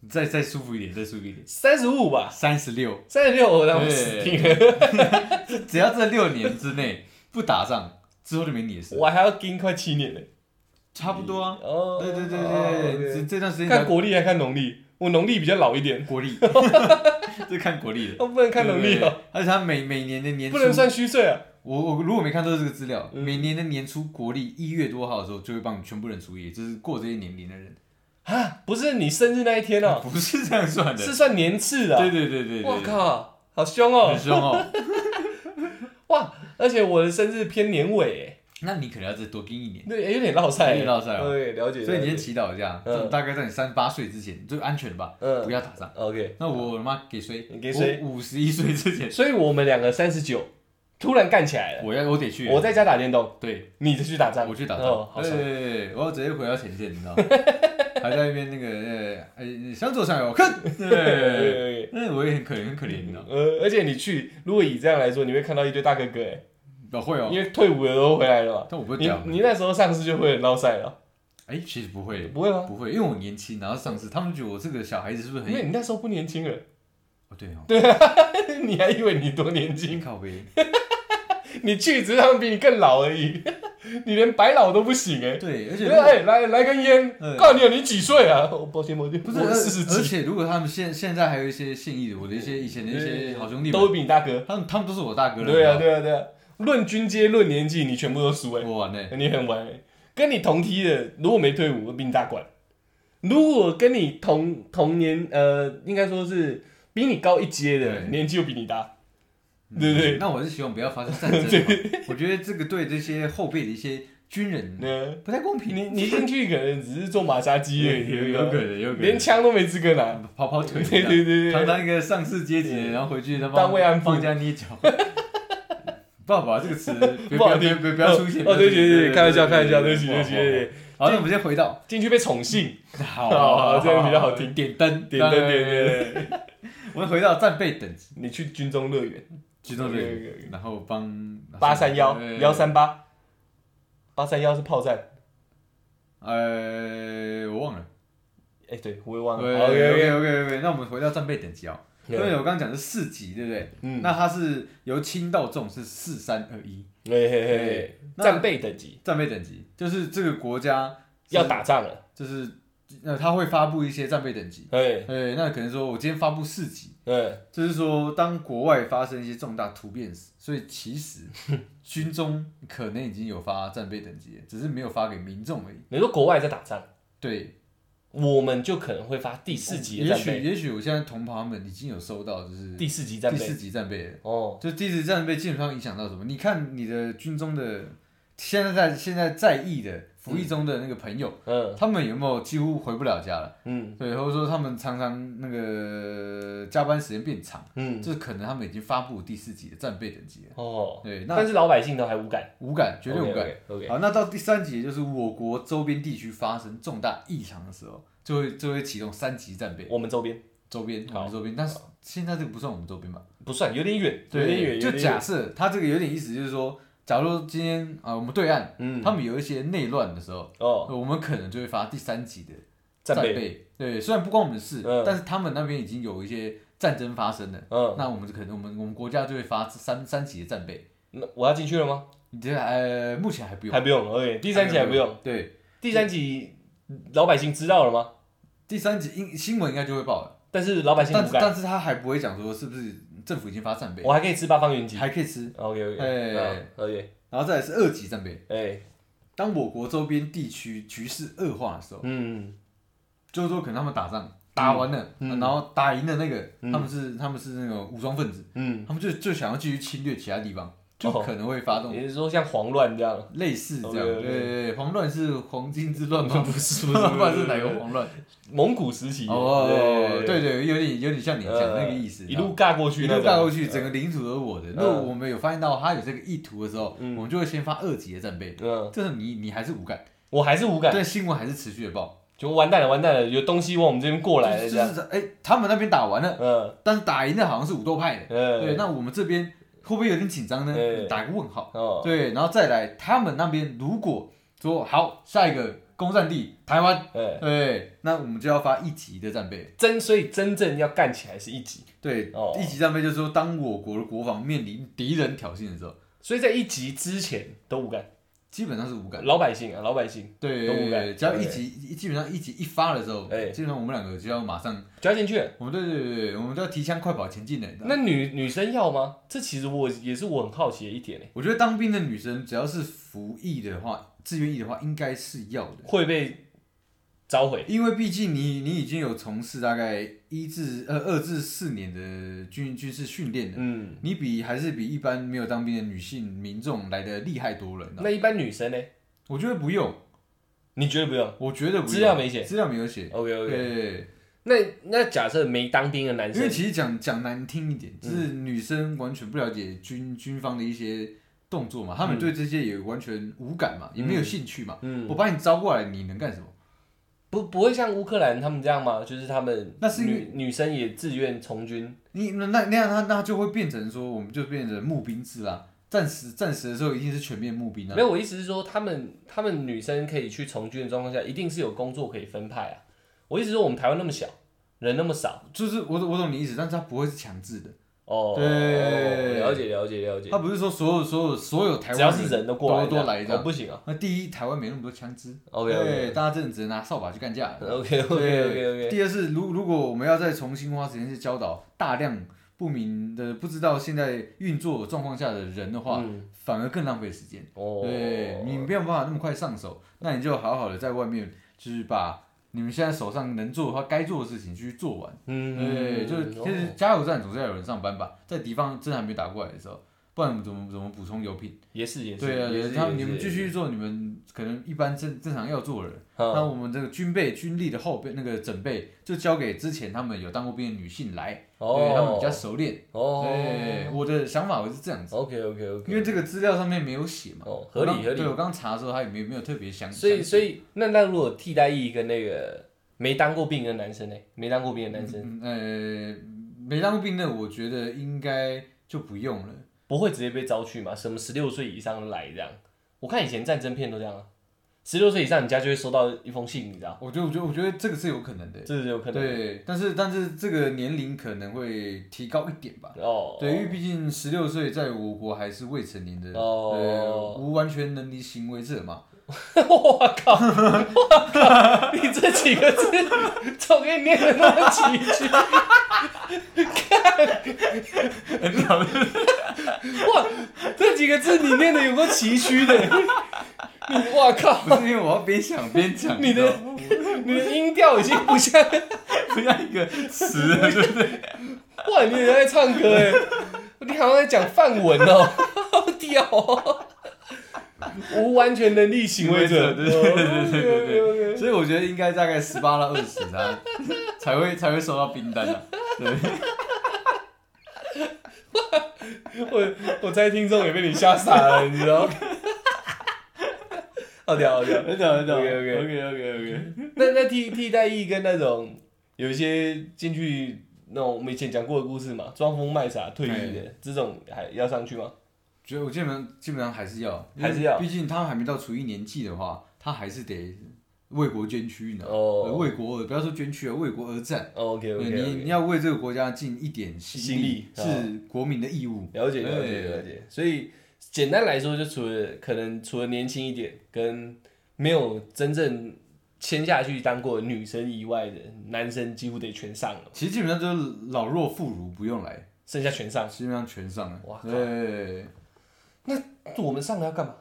[SPEAKER 1] 你再再舒服一点，再舒服一点，
[SPEAKER 2] 三十五吧，
[SPEAKER 1] 三十六，
[SPEAKER 2] 三十六我当
[SPEAKER 1] 对
[SPEAKER 2] 死定了，
[SPEAKER 1] 只要这六年之内 不打仗，之后就没你的事，
[SPEAKER 2] 我还要盯快七年呢。
[SPEAKER 1] 差不多啊。
[SPEAKER 2] 哦，
[SPEAKER 1] 对对对
[SPEAKER 2] 哦
[SPEAKER 1] 对，这
[SPEAKER 2] ，OK
[SPEAKER 1] 这段时间
[SPEAKER 2] 看
[SPEAKER 1] 看
[SPEAKER 2] 国历还看农历，我农历比较老一点，
[SPEAKER 1] 国力， 这看国力的，
[SPEAKER 2] 我不能 看农
[SPEAKER 1] 对
[SPEAKER 2] 历哦，，
[SPEAKER 1] 对对而且他每每年的年初
[SPEAKER 2] 不，能算虚岁啊。
[SPEAKER 1] 我我如果没看到这个资料，
[SPEAKER 2] 嗯
[SPEAKER 1] 每年的年初国历一月多号的时候，就会帮你全部人除以，就是过这些年龄的 人，
[SPEAKER 2] 啊，不是你生日那一天哦，
[SPEAKER 1] 不是这样算的
[SPEAKER 2] 是。算年次的啊。
[SPEAKER 1] 对对对对
[SPEAKER 2] 我
[SPEAKER 1] 对，
[SPEAKER 2] 靠，好凶
[SPEAKER 1] 很
[SPEAKER 2] 哦！
[SPEAKER 1] 凶哦。
[SPEAKER 2] 哇，而且我的生日偏年尾耶，
[SPEAKER 1] 那你可能要再多跟一年，
[SPEAKER 2] 那也有点落赛耶，啊
[SPEAKER 1] 有点落赛哦
[SPEAKER 2] 对，了解。
[SPEAKER 1] 所以你
[SPEAKER 2] 了
[SPEAKER 1] 先
[SPEAKER 2] 解
[SPEAKER 1] 祈祷一下，
[SPEAKER 2] 嗯
[SPEAKER 1] 就大概在你三十八岁之前，最安全的吧，
[SPEAKER 2] 嗯
[SPEAKER 1] 不要打仗。
[SPEAKER 2] OK，
[SPEAKER 1] 那我他妈给谁？
[SPEAKER 2] 你给谁
[SPEAKER 1] 我五十一岁之前，
[SPEAKER 2] 所以我们两个三十九，突然干起来了。
[SPEAKER 1] 我要我得去。
[SPEAKER 2] 我在家打电动，
[SPEAKER 1] 对，
[SPEAKER 2] 你就去打仗，
[SPEAKER 1] 我去打仗。
[SPEAKER 2] 哦，好
[SPEAKER 1] 对
[SPEAKER 2] 爽。
[SPEAKER 1] 对对对，我要直接回到前线，你知道 吗？还在那边那个呃，哎，想左想右，看， 对，
[SPEAKER 2] 对
[SPEAKER 1] 那我也很可怜，很可怜，你知道吗？
[SPEAKER 2] 呃，而且你去，如果以这样来说，你会看到一堆大哥哥哎，
[SPEAKER 1] 我会哦，
[SPEAKER 2] 因为退伍的都回来了嘛。
[SPEAKER 1] 但我不会
[SPEAKER 2] 你
[SPEAKER 1] 屌。
[SPEAKER 2] 你那时候上司就会很落赛了，
[SPEAKER 1] 哎，其实不会，
[SPEAKER 2] 不会吗？
[SPEAKER 1] 不会，因为我年轻，然后上司他们觉得我这个小孩子是不是
[SPEAKER 2] 因为
[SPEAKER 1] 很……
[SPEAKER 2] 你那时候不年轻了，
[SPEAKER 1] 哦，对哦，
[SPEAKER 2] 你还以为你多年轻
[SPEAKER 1] 挺？靠 背。
[SPEAKER 2] 你去只是他们比你更老而已， 你连白老都不行哎、
[SPEAKER 1] 对，而且
[SPEAKER 2] 对，哎、来来根烟
[SPEAKER 1] 嗯，
[SPEAKER 2] 告诉你你几岁啊？我抱歉抱歉，
[SPEAKER 1] 不是，
[SPEAKER 2] 我
[SPEAKER 1] 而
[SPEAKER 2] 四十
[SPEAKER 1] 而
[SPEAKER 2] 几，
[SPEAKER 1] 且如果他们现现在还有一些现役的，我的一些以前的一些好兄弟们，
[SPEAKER 2] 都比你大哥。
[SPEAKER 1] 他们他们都是我大哥了。
[SPEAKER 2] 对啊
[SPEAKER 1] 你知
[SPEAKER 2] 对啊对啊，论军阶论年纪，你全部都输哎、
[SPEAKER 1] 道吗，我玩呢。
[SPEAKER 2] 你很完哎、跟你同梯的，如果没退伍，我比你大管。如果跟你同同年，呃，应该说是比你高一阶的，
[SPEAKER 1] 对嗯
[SPEAKER 2] 年纪又比你大，对不对？
[SPEAKER 1] 那我是希望不要发生战争嘛。我觉得这个对这些后辈的一些军人
[SPEAKER 2] 那
[SPEAKER 1] 不太公平。
[SPEAKER 2] 啊你你进去可能只是做马杀鸡而
[SPEAKER 1] 有
[SPEAKER 2] 已，对
[SPEAKER 1] 有
[SPEAKER 2] 不
[SPEAKER 1] 可
[SPEAKER 2] 对
[SPEAKER 1] 能，啊有可
[SPEAKER 2] 连
[SPEAKER 1] 能
[SPEAKER 2] 枪都没资格拿。
[SPEAKER 1] 跑跑腿，
[SPEAKER 2] 对对对对
[SPEAKER 1] 堂堂一个上士阶级的，然后回去他妈
[SPEAKER 2] 当慰安妇
[SPEAKER 1] 放家捏脚。不好吧，这个词别
[SPEAKER 2] 不好
[SPEAKER 1] 别
[SPEAKER 2] 听，
[SPEAKER 1] 别不要出现。
[SPEAKER 2] 哦，对不起，对不起，开玩笑，开玩笑，
[SPEAKER 1] 对
[SPEAKER 2] 对不起，对不起，
[SPEAKER 1] 对
[SPEAKER 2] 对不起。
[SPEAKER 1] 好，那我们先回到
[SPEAKER 2] 进去被宠幸，
[SPEAKER 1] 好
[SPEAKER 2] 好好这样比较好听
[SPEAKER 1] 点灯，
[SPEAKER 2] 点灯，点
[SPEAKER 1] 对。
[SPEAKER 2] 点点。
[SPEAKER 1] 我们回到战备等级，
[SPEAKER 2] 你去军中乐园，
[SPEAKER 1] 举重
[SPEAKER 2] 对对
[SPEAKER 1] 队，然后帮
[SPEAKER 2] 八三幺幺，三八，八三幺是炮战。
[SPEAKER 1] 呃，我忘了。
[SPEAKER 2] 哎，对，我也忘
[SPEAKER 1] 对
[SPEAKER 2] 了。
[SPEAKER 1] OK
[SPEAKER 2] OK，OK，
[SPEAKER 1] OK OK OK，那我们回到战备等级哦，因为
[SPEAKER 2] 对
[SPEAKER 1] 我刚刚讲是四级，对不对？
[SPEAKER 2] 嗯，
[SPEAKER 1] 那它是由轻到重是四三二一
[SPEAKER 2] 嘿嘿嘿嘿，
[SPEAKER 1] 那
[SPEAKER 2] 战备等级
[SPEAKER 1] 战备等级，就是这个国家是
[SPEAKER 2] 要，打仗了。
[SPEAKER 1] 就是呃，它会发布一些战备等级。
[SPEAKER 2] 哎，
[SPEAKER 1] 对，那可能说我今天发布四级，
[SPEAKER 2] 嗯，
[SPEAKER 1] 就是说当国外发生一些重大突变时，所以其实军中可能已经有发战备等级了，只是没有发给民众而已。
[SPEAKER 2] 你说国外在打仗，
[SPEAKER 1] 对，
[SPEAKER 2] 我们就可能会发第四级的
[SPEAKER 1] 也
[SPEAKER 2] 战
[SPEAKER 1] 许
[SPEAKER 2] 备，
[SPEAKER 1] 也许我现在同袍们已经有收到，就是
[SPEAKER 2] 第四级战
[SPEAKER 1] 第四
[SPEAKER 2] 备。
[SPEAKER 1] 级战备了。
[SPEAKER 2] 哦，
[SPEAKER 1] 就第四战备基本上影响到什么？你看你的军中的现在在现在在役的服役中的那个朋友，
[SPEAKER 2] 嗯
[SPEAKER 1] 他们有没有几乎回不了家了？
[SPEAKER 2] 嗯
[SPEAKER 1] 对，或者说他们常常那个加班时间变长，
[SPEAKER 2] 嗯，
[SPEAKER 1] 这可能他们已经发布第四集的战备等级了。
[SPEAKER 2] 哦，
[SPEAKER 1] 对，那
[SPEAKER 2] 但是老百姓都还无感，
[SPEAKER 1] 无感，绝对无感。
[SPEAKER 2] OK，
[SPEAKER 1] 好，那到第三集，也就是我国周边地区发生重大异常的时候，就会就会启动三级战备，
[SPEAKER 2] 我们周边
[SPEAKER 1] 周边我
[SPEAKER 2] 好
[SPEAKER 1] 们周边，但是现在这个不算我们周边吧？
[SPEAKER 2] 不算，有点远，有点远，
[SPEAKER 1] 就
[SPEAKER 2] 有点
[SPEAKER 1] 假
[SPEAKER 2] 远，
[SPEAKER 1] 设他这个有点意思，就是说，假如今天啊我们对岸
[SPEAKER 2] 嗯，
[SPEAKER 1] 他们有一些内乱的时候，
[SPEAKER 2] 哦，
[SPEAKER 1] 我们可能就会发第三级的
[SPEAKER 2] 战备，
[SPEAKER 1] 备。对，虽然不关我们的事
[SPEAKER 2] 嗯，
[SPEAKER 1] 但是他们那边已经有一些战争发生了，
[SPEAKER 2] 嗯，
[SPEAKER 1] 那我们就可能我们我们国家就会发三三级的战备。
[SPEAKER 2] 那我要进去了吗？
[SPEAKER 1] 你这呃目前还不用，
[SPEAKER 2] 还不用，OK，第三集还不用，。
[SPEAKER 1] 对，
[SPEAKER 2] 第三集老百姓知道了吗？
[SPEAKER 1] 第三集应新闻应该就会报了，
[SPEAKER 2] 但是老百姓
[SPEAKER 1] 但
[SPEAKER 2] 无感，
[SPEAKER 1] 但是他还不会讲说是不是政府已经发战备，
[SPEAKER 2] 我还可以吃八方云集
[SPEAKER 1] 还可以吃，
[SPEAKER 2] ，OK OK，
[SPEAKER 1] 哎
[SPEAKER 2] ，OK，
[SPEAKER 1] 然后再来是二级战备。
[SPEAKER 2] 哎，
[SPEAKER 1] 当我国周边地区局势恶化的时候，
[SPEAKER 2] 嗯
[SPEAKER 1] 就是说可能他们打仗打完了，
[SPEAKER 2] 嗯
[SPEAKER 1] 然后打赢了那个，
[SPEAKER 2] 嗯
[SPEAKER 1] 他们是他们是那种武装分子，
[SPEAKER 2] 嗯，
[SPEAKER 1] 他们就就想要继续侵略其他地方，就
[SPEAKER 2] 哦
[SPEAKER 1] 可能会发动
[SPEAKER 2] 也就是说像慌乱这样，
[SPEAKER 1] 类似这样。对
[SPEAKER 2] OK，OK
[SPEAKER 1] 对对，黄乱 是黄金之乱吗？
[SPEAKER 2] 不 是
[SPEAKER 1] 不
[SPEAKER 2] 不是不
[SPEAKER 1] 管
[SPEAKER 2] 是
[SPEAKER 1] 是哪个黄乱？
[SPEAKER 2] 蒙古时期，
[SPEAKER 1] 哦，对对，有点有点像你讲
[SPEAKER 2] 呃
[SPEAKER 1] 那个意思，啊
[SPEAKER 2] 一路尬过去
[SPEAKER 1] 一
[SPEAKER 2] 那
[SPEAKER 1] 路
[SPEAKER 2] 种，
[SPEAKER 1] 盖过去，整个领土都是我的。
[SPEAKER 2] 嗯
[SPEAKER 1] 那我们有发现到他有这个意图的时候，
[SPEAKER 2] 嗯
[SPEAKER 1] 我们就会先发二级的战备。
[SPEAKER 2] 嗯，
[SPEAKER 1] 这是你你还是无感，
[SPEAKER 2] 我还是无感，
[SPEAKER 1] 但新闻还是持续的报。
[SPEAKER 2] 就完蛋了，完蛋了，有东西往我们这边过
[SPEAKER 1] 就
[SPEAKER 2] 来了，
[SPEAKER 1] 是
[SPEAKER 2] 这
[SPEAKER 1] 就
[SPEAKER 2] 样，
[SPEAKER 1] 是哎，他们那边打完了，
[SPEAKER 2] 嗯
[SPEAKER 1] 但是打赢的好像是武斗派的。对，
[SPEAKER 2] 嗯，
[SPEAKER 1] 那我们这边会不会有点紧张呢
[SPEAKER 2] 对？
[SPEAKER 1] 打个问号。
[SPEAKER 2] 哦，
[SPEAKER 1] 对，然后再来他们那边如果说好下一个攻占地台湾，
[SPEAKER 2] 哎，
[SPEAKER 1] 对，那我们就要发一级的战备。
[SPEAKER 2] 真所以真正要干起来是一集，
[SPEAKER 1] 对
[SPEAKER 2] 哦，
[SPEAKER 1] 一级战备就是说，当我国的国防面临敌人挑衅的时候，
[SPEAKER 2] 所以在一集之前都无感，
[SPEAKER 1] 基本上是无感。
[SPEAKER 2] 老百姓啊，老百姓
[SPEAKER 1] 对
[SPEAKER 2] 都无感
[SPEAKER 1] 只要一
[SPEAKER 2] 对
[SPEAKER 1] 集一基本上一集一发的时候，
[SPEAKER 2] 哎
[SPEAKER 1] 基本上我们两个就要马上，
[SPEAKER 2] 就要进去了。
[SPEAKER 1] 我们对对对对，我们就要提枪快跑前进的。你知道吗
[SPEAKER 2] 那女女生要吗？这其实我也是我很好奇的一点欸呢，
[SPEAKER 1] 我觉得当兵的女生只要是服役的话，志愿役的话，应该是要的，
[SPEAKER 2] 会被召回。
[SPEAKER 1] 因为毕竟你你已经有从事大概一至呃二至四年的军军事训练了，
[SPEAKER 2] 嗯，
[SPEAKER 1] 你比还是比一般没有当兵的女性民众来的厉害多了。你知道吗
[SPEAKER 2] 那一般女生呢？
[SPEAKER 1] 我觉得不用，
[SPEAKER 2] 你觉得不用
[SPEAKER 1] 我觉得不用
[SPEAKER 2] 资料没写
[SPEAKER 1] 资料没有写。
[SPEAKER 2] ？OK OK。
[SPEAKER 1] 对，
[SPEAKER 2] 那那假设没当兵的男
[SPEAKER 1] 因为
[SPEAKER 2] 生，
[SPEAKER 1] 其实讲讲难听一
[SPEAKER 2] 嗯
[SPEAKER 1] 点，就是女生完全不了解军军方的一些动作嘛，他们对这些也完全无感嘛，也没有兴趣嘛。
[SPEAKER 2] 嗯，
[SPEAKER 1] 我把你招过来，你能干什么？
[SPEAKER 2] 不不会像乌克兰他们这样吗？就是他们
[SPEAKER 1] 那是因
[SPEAKER 2] 女女生也自愿从军。
[SPEAKER 1] 你那那那样他那就会变成说，我们就变成募兵制啦。战时战时的时候一定是全面募兵啊
[SPEAKER 2] 没。有，我意思是说，他们他们女生可以去从军的状况下，一定是有工作可以分派啊。我意思是说，我们台湾那么小，人那么少。
[SPEAKER 1] 就是我懂我懂你意思，但是他不会是强制的，
[SPEAKER 2] 哦，
[SPEAKER 1] 对
[SPEAKER 2] 了解了解了解
[SPEAKER 1] 他。不是说所有所有所有台
[SPEAKER 2] 只要
[SPEAKER 1] 湾
[SPEAKER 2] 是人都过来，
[SPEAKER 1] 都都来这
[SPEAKER 2] 哦
[SPEAKER 1] 样。
[SPEAKER 2] 不行啊。
[SPEAKER 1] 那第一，台湾没那么多枪支，
[SPEAKER 2] OK OK。
[SPEAKER 1] 对，大家真的只能拿扫把去干架。
[SPEAKER 2] OK OK
[SPEAKER 1] 对
[SPEAKER 2] OK OK，
[SPEAKER 1] 第二是，如如果我们要再重新花时间去教导大量不明的、不知道现在运作状况下的人的话，
[SPEAKER 2] 嗯，
[SPEAKER 1] 反而更浪费时间。
[SPEAKER 2] 哦，
[SPEAKER 1] 对你没有办法那么快上手，那你就好好的在外面，就是把你们现在手上能做的话，该做的事情去做完。
[SPEAKER 2] 嗯，
[SPEAKER 1] 对，就是
[SPEAKER 2] 哦
[SPEAKER 1] 其实加油站总是要有人上班吧，在敌方真的还没打过来的时候，不然我们怎么怎么补充油品？
[SPEAKER 2] 也是也是，
[SPEAKER 1] 对啊，
[SPEAKER 2] 也是
[SPEAKER 1] 他
[SPEAKER 2] 也
[SPEAKER 1] 们
[SPEAKER 2] 是
[SPEAKER 1] 你们
[SPEAKER 2] 也
[SPEAKER 1] 继
[SPEAKER 2] 是
[SPEAKER 1] 续做你们可能一般正正常要做的人。
[SPEAKER 2] 嗯
[SPEAKER 1] 那我们这个军备、军力的后备那个准备，就交给之前他们有当过兵的女性来，对他们比较熟练。
[SPEAKER 2] 哦，
[SPEAKER 1] 对，我的想法会是这样子，
[SPEAKER 2] OK OK
[SPEAKER 1] 因
[SPEAKER 2] OK，
[SPEAKER 1] 为这个资料上面没有写嘛，
[SPEAKER 2] 哦，合
[SPEAKER 1] 我
[SPEAKER 2] 理
[SPEAKER 1] 刚
[SPEAKER 2] 合理
[SPEAKER 1] 对，我刚查的时候，他也没有没有特别详。
[SPEAKER 2] 所以所
[SPEAKER 1] 以，
[SPEAKER 2] 以那那如果替代役跟那个没当过兵的男生呢？没当过兵的男生
[SPEAKER 1] 嗯呃，没当过兵的，我觉得应该就不用了。
[SPEAKER 2] 不会直接被招去嘛？什么十六岁以上来这样？我看以前战争片都这样啊，十六岁以上你家就会收到一封信，你知道？
[SPEAKER 1] 我觉得，我觉得，我觉得这个是有可能的。
[SPEAKER 2] 这是有可能
[SPEAKER 1] 对，但是但是这个年龄可能会提高一点吧。
[SPEAKER 2] 哦，
[SPEAKER 1] 对，因为毕竟十六岁在我国还是未成年的，
[SPEAKER 2] 哦
[SPEAKER 1] 呃，无完全能力行为者 嘛。
[SPEAKER 2] 我靠！我靠！你这几个字，总给你念的那么崎岖。哇， 这几个字你念的有够崎岖的。 你哇靠！
[SPEAKER 1] 不是因为我要边想边讲，
[SPEAKER 2] 你
[SPEAKER 1] 知
[SPEAKER 2] 的
[SPEAKER 1] 道吗
[SPEAKER 2] 你的音调已经不像，
[SPEAKER 1] 不像一个词了，对不对？
[SPEAKER 2] 哇，你在唱 歌哎，你好像在讲范文哦，好屌哦。无完全能力行为 者，
[SPEAKER 1] 对对对对对对对
[SPEAKER 2] 哦 OK，OK，OK
[SPEAKER 1] 所以我觉得应该大概十八到二十才才会才会收到冰单啊。对，
[SPEAKER 2] 我我猜听众也被你吓傻了，你知道吗？ 好屌好屌！
[SPEAKER 1] 很屌很屌。
[SPEAKER 2] OK，OK
[SPEAKER 1] OK OK
[SPEAKER 2] 那那替替代役跟那种有一些进去那种我们以前讲过的故事嘛，装疯卖傻退役的这种还要上去吗？
[SPEAKER 1] 觉得我基本上基本上还是要，因为
[SPEAKER 2] 还是要
[SPEAKER 1] 毕竟他还没到处一年纪的话，他还是得为国捐躯呢。
[SPEAKER 2] 哦
[SPEAKER 1] 呃为国而不要说捐躯啊，为国而战。
[SPEAKER 2] OK
[SPEAKER 1] 对
[SPEAKER 2] OK，,
[SPEAKER 1] 你你要为这个国家尽一点
[SPEAKER 2] 心力
[SPEAKER 1] 是国民的义务。
[SPEAKER 2] 了解了解
[SPEAKER 1] 对
[SPEAKER 2] 了解。所以简单来说，就除了可能除了年轻一点跟没有真正签下去当过女生以外的男生，几乎得全上了，
[SPEAKER 1] 其实基本上就是老弱妇孺不用来，
[SPEAKER 2] 剩下全上。
[SPEAKER 1] 基本上全上了。
[SPEAKER 2] 哇靠
[SPEAKER 1] 对，
[SPEAKER 2] 我们上了要干 嘛？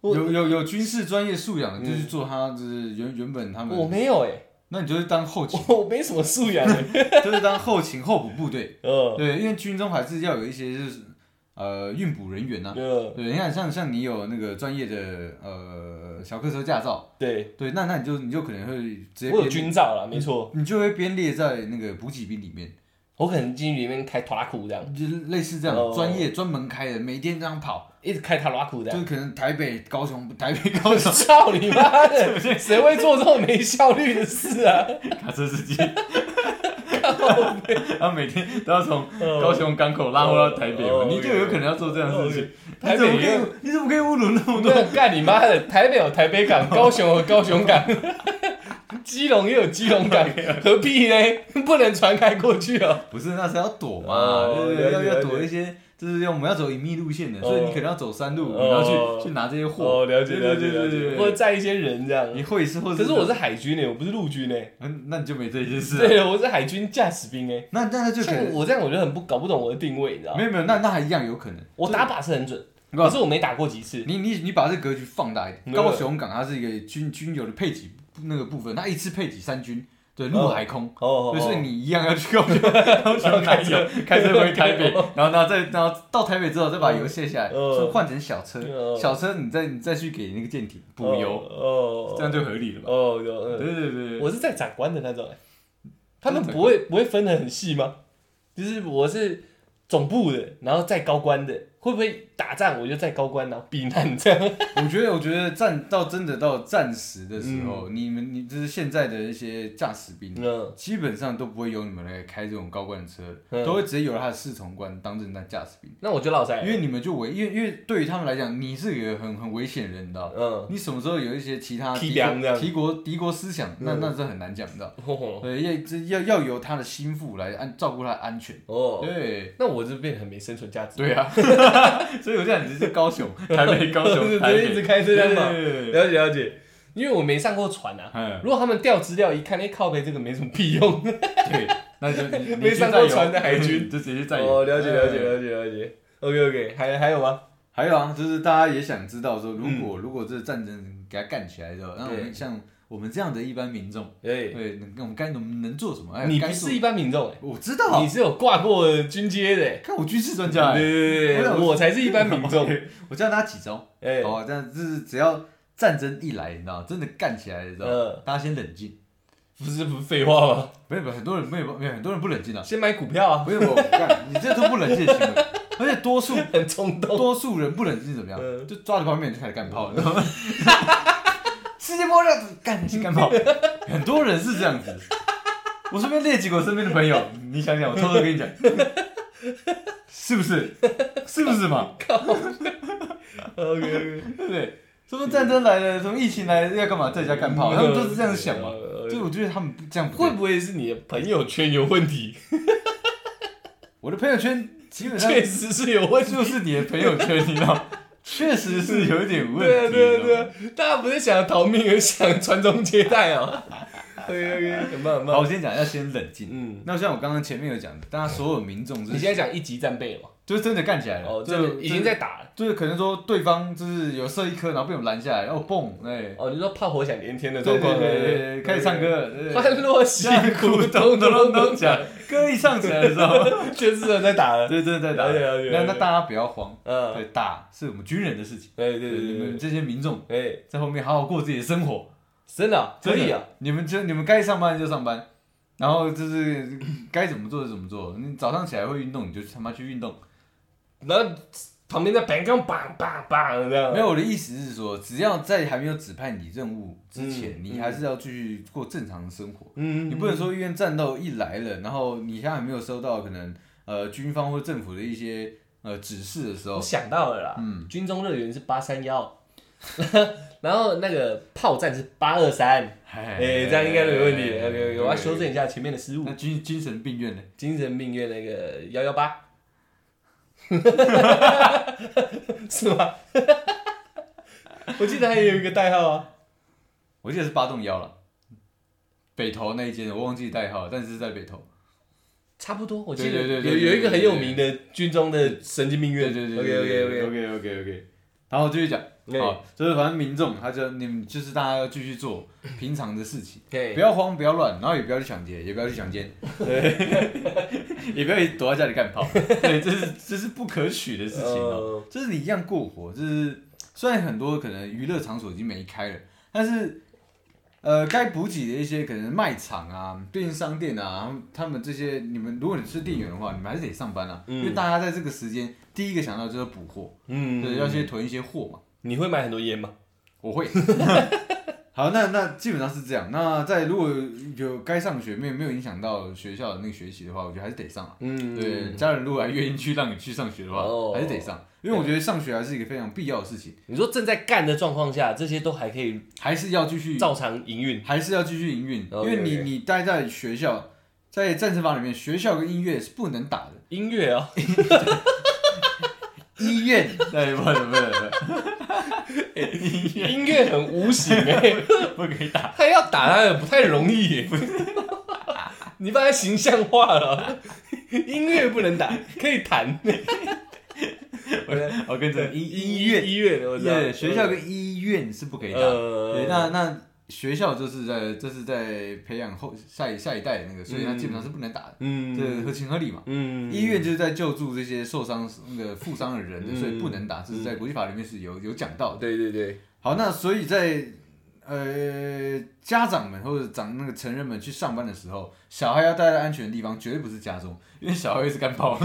[SPEAKER 2] 我
[SPEAKER 1] 有
[SPEAKER 2] 嗯
[SPEAKER 1] 有有军事专业素养的，就去做他就是原原本他
[SPEAKER 2] 我
[SPEAKER 1] 们，
[SPEAKER 2] 没有哎、
[SPEAKER 1] 那你就是当 后勤，
[SPEAKER 2] 我我没什么素养、欸。
[SPEAKER 1] 就是当后勤候补部队。
[SPEAKER 2] 嗯
[SPEAKER 1] 对，因为军中还是要有一些就是呃运补人员呐。
[SPEAKER 2] 嗯，
[SPEAKER 1] 对，你看像像你有那个专业的呃小客车驾照，
[SPEAKER 2] 对，
[SPEAKER 1] 对，那那你就你就可能会直接
[SPEAKER 2] 我有
[SPEAKER 1] 编
[SPEAKER 2] 军照了，没错。
[SPEAKER 1] 你就会编列在那个补给兵里面。
[SPEAKER 2] 我可能进去里面开拖拉库这样，
[SPEAKER 1] 就是类似这样
[SPEAKER 2] 哦
[SPEAKER 1] 专业专门开的，每天这样跑，
[SPEAKER 2] 一直开拖拉库这
[SPEAKER 1] 就
[SPEAKER 2] 样。
[SPEAKER 1] 是可能台北、高雄、台北、高雄
[SPEAKER 2] 操你妈的！谁会做这种没效率的事啊？
[SPEAKER 1] 卡车司机，然后每天都要从高雄港口拉货到台北
[SPEAKER 2] 哦
[SPEAKER 1] 嘛，你就有可能要做这样的事情。
[SPEAKER 2] 台
[SPEAKER 1] 你怎
[SPEAKER 2] 北
[SPEAKER 1] 么可
[SPEAKER 2] 也
[SPEAKER 1] 以？你怎么可以侮辱那么多？
[SPEAKER 2] 那 干你妈的！台北有台北港，高雄有高雄港， 基隆也有基隆港，何必呢？不能船开过去哦。
[SPEAKER 1] 不是，那是要躲嘛，
[SPEAKER 2] 哦
[SPEAKER 1] 对不对？
[SPEAKER 2] 了
[SPEAKER 1] 要
[SPEAKER 2] 解
[SPEAKER 1] 要
[SPEAKER 2] 了
[SPEAKER 1] 躲
[SPEAKER 2] 解
[SPEAKER 1] 一些，就是要我们要走隐秘路线的，
[SPEAKER 2] 哦
[SPEAKER 1] 所以你可能要走山路，
[SPEAKER 2] 哦
[SPEAKER 1] 然后去去拿这些货。对对对对
[SPEAKER 2] 或者
[SPEAKER 1] 对
[SPEAKER 2] 载一些人这样
[SPEAKER 1] 对。你会是或
[SPEAKER 2] 可是我是海军呢，欸我不是陆军呢。
[SPEAKER 1] 嗯，那你就没这些事啊。
[SPEAKER 2] 对，我是海军驾驶兵哎。
[SPEAKER 1] 那那那就可
[SPEAKER 2] 像
[SPEAKER 1] 能
[SPEAKER 2] 我这样，我就很不搞不懂我的定位，你知道吗
[SPEAKER 1] 没？有没有，那那还一样有可能。
[SPEAKER 2] 我打靶是很准，
[SPEAKER 1] 对吧
[SPEAKER 2] 可是我没打过几次。
[SPEAKER 1] 你你你把这格局放大一点，
[SPEAKER 2] 嗯
[SPEAKER 1] 高雄港它是一个军军友的配给那个部分，它一次配给三军，对陆
[SPEAKER 2] 哦
[SPEAKER 1] 海空，
[SPEAKER 2] 哦
[SPEAKER 1] 所以所以你一样要去 高雄，高雄开车开车回台北，然后然后再然后到台北之后再把油卸下来，
[SPEAKER 2] 哦
[SPEAKER 1] 就换成小车
[SPEAKER 2] 哦，
[SPEAKER 1] 小车你再你再去给那个舰艇补油，
[SPEAKER 2] 哦，
[SPEAKER 1] 这样就合理了吧？
[SPEAKER 2] 哦
[SPEAKER 1] 对
[SPEAKER 2] 有，嗯
[SPEAKER 1] 对对对，
[SPEAKER 2] 我是在长官的那种欸，他们
[SPEAKER 1] 在长
[SPEAKER 2] 不会不会分得很细吗？就是我是总部的，然后在高官的，会不会打仗我就在高官然后避难这样？
[SPEAKER 1] 我觉得我觉得战到真的到战时的时候，你们你就是现在的一些驾驶兵，
[SPEAKER 2] 嗯，
[SPEAKER 1] 基本上都不会由你们来开这种高官的车，
[SPEAKER 2] 嗯
[SPEAKER 1] 都会直接由他的侍从官当正当驾驶兵，
[SPEAKER 2] 那我就落塞
[SPEAKER 1] 因，为你们就危，因为因为对于他们来讲，你是一个很很危险的人，你知道。
[SPEAKER 2] 嗯，
[SPEAKER 1] 你什么时候有一些其他
[SPEAKER 2] 踢
[SPEAKER 1] 敌
[SPEAKER 2] 梁
[SPEAKER 1] 国
[SPEAKER 2] 这样
[SPEAKER 1] 敌国敌国思想，那
[SPEAKER 2] 嗯
[SPEAKER 1] 那是很难讲到。
[SPEAKER 2] 哦
[SPEAKER 1] 对，要这要要由他的心腹来按照顾他的安全。
[SPEAKER 2] 哦，
[SPEAKER 1] 对
[SPEAKER 2] 那我就变得很没生存价值，
[SPEAKER 1] 对啊， 所以我这样你是高雄、台北、高
[SPEAKER 2] 对
[SPEAKER 1] 雄、台北
[SPEAKER 2] 一直开车这样嘛
[SPEAKER 1] 对对对对
[SPEAKER 2] 了解了解，因为我没上过船啊。
[SPEAKER 1] 嗯，
[SPEAKER 2] 如果他们调资料一看，哎、靠背这个没什么屁用，
[SPEAKER 1] 对，那就 你
[SPEAKER 2] 没上过船的海 军
[SPEAKER 1] 就直接 在哎
[SPEAKER 2] 哦，了解了解了解了解。OK OK，还还有吗？
[SPEAKER 1] 还有啊，就是大家也想知道说，如
[SPEAKER 2] 嗯
[SPEAKER 1] 果、如果这战争给它干起来之后，那我
[SPEAKER 2] 对
[SPEAKER 1] 们像我们这样的一般民众，
[SPEAKER 2] 对，
[SPEAKER 1] 对，能我们该能能做什么？哎，
[SPEAKER 2] 你
[SPEAKER 1] 该
[SPEAKER 2] 不
[SPEAKER 1] 做
[SPEAKER 2] 是一般民众、
[SPEAKER 1] 我知
[SPEAKER 2] 欸，
[SPEAKER 1] 道
[SPEAKER 2] 你，是有挂过军阶的、欸。
[SPEAKER 1] 看我军事专家、哎，
[SPEAKER 2] 对对
[SPEAKER 1] 我
[SPEAKER 2] 对，
[SPEAKER 1] 想
[SPEAKER 2] 我才是一般民 众。
[SPEAKER 1] 我教大家几招，
[SPEAKER 2] 哎，
[SPEAKER 1] 好吧？这样就是只要战争一来，你知道，真的干起来，你知道，
[SPEAKER 2] 呃，
[SPEAKER 1] 大家先冷静。
[SPEAKER 2] 不是不是废话吗？
[SPEAKER 1] 没有，没有很多人没有，没有很多人不冷静啊。
[SPEAKER 2] 先买股票啊，
[SPEAKER 1] 不是我干，你这都不冷静的行为，而且多数
[SPEAKER 2] 很冲动。
[SPEAKER 1] 多数人不冷静是怎么样？
[SPEAKER 2] 哦嗯
[SPEAKER 1] 就抓着旁边人就开始干炮，你知道吗？ 世界末日，干去干炮。很多人是这样子。我身边列几个我身边的朋友，你想想，我偷偷跟你讲， 是不是？是不是嘛？
[SPEAKER 2] OK OK，
[SPEAKER 1] 对不对？什么战争来了，什么疫情来了，要干嘛？在家干炮，他们都是这样想嘛。所以我觉得他们不这样不对
[SPEAKER 2] 呃嗯会不会是你的朋友圈有问题？
[SPEAKER 1] 我的朋友圈基本上
[SPEAKER 2] 确实是有问题。
[SPEAKER 1] 就是你的朋友圈，你知道吗，确实是有一点问
[SPEAKER 2] 对啊
[SPEAKER 1] 题。
[SPEAKER 2] 对啊
[SPEAKER 1] 你知道吗
[SPEAKER 2] 对啊，大家不是想逃命，而想传宗接代啊。OK OK，很棒很
[SPEAKER 1] 好，
[SPEAKER 2] 棒。
[SPEAKER 1] 我先讲，要先冷静。
[SPEAKER 2] 嗯，
[SPEAKER 1] 那像我刚刚前面有讲的，大家所有民众是，
[SPEAKER 2] 你现在讲一级战备了嘛？
[SPEAKER 1] 就是真的干起来了，
[SPEAKER 2] 哦，
[SPEAKER 1] 就
[SPEAKER 2] 真的已经。
[SPEAKER 1] 就
[SPEAKER 2] 在打了。
[SPEAKER 1] 就是可能说对方就是有射一颗，然后被我们拦下来，然后蹦，哎，
[SPEAKER 2] 哦，你说炮火响连天的
[SPEAKER 1] 对
[SPEAKER 2] 状
[SPEAKER 1] 对
[SPEAKER 2] 况，
[SPEAKER 1] 对对
[SPEAKER 2] 哦对
[SPEAKER 1] 对，开始唱。歌，对对对
[SPEAKER 2] 欢乐喜苦咚咚咚咚响，
[SPEAKER 1] 歌一唱起来的时 候，
[SPEAKER 2] 全是人在打了。
[SPEAKER 1] 对对对，打
[SPEAKER 2] 了解了解
[SPEAKER 1] 那
[SPEAKER 2] 了
[SPEAKER 1] 那
[SPEAKER 2] 解
[SPEAKER 1] 大家不要慌，
[SPEAKER 2] 嗯，
[SPEAKER 1] 对，打是我们军人的事情，
[SPEAKER 2] 对对
[SPEAKER 1] 你
[SPEAKER 2] 对对
[SPEAKER 1] 们
[SPEAKER 2] 对，
[SPEAKER 1] 这些民众
[SPEAKER 2] 哎，
[SPEAKER 1] 在后面好好过自己的生活，
[SPEAKER 2] 真的啊可
[SPEAKER 1] 真的
[SPEAKER 2] 以啊，！
[SPEAKER 1] 你们就你们该上班就上班，然后就是该怎么做就怎么做。你早上起来会运动，你就他妈去运动。
[SPEAKER 2] 然后旁边在 bang bang bang bang bang 这样，
[SPEAKER 1] 没有，我的意思是说，只要在还没有指派你任务之前，
[SPEAKER 2] 嗯
[SPEAKER 1] 你还是要继续过正常的生活。
[SPEAKER 2] 嗯，嗯，
[SPEAKER 1] 你不能说医院战斗一来了，然后你现在还没有收到可能呃军方或政府的一些呃指示的时
[SPEAKER 2] 我
[SPEAKER 1] 候，
[SPEAKER 2] 哦想到了啦，
[SPEAKER 1] 嗯
[SPEAKER 2] 军中乐园是八三幺， 然后那个炮战是八二三，
[SPEAKER 1] 哎
[SPEAKER 2] 哎，这样应该没问题。
[SPEAKER 1] 哎嗯
[SPEAKER 2] OK，我要修正一下前面的失误
[SPEAKER 1] 那，精精神病院呢？
[SPEAKER 2] 精神病院那个幺 幺八，是吗？我记得还有一个代号啊，
[SPEAKER 1] 我记得是八栋幺了，北投那一间我忘记代号了，但是在北投。
[SPEAKER 2] 差不多，我记得
[SPEAKER 1] 对对对对
[SPEAKER 2] 有有一个很有名的军中的神经病院，
[SPEAKER 1] 对对对
[SPEAKER 2] OK OK OK，
[SPEAKER 1] OK OK OK。然后我继续讲，
[SPEAKER 2] 对
[SPEAKER 1] 好，就是反正民众他就你们就是大家要继续做平常的事情，
[SPEAKER 2] 对
[SPEAKER 1] 不要慌，不要乱，然后也不要去抢劫，也不要去抢奸，对， 也不要一直躲在家里干 炮，对，这是这是不可取的事情哦
[SPEAKER 2] 哦。
[SPEAKER 1] 就是你一样过活，就是虽然很多可能娱乐场所已经没开了，但是。呃，该补给的一些可能卖场啊、便利商店啊，他们这些，你们如果你是店员的话，你们还是得上班啊，
[SPEAKER 2] 嗯
[SPEAKER 1] 因为大家在这个时间第一个想到就是补货，对，要
[SPEAKER 2] 嗯，
[SPEAKER 1] 先囤一些货嘛。
[SPEAKER 2] 你会买很多烟吗？
[SPEAKER 1] 我 会。好，那那基本上是这样。那在如果有该上学没有没有影响到学校的那个学习的话，我觉得还是得上啊。
[SPEAKER 2] 嗯，
[SPEAKER 1] 对，家人如果还愿意去让你去上学的话，
[SPEAKER 2] 哦
[SPEAKER 1] 还是得上，因为我觉得上学还是一个非常必要的事情，
[SPEAKER 2] 你说正在干的状况下，这些都还可以
[SPEAKER 1] 还是要继续，
[SPEAKER 2] 照常营运。
[SPEAKER 1] 还是要继续营运，因
[SPEAKER 2] OK，
[SPEAKER 1] 为你
[SPEAKER 2] OK
[SPEAKER 1] 你待在学校，在健身房里面，学校跟医院是不能 打的，
[SPEAKER 2] 音乐哦，
[SPEAKER 1] 医 院对，哎不能不能
[SPEAKER 2] 音乐很无形哎，
[SPEAKER 1] 不能不可以打，
[SPEAKER 2] 他要打他也不太容易 耶。你把它形象化了，音乐不能打，可以弹。
[SPEAKER 1] 我跟 着医医院。
[SPEAKER 2] 音乐的，我知道。
[SPEAKER 1] 对，学校跟医院是不可以打。
[SPEAKER 2] 呃
[SPEAKER 1] 对，那那学校就是在这是在培养后下一下一代的那个，所以它基本上是不能打的，
[SPEAKER 2] 嗯
[SPEAKER 1] 这合情合理嘛。
[SPEAKER 2] 嗯
[SPEAKER 1] 医院就是在救助这些受伤那个负伤的人的，
[SPEAKER 2] 嗯
[SPEAKER 1] 所以不能打，这是在国际法里面是有有讲到的。
[SPEAKER 2] 对对对，
[SPEAKER 1] 好，那所以在呃家长们或者长那个成人们去上班的时候，小孩要待在安全的地方，绝对不是家中，因为小孩会是干 炮。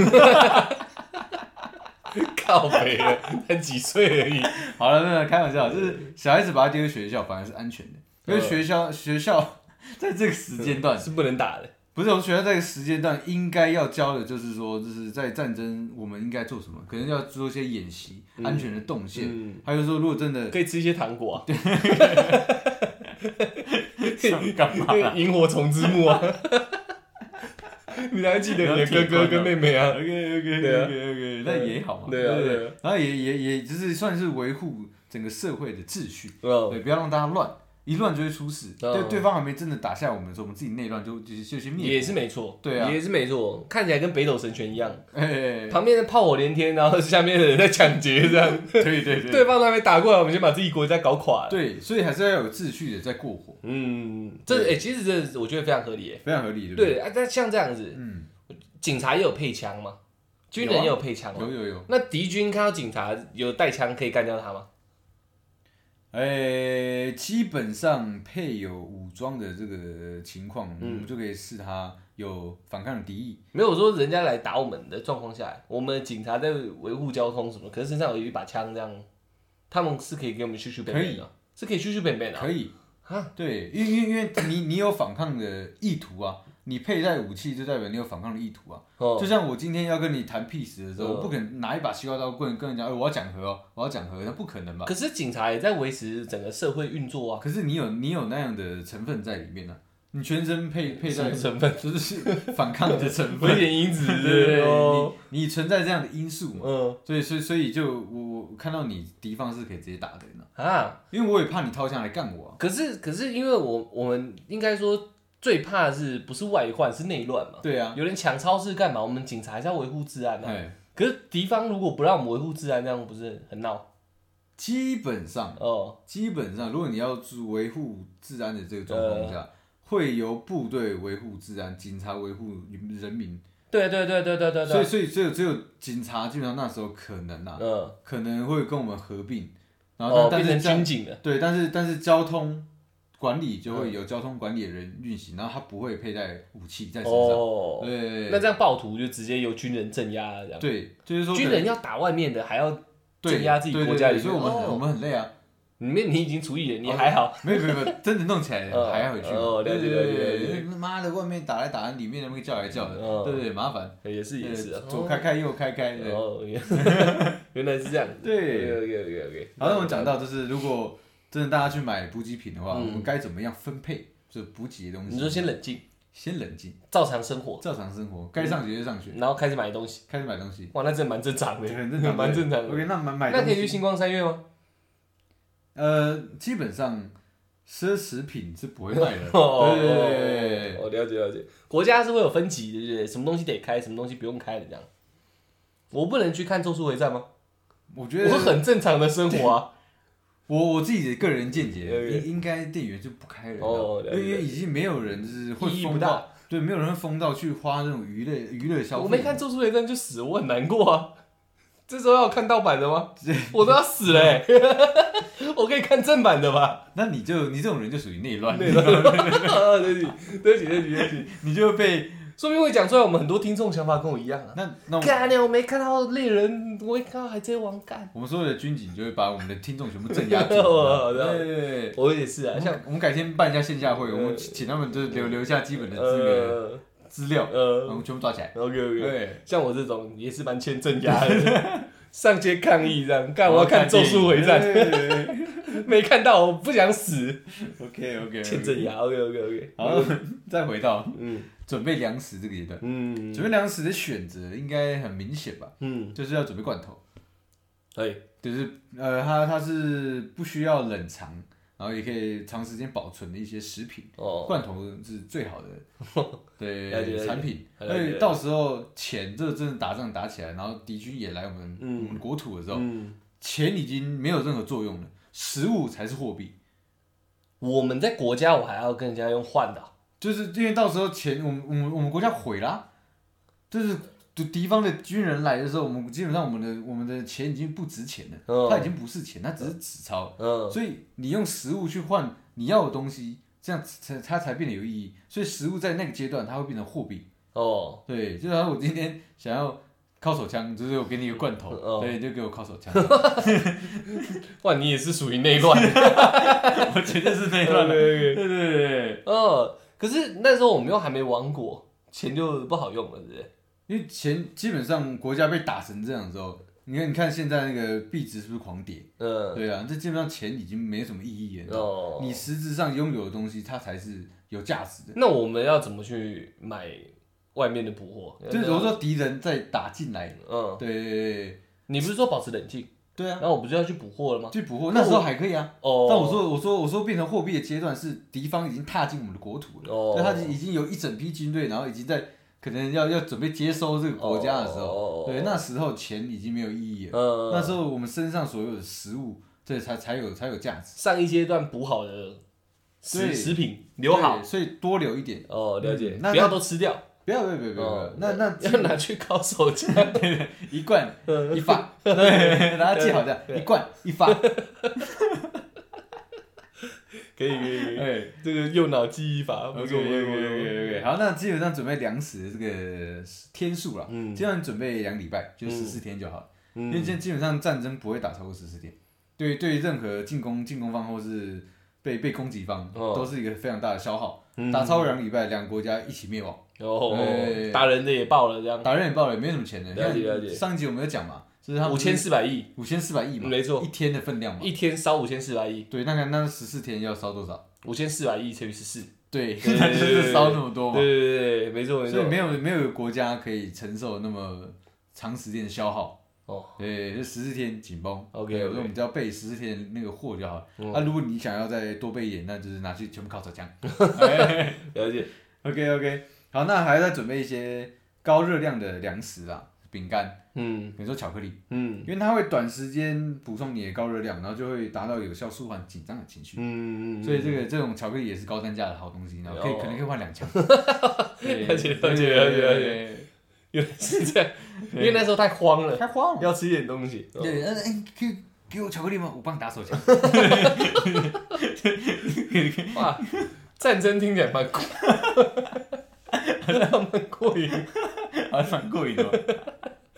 [SPEAKER 2] 靠北了，才几岁而已。
[SPEAKER 1] 好了，没有开玩笑，就是小孩子把他丢去学校反而是安全的，因为
[SPEAKER 2] 嗯
[SPEAKER 1] 学校学校 在这个时间段，
[SPEAKER 2] 是不能打的。
[SPEAKER 1] 不是我们学校在这个时间段应该要教的，就是说，就是在战争我们应该做什么，可能要做一些演习、安全的动线，
[SPEAKER 2] 嗯，
[SPEAKER 1] 还有说如果真的
[SPEAKER 2] 可以吃一些糖果啊，
[SPEAKER 1] 干
[SPEAKER 2] 因为萤火虫之墓啊。你还记得你的哥哥跟妹妹啊？
[SPEAKER 1] OK OK
[SPEAKER 2] 对啊
[SPEAKER 1] OK，那也好嘛，
[SPEAKER 2] 对啊
[SPEAKER 1] 不
[SPEAKER 2] 对
[SPEAKER 1] 对
[SPEAKER 2] 啊？
[SPEAKER 1] 然后也也也就是算是维护整个社会的秩序，
[SPEAKER 2] 嗯，
[SPEAKER 1] 对，不要让大家乱，一乱就会出事。
[SPEAKER 2] 嗯
[SPEAKER 1] 对，对方还没真的打下我们的时候，我们自己内乱就就就先灭国。
[SPEAKER 2] 也是没错，
[SPEAKER 1] 对啊
[SPEAKER 2] 也是没错，看起来跟北斗神拳一样，
[SPEAKER 1] 哎，
[SPEAKER 2] 旁边的炮火连天，然后下面的人在抢劫这样，
[SPEAKER 1] 对对对
[SPEAKER 2] 对方都还没打过来，我们先把自己国家搞垮了。
[SPEAKER 1] 对，所以还是要有秩序的在过火，
[SPEAKER 2] 嗯，这哎、其实这我觉得非常合理耶。
[SPEAKER 1] 非常合理，对不对？
[SPEAKER 2] 对啊，但像这样子，
[SPEAKER 1] 嗯，
[SPEAKER 2] 警察也有配枪吗？军人也有啊配枪吗？
[SPEAKER 1] 有有有，
[SPEAKER 2] 那敌军看到警察有带枪，可以干掉他吗？
[SPEAKER 1] 哎，基本上配有武装的这个情况，
[SPEAKER 2] 嗯
[SPEAKER 1] 我们就可以视他有反抗的敌意。
[SPEAKER 2] 没有我说人家来打我们的状况下，我们警察在维护交通什么，可是身上有一把枪这样，他们是可以给我们咻咻扁扁的，是可以咻咻扁扁的啊
[SPEAKER 1] 可以
[SPEAKER 2] 啊。
[SPEAKER 1] 对，因因因为你你有反抗的意图啊，你佩戴武器就代表你有反抗的意图啊。
[SPEAKER 2] 哦
[SPEAKER 1] 就像我今天要跟你谈 peace 的时候，
[SPEAKER 2] 嗯
[SPEAKER 1] 我不可能拿一把西瓜刀棍跟人家，哎，我要讲和哦，我要讲和，那不可能吧？
[SPEAKER 2] 可是警察也在维持整个社会运 作啊，
[SPEAKER 1] 可是你有你有那样的成分在里面呢、你全身配佩
[SPEAKER 2] 什
[SPEAKER 1] 戴
[SPEAKER 2] 么成分？
[SPEAKER 1] 就是反抗的成
[SPEAKER 2] 危
[SPEAKER 1] 分，
[SPEAKER 2] 险因子，
[SPEAKER 1] 对
[SPEAKER 2] 对
[SPEAKER 1] 对
[SPEAKER 2] 不对
[SPEAKER 1] 对
[SPEAKER 2] 哦，
[SPEAKER 1] 你你存在这样的因素嘛，
[SPEAKER 2] 嗯
[SPEAKER 1] 所以所以所以就我我看到你敌方是可以直接打的呢，
[SPEAKER 2] 啊，
[SPEAKER 1] 因为我也怕你掏枪来干我、啊，
[SPEAKER 2] 可是可是因为我我们应该说最怕的是不是外患是内乱嘛？
[SPEAKER 1] 对啊，
[SPEAKER 2] 有人抢超市干嘛？我们警察还是要维护治安啊。
[SPEAKER 1] 哎，
[SPEAKER 2] 可是敌方如果不让我们维护治安，这样不是很闹？
[SPEAKER 1] 基本上，
[SPEAKER 2] 哦，
[SPEAKER 1] 基本上，如果你要是维护治安的这个状况
[SPEAKER 2] 呃
[SPEAKER 1] 下，会由部队维护治安，警察维护人民，
[SPEAKER 2] 对对对对对对啊
[SPEAKER 1] 所以所
[SPEAKER 2] 对，
[SPEAKER 1] 以只有只有警察基本上那时候可能啊，
[SPEAKER 2] 嗯，
[SPEAKER 1] 可能会跟我们合并，然后
[SPEAKER 2] 哦，
[SPEAKER 1] 但、
[SPEAKER 2] 变
[SPEAKER 1] 但
[SPEAKER 2] 成
[SPEAKER 1] 是这样
[SPEAKER 2] 军嗯警了，
[SPEAKER 1] 对，但是但是交通管理就会有交通管理的人运行，然后他不会佩戴武器在身上，
[SPEAKER 2] 哦，
[SPEAKER 1] 对
[SPEAKER 2] 那这样暴徒就直接由军人镇压了，这样
[SPEAKER 1] 对，就是说
[SPEAKER 2] 军
[SPEAKER 1] 可能
[SPEAKER 2] 人要打外面的，还要
[SPEAKER 1] 对
[SPEAKER 2] 镇压自己
[SPEAKER 1] 对
[SPEAKER 2] 国
[SPEAKER 1] 对
[SPEAKER 2] 家
[SPEAKER 1] 对
[SPEAKER 2] 里面
[SPEAKER 1] 所以我们很、
[SPEAKER 2] 哦
[SPEAKER 1] 我们很累啊，
[SPEAKER 2] 里面你已经除以了，你
[SPEAKER 1] 哦
[SPEAKER 2] 还好，
[SPEAKER 1] 没有没有没有，真的弄起来
[SPEAKER 2] 哦
[SPEAKER 1] 还回去，
[SPEAKER 2] 哦了
[SPEAKER 1] 对
[SPEAKER 2] 解
[SPEAKER 1] 对
[SPEAKER 2] 了解
[SPEAKER 1] 对
[SPEAKER 2] 了解
[SPEAKER 1] 对，妈的，外面打来打去，里面那么叫来叫
[SPEAKER 2] 哦
[SPEAKER 1] 的，对对，麻烦，
[SPEAKER 2] 也是也是
[SPEAKER 1] 对
[SPEAKER 2] 啊，
[SPEAKER 1] 左开开右开开，哦对
[SPEAKER 2] 哦，原原来是这样，
[SPEAKER 1] 对
[SPEAKER 2] OK OK OK，
[SPEAKER 1] 好，那我们讲到就是，如果真的大家去买补给品的话，我们该怎么样分配这补给的东西？
[SPEAKER 2] 嗯你说先冷静，
[SPEAKER 1] 先冷静，
[SPEAKER 2] 照常生活，
[SPEAKER 1] 照常生活，该上学就上学，
[SPEAKER 2] 然后开始买东西，
[SPEAKER 1] 开始买东西，
[SPEAKER 2] 哇，那真的蛮正常的，
[SPEAKER 1] 对很正常，
[SPEAKER 2] 蛮正常的。
[SPEAKER 1] OK，那买买
[SPEAKER 2] 那可以去
[SPEAKER 1] 东西，
[SPEAKER 2] 星光三月吗？
[SPEAKER 1] 呃，基本上奢侈品是不会卖的，
[SPEAKER 2] 哦
[SPEAKER 1] 对对对对，
[SPEAKER 2] 我了解了解，国家是会有分级的，对不对？什么东西得开，什么东西不用开的这样。我不能去看《咒术回战》吗？
[SPEAKER 1] 我觉
[SPEAKER 2] 我
[SPEAKER 1] 得
[SPEAKER 2] 很正常的生活啊。
[SPEAKER 1] 我我自己的个人见解，
[SPEAKER 2] OK
[SPEAKER 1] 应应该店员就不开人
[SPEAKER 2] 哦
[SPEAKER 1] 了，
[SPEAKER 2] 了
[SPEAKER 1] 因
[SPEAKER 2] 解
[SPEAKER 1] 为已经没有人就是会
[SPEAKER 2] 意义不
[SPEAKER 1] 疯
[SPEAKER 2] 大
[SPEAKER 1] 到，对，没有人会疯到去花那种娱乐娱乐消费。
[SPEAKER 2] 我没看《咒术回战》就死了，我很难过啊。 这时候要我看盗版的吗？我都要死了、欸， 我可以看正版的吧？
[SPEAKER 1] 那你就你这种人就属于内乱，
[SPEAKER 2] 对的，对不起，对不起，对不起，对不起。
[SPEAKER 1] 你就会被
[SPEAKER 2] 说明会讲出来，我们很多听众想法跟我一样啊。
[SPEAKER 1] 那那我
[SPEAKER 2] 干娘，我没看到猎人，我没看到海贼王干。
[SPEAKER 1] 我们所有的军警就会把我们的听众全部镇压 住。
[SPEAKER 2] 哦这样
[SPEAKER 1] 对对对，
[SPEAKER 2] 我也是啊，
[SPEAKER 1] 我
[SPEAKER 2] 像
[SPEAKER 1] 们我们改天办一下线下会，我
[SPEAKER 2] 呃
[SPEAKER 1] 们请他们就是留留下基本的资格
[SPEAKER 2] 呃
[SPEAKER 1] 资料，然
[SPEAKER 2] 呃
[SPEAKER 1] 后全部抓起来。
[SPEAKER 2] ，OK OK，
[SPEAKER 1] 对，
[SPEAKER 2] 像我这种也是蛮欠镇压的，上街抗议这样，干我要哦看《咒术回战》，
[SPEAKER 1] 战。
[SPEAKER 2] 没看到我不想死，
[SPEAKER 1] OK OK，
[SPEAKER 2] 欠镇压，OK
[SPEAKER 1] 嗯
[SPEAKER 2] OK OK，
[SPEAKER 1] 好， 再回到
[SPEAKER 2] 嗯
[SPEAKER 1] 准备粮食这个阶段，
[SPEAKER 2] 嗯
[SPEAKER 1] 准备粮食的选择应该很明显吧？
[SPEAKER 2] 嗯，
[SPEAKER 1] 就是要准备罐头，
[SPEAKER 2] 可以，
[SPEAKER 1] 就是呃，它它是不需要冷藏，然后也可以长时间保存的一些食品。
[SPEAKER 2] 哦，
[SPEAKER 1] 罐头是最 好的
[SPEAKER 2] 了解
[SPEAKER 1] 对
[SPEAKER 2] 了解
[SPEAKER 1] 产品，
[SPEAKER 2] 了
[SPEAKER 1] 而
[SPEAKER 2] 解了解
[SPEAKER 1] 且到时候钱这真的打仗打起来，然后敌军也来我们、
[SPEAKER 2] 嗯
[SPEAKER 1] 我们国土的时候，
[SPEAKER 2] 嗯，
[SPEAKER 1] 钱已经没有任何作用了，食物才是货币。
[SPEAKER 2] 我们在国家我还要跟人家用换的啊，
[SPEAKER 1] 就是因为到时候钱，我们我们我们国家毁啦，就是敌敌方的军人来的时候，我们基本上我们的我们的钱已经不值钱了，
[SPEAKER 2] 嗯
[SPEAKER 1] 它已经不是钱，它只是纸钞，
[SPEAKER 2] 嗯，
[SPEAKER 1] 所以你用食物去换你要的东西，这样才它才变得有意义。所以食物在那个阶段，它会变成货币。
[SPEAKER 2] 哦，
[SPEAKER 1] 对，就好像我今天想要靠手枪，就是我给你一个罐头，
[SPEAKER 2] 哦
[SPEAKER 1] 对，你就给我靠手 枪，
[SPEAKER 2] 哇，你也是属于内乱，
[SPEAKER 1] 我绝对是那
[SPEAKER 2] 内乱，
[SPEAKER 1] 对对对，
[SPEAKER 2] 哦，可是那时候我们又还没亡国，钱就不好用了，对不对？
[SPEAKER 1] 因为前基本上国家被打成这样之后，你看你看现在那个币值是不是狂跌？
[SPEAKER 2] 嗯，
[SPEAKER 1] 对啊，这基本上钱已经没什么意义了。
[SPEAKER 2] 哦，
[SPEAKER 1] 你实质上拥有的东西，它才是有价值的。
[SPEAKER 2] 那我们要怎么去买外面的补货？
[SPEAKER 1] 就是我，说敌人在打进来，
[SPEAKER 2] 嗯，
[SPEAKER 1] 对对对对
[SPEAKER 2] 你不是说保持冷静，
[SPEAKER 1] 对啊，
[SPEAKER 2] 然后我不就要去补货了吗？
[SPEAKER 1] 去捕获
[SPEAKER 2] 那
[SPEAKER 1] 那
[SPEAKER 2] 我
[SPEAKER 1] 时候还可以啊。
[SPEAKER 2] 哦，
[SPEAKER 1] 但我说我说我说变成货币的阶段是敌方已经踏进我们的国土了，
[SPEAKER 2] 哦
[SPEAKER 1] 对，他已经有一整批军队，然后已经在可能要要准备接收这个国家的时候，
[SPEAKER 2] 哦
[SPEAKER 1] 对，那时候钱已经没有意义了，
[SPEAKER 2] 嗯，
[SPEAKER 1] 那时候我们身上所有的食物，对，才才有才有价值，
[SPEAKER 2] 上一阶段补好的食
[SPEAKER 1] 对
[SPEAKER 2] 食品留好
[SPEAKER 1] 对，，所以多留一点，
[SPEAKER 2] 哦，了解，
[SPEAKER 1] 嗯那
[SPEAKER 2] 不要都吃掉，
[SPEAKER 1] 不要不要不要不要，不要
[SPEAKER 2] 哦
[SPEAKER 1] 那那
[SPEAKER 2] 要拿去烤手 枪，
[SPEAKER 1] 一罐一发，对，大家记好这样，一罐一发，
[SPEAKER 2] 可以可以可以，
[SPEAKER 1] 哎。
[SPEAKER 2] 这个右脑记忆法不
[SPEAKER 1] OK
[SPEAKER 2] 错不
[SPEAKER 1] OK
[SPEAKER 2] 错不
[SPEAKER 1] OK
[SPEAKER 2] 错，
[SPEAKER 1] OK，好，那基本上准备粮食这个天数啦，
[SPEAKER 2] 嗯
[SPEAKER 1] 基本上准备两礼拜，就十四天就好了，因为
[SPEAKER 2] 嗯，
[SPEAKER 1] 现基本上战争不会打超过十四天，对对于任何进攻进攻方或是被被攻击方、
[SPEAKER 2] 哦
[SPEAKER 1] 都是一个非常大的消耗，
[SPEAKER 2] 嗯
[SPEAKER 1] 打超过两礼拜，两个国家一起灭亡，
[SPEAKER 2] 哦
[SPEAKER 1] 哎，
[SPEAKER 2] 打人的也爆了这样，
[SPEAKER 1] 打人也爆了，也没什么钱的，
[SPEAKER 2] 嗯了解了解
[SPEAKER 1] 像上一集我们有讲嘛，就是他
[SPEAKER 2] 五千四百亿。
[SPEAKER 1] 五千四百亿嘛，
[SPEAKER 2] 没错
[SPEAKER 1] 一天的分量嘛，
[SPEAKER 2] 一天烧五千四百亿，
[SPEAKER 1] 对，那个那十四天要烧多少？
[SPEAKER 2] 五千四百亿乘以十四，
[SPEAKER 1] 对，
[SPEAKER 2] 对
[SPEAKER 1] 那就是烧那么多
[SPEAKER 2] 对
[SPEAKER 1] 嘛。
[SPEAKER 2] 对对对，没错没
[SPEAKER 1] 所
[SPEAKER 2] 错
[SPEAKER 1] 以。没有没有国家可以承受那么长时间的消耗。
[SPEAKER 2] 哦，
[SPEAKER 1] 对，就十四天紧绷。
[SPEAKER 2] OK，
[SPEAKER 1] 对
[SPEAKER 2] OK
[SPEAKER 1] 所以我们只要备十四天那个货就好了。那、
[SPEAKER 2] 嗯
[SPEAKER 1] 如果你想要再多备一点，那就是拿去全部烤手 枪。
[SPEAKER 2] 了解。
[SPEAKER 1] OK OK，好，那还要再准备一些高热量的粮食啊，比饼干，
[SPEAKER 2] 嗯
[SPEAKER 1] 比如说巧克力，
[SPEAKER 2] 嗯
[SPEAKER 1] 因为它会短时间补充你的高热量，然后就会达到有效舒缓紧张的情绪。
[SPEAKER 2] 嗯，
[SPEAKER 1] 所以这个这种巧克力也是高单价的好东西，然后可以
[SPEAKER 2] 哦
[SPEAKER 1] 可能可以换两 箱。
[SPEAKER 2] 了解了解了解了解
[SPEAKER 1] 解。
[SPEAKER 2] 原来是这样，因为那时候太慌了，
[SPEAKER 1] 开荒。
[SPEAKER 2] 要吃一点东西。
[SPEAKER 1] 对，嗯，哎，可以给我巧克力吗？我帮你打手 枪。
[SPEAKER 2] 哇，战争听起来蛮过，好像 蛮过瘾。
[SPEAKER 1] 还蛮过瘾的吧。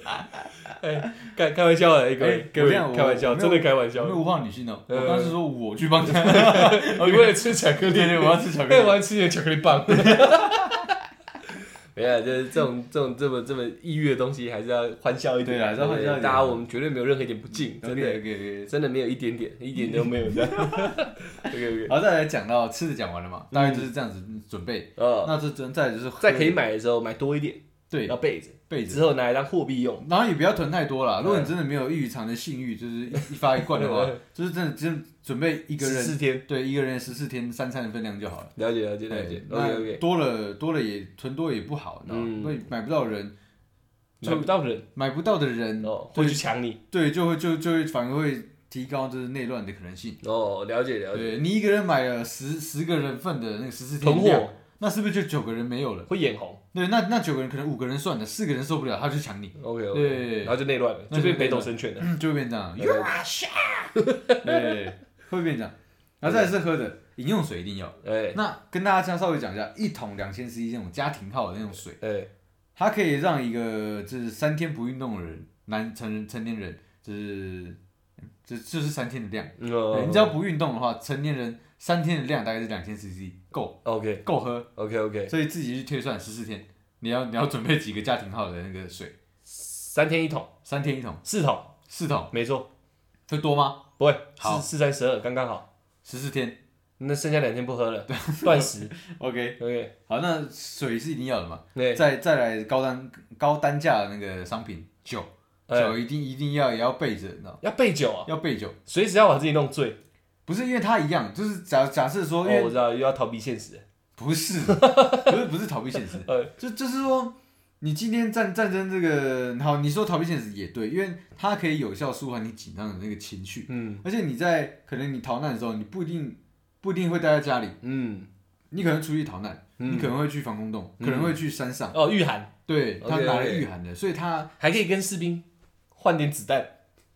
[SPEAKER 2] 哦哎，开开玩笑的，哎各
[SPEAKER 1] 哎
[SPEAKER 2] 位各
[SPEAKER 1] 我
[SPEAKER 2] 位
[SPEAKER 1] 这样我
[SPEAKER 2] 开玩笑，
[SPEAKER 1] 我没
[SPEAKER 2] 真
[SPEAKER 1] 有
[SPEAKER 2] 的开玩
[SPEAKER 1] 有
[SPEAKER 2] 笑
[SPEAKER 1] 没有。物化女性哦？
[SPEAKER 2] 呃
[SPEAKER 1] 我刚是说我去帮她。
[SPEAKER 2] 你为了吃巧克
[SPEAKER 1] 对
[SPEAKER 2] 力，
[SPEAKER 1] 对，我要吃巧克
[SPEAKER 2] 哎，我
[SPEAKER 1] 力。
[SPEAKER 2] 要吃点巧克力棒。 没有，就是这种这种这么这么抑郁的东西，还是要欢笑一点。
[SPEAKER 1] 对啊还是要欢笑一点
[SPEAKER 2] 大家我们绝对没有任何一点不敬， 真的
[SPEAKER 1] OK OK
[SPEAKER 2] 真的没有一点点，一点都 没有的。OK OK，
[SPEAKER 1] 然后再来讲到吃的讲完了嘛，大概就是这样子准备。
[SPEAKER 2] 呃，
[SPEAKER 1] 那这真再来就是喝
[SPEAKER 2] 在可以买的时候买多一点，
[SPEAKER 1] 对
[SPEAKER 2] 要备着，
[SPEAKER 1] 被子，
[SPEAKER 2] 之后拿来当货币用。
[SPEAKER 1] 然后也不要囤太多啦。如
[SPEAKER 2] 嗯
[SPEAKER 1] 果你真的没有异于常人的性欲，就是一一发一罐的话， 就是真的真准备一个
[SPEAKER 2] 十
[SPEAKER 1] 人
[SPEAKER 2] 四天，
[SPEAKER 1] 对一个人十四天三餐的分量就好了。
[SPEAKER 2] 了解了解了解。OK
[SPEAKER 1] 那
[SPEAKER 2] OK，
[SPEAKER 1] 多了多了也囤多也不好，你知道
[SPEAKER 2] 嗯
[SPEAKER 1] 吗？所以买不到人，
[SPEAKER 2] 买不到人
[SPEAKER 1] 买不到的人
[SPEAKER 2] 哦，会
[SPEAKER 1] 对
[SPEAKER 2] 去抢你
[SPEAKER 1] 对，就会就就会反而会提高就是内乱的可能性。
[SPEAKER 2] 哦，了解了解。
[SPEAKER 1] 对你一个人买了十十个人份的那个十四
[SPEAKER 2] 囤
[SPEAKER 1] 天量，
[SPEAKER 2] 货
[SPEAKER 1] 那是不是就九个人没有了？
[SPEAKER 2] 会眼红
[SPEAKER 1] 对，那那九个人可能五个人算了，四个人受不了，他去抢你，
[SPEAKER 2] ，OK OK，
[SPEAKER 1] 对
[SPEAKER 2] 然后就内乱了，
[SPEAKER 1] 那
[SPEAKER 2] 就
[SPEAKER 1] 就
[SPEAKER 2] 变北斗神拳了。
[SPEAKER 1] 嗯就会变这样。You are shit 对，会变这样。然后再来是喝的，饮用水一定要。
[SPEAKER 2] 哎
[SPEAKER 1] 那跟大家这样稍微讲一下，一桶两千 CC 这种家庭号的那种水，
[SPEAKER 2] 哎，
[SPEAKER 1] 它可以让一个就是三天不运动的人，男成人成年人，就是这这是三天的量。
[SPEAKER 2] 嗯
[SPEAKER 1] 对
[SPEAKER 2] 哦
[SPEAKER 1] 哎你只要不运动的话，成年人三天的量大概是两千 CC，够
[SPEAKER 2] OK
[SPEAKER 1] 够喝。
[SPEAKER 2] OK OK，
[SPEAKER 1] 所以自己去推算十四天，你要你要准备几个家庭号的那个水，
[SPEAKER 2] 三天一桶，
[SPEAKER 1] 三天一桶，
[SPEAKER 2] 四桶，
[SPEAKER 1] 四桶，
[SPEAKER 2] 没错，
[SPEAKER 1] 会多吗？
[SPEAKER 2] 不会，
[SPEAKER 1] 好
[SPEAKER 2] 四四三十二，刚刚好。
[SPEAKER 1] 十四天
[SPEAKER 2] 那剩下两天不喝了，断食。
[SPEAKER 1] ，OK。
[SPEAKER 2] OK，
[SPEAKER 1] 好，那水是一定要的嘛。
[SPEAKER 2] 对，
[SPEAKER 1] 再再来高单高单价的那个商品酒，
[SPEAKER 2] 哎
[SPEAKER 1] 酒一定一定要也要备着，你知道吗？
[SPEAKER 2] 要备酒啊，
[SPEAKER 1] 要备酒，
[SPEAKER 2] 随时要把自己弄醉。
[SPEAKER 1] 不是因为它一样，就是假假设
[SPEAKER 2] 哦，
[SPEAKER 1] 说，因为
[SPEAKER 2] 我知道，又要逃避现实。
[SPEAKER 1] 不 是，不是不是逃避现实
[SPEAKER 2] 呃，
[SPEAKER 1] 就就是说，你今天战战争这个，好，你说逃避现实也对，因为它可以有效舒缓你紧张的那个情绪，
[SPEAKER 2] 嗯
[SPEAKER 1] 而且你在可能你逃难的时候，你不一定不一定会待在家里，
[SPEAKER 2] 嗯
[SPEAKER 1] 你可能出去逃难，
[SPEAKER 2] 嗯
[SPEAKER 1] 你可能会去防空洞，
[SPEAKER 2] 嗯
[SPEAKER 1] 可能会去山上，
[SPEAKER 2] 哦，御寒
[SPEAKER 1] 对他
[SPEAKER 2] OK，
[SPEAKER 1] 拿了
[SPEAKER 2] OK
[SPEAKER 1] 御寒的，所以他
[SPEAKER 2] 还可以跟士兵换点子弹。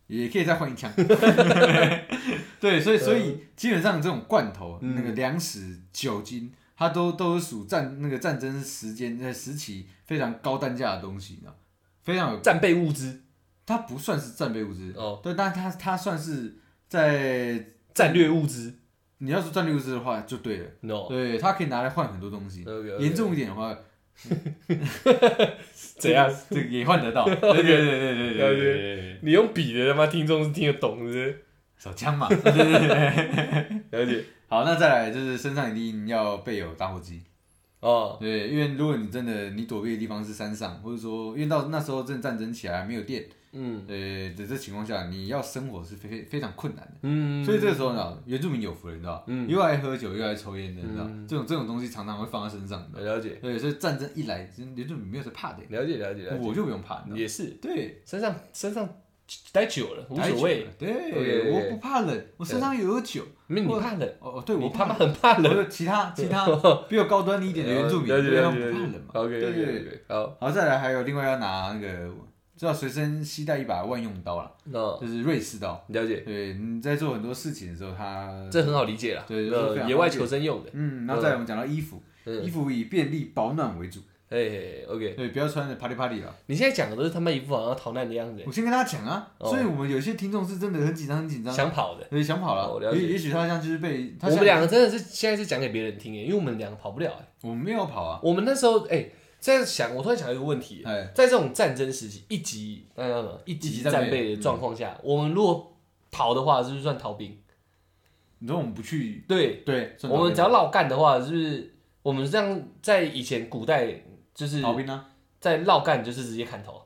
[SPEAKER 1] 也可以再换 一枪，对，啊所以所以基本上这种罐头、
[SPEAKER 2] 嗯
[SPEAKER 1] 那个粮食、酒精。它都都是属战那个战争时间那时期非常高单价的东西，你知道，非常有
[SPEAKER 2] 战备物资
[SPEAKER 1] 它不算是战备物资，
[SPEAKER 2] 哦，
[SPEAKER 1] 对，但它它算是在
[SPEAKER 2] 战略物资哦
[SPEAKER 1] 你要说战略物资的话就对了，
[SPEAKER 2] ，no，
[SPEAKER 1] 对，它可以拿来换很多东西。严重一点的 话，
[SPEAKER 2] 怎样？
[SPEAKER 1] 这个也换得 到。对对对对对对对对，
[SPEAKER 2] 你用笔的他妈听众是听得懂的，
[SPEAKER 1] 手枪嘛。对对对对。
[SPEAKER 2] 了解
[SPEAKER 1] 好，那再来就是身上一定要备有打火机。
[SPEAKER 2] 哦，
[SPEAKER 1] 对，因为如果你真的你躲避的地方是山上，或者说因为到那时候真的战争起来没有电，
[SPEAKER 2] 嗯
[SPEAKER 1] 呃的这情况下，你要生活是非非非常困难的。
[SPEAKER 2] 嗯，
[SPEAKER 1] 所以这个时候呢，原住民有福了，你知道，
[SPEAKER 2] 嗯
[SPEAKER 1] 又爱喝酒又爱抽烟的，你知道
[SPEAKER 2] 嗯，
[SPEAKER 1] 这种这种东西常常会放在身上，你知道。
[SPEAKER 2] 了解
[SPEAKER 1] 对，所以战争一来，原住民没有在怕的，
[SPEAKER 2] 了解了解了解，
[SPEAKER 1] 我就不用怕，你知道。
[SPEAKER 2] 也是
[SPEAKER 1] 对，
[SPEAKER 2] 身上身上待久了无所谓，。
[SPEAKER 1] 对，
[SPEAKER 2] 对
[SPEAKER 1] 我不怕冷，我身上有酒。
[SPEAKER 2] 没你怕冷，
[SPEAKER 1] 哦哦，对，
[SPEAKER 2] 你
[SPEAKER 1] 我
[SPEAKER 2] 他
[SPEAKER 1] 怕
[SPEAKER 2] 妈很怕
[SPEAKER 1] 我
[SPEAKER 2] 冷，
[SPEAKER 1] 有其他其他比我高端一点的原住民，
[SPEAKER 2] 了解
[SPEAKER 1] 对，他
[SPEAKER 2] 了
[SPEAKER 1] 们
[SPEAKER 2] 解
[SPEAKER 1] 不怕冷嘛。
[SPEAKER 2] ，OK
[SPEAKER 1] 对对对。
[SPEAKER 2] OK 好，
[SPEAKER 1] 好，再来还有另外要拿那个，就要随身携带一把万用刀啦，
[SPEAKER 2] 那
[SPEAKER 1] 就是瑞士刀。
[SPEAKER 2] 了解，
[SPEAKER 1] 对，你在做很多事情的时候，它
[SPEAKER 2] 这很好理解啦，
[SPEAKER 1] 嗯对就是非
[SPEAKER 2] 呃
[SPEAKER 1] 常
[SPEAKER 2] 野外求生用的，
[SPEAKER 1] 嗯，然后再来我们讲到衣服，衣
[SPEAKER 2] 嗯，
[SPEAKER 1] 服以便利保暖为主，
[SPEAKER 2] 哎 OK，
[SPEAKER 1] 对，不要穿的啪里啪里了。
[SPEAKER 2] 你现在讲的都是他妈一副好像逃难的样子，
[SPEAKER 1] 我先跟大家讲啊，
[SPEAKER 2] 哦
[SPEAKER 1] 所以我们有些听众是真的很紧张，很紧张，
[SPEAKER 2] 想跑的。
[SPEAKER 1] 对，想跑
[SPEAKER 2] 哦
[SPEAKER 1] 了，
[SPEAKER 2] 了解
[SPEAKER 1] 也也许他像就是被他
[SPEAKER 2] 我
[SPEAKER 1] 像
[SPEAKER 2] 们两个真的是现在是讲给别人听耶，因为我们两个跑不了耶
[SPEAKER 1] 我们没有跑啊，
[SPEAKER 2] 我们那时候哎，这样想，我突然想到一个问题，
[SPEAKER 1] 哎，
[SPEAKER 2] 在这种战争时期，一级那叫什么
[SPEAKER 1] 嗯
[SPEAKER 2] 一
[SPEAKER 1] 一
[SPEAKER 2] 级
[SPEAKER 1] 级战备
[SPEAKER 2] 战备的状况下，我们如果跑的话，是不是算逃兵？
[SPEAKER 1] 你说我们不去
[SPEAKER 2] 对，
[SPEAKER 1] 对，
[SPEAKER 2] 我们只
[SPEAKER 1] 讲
[SPEAKER 2] 要绕干的话，是不是我们这样在以前古代就是
[SPEAKER 1] 逃兵啊，
[SPEAKER 2] 在绕干就是直接砍头，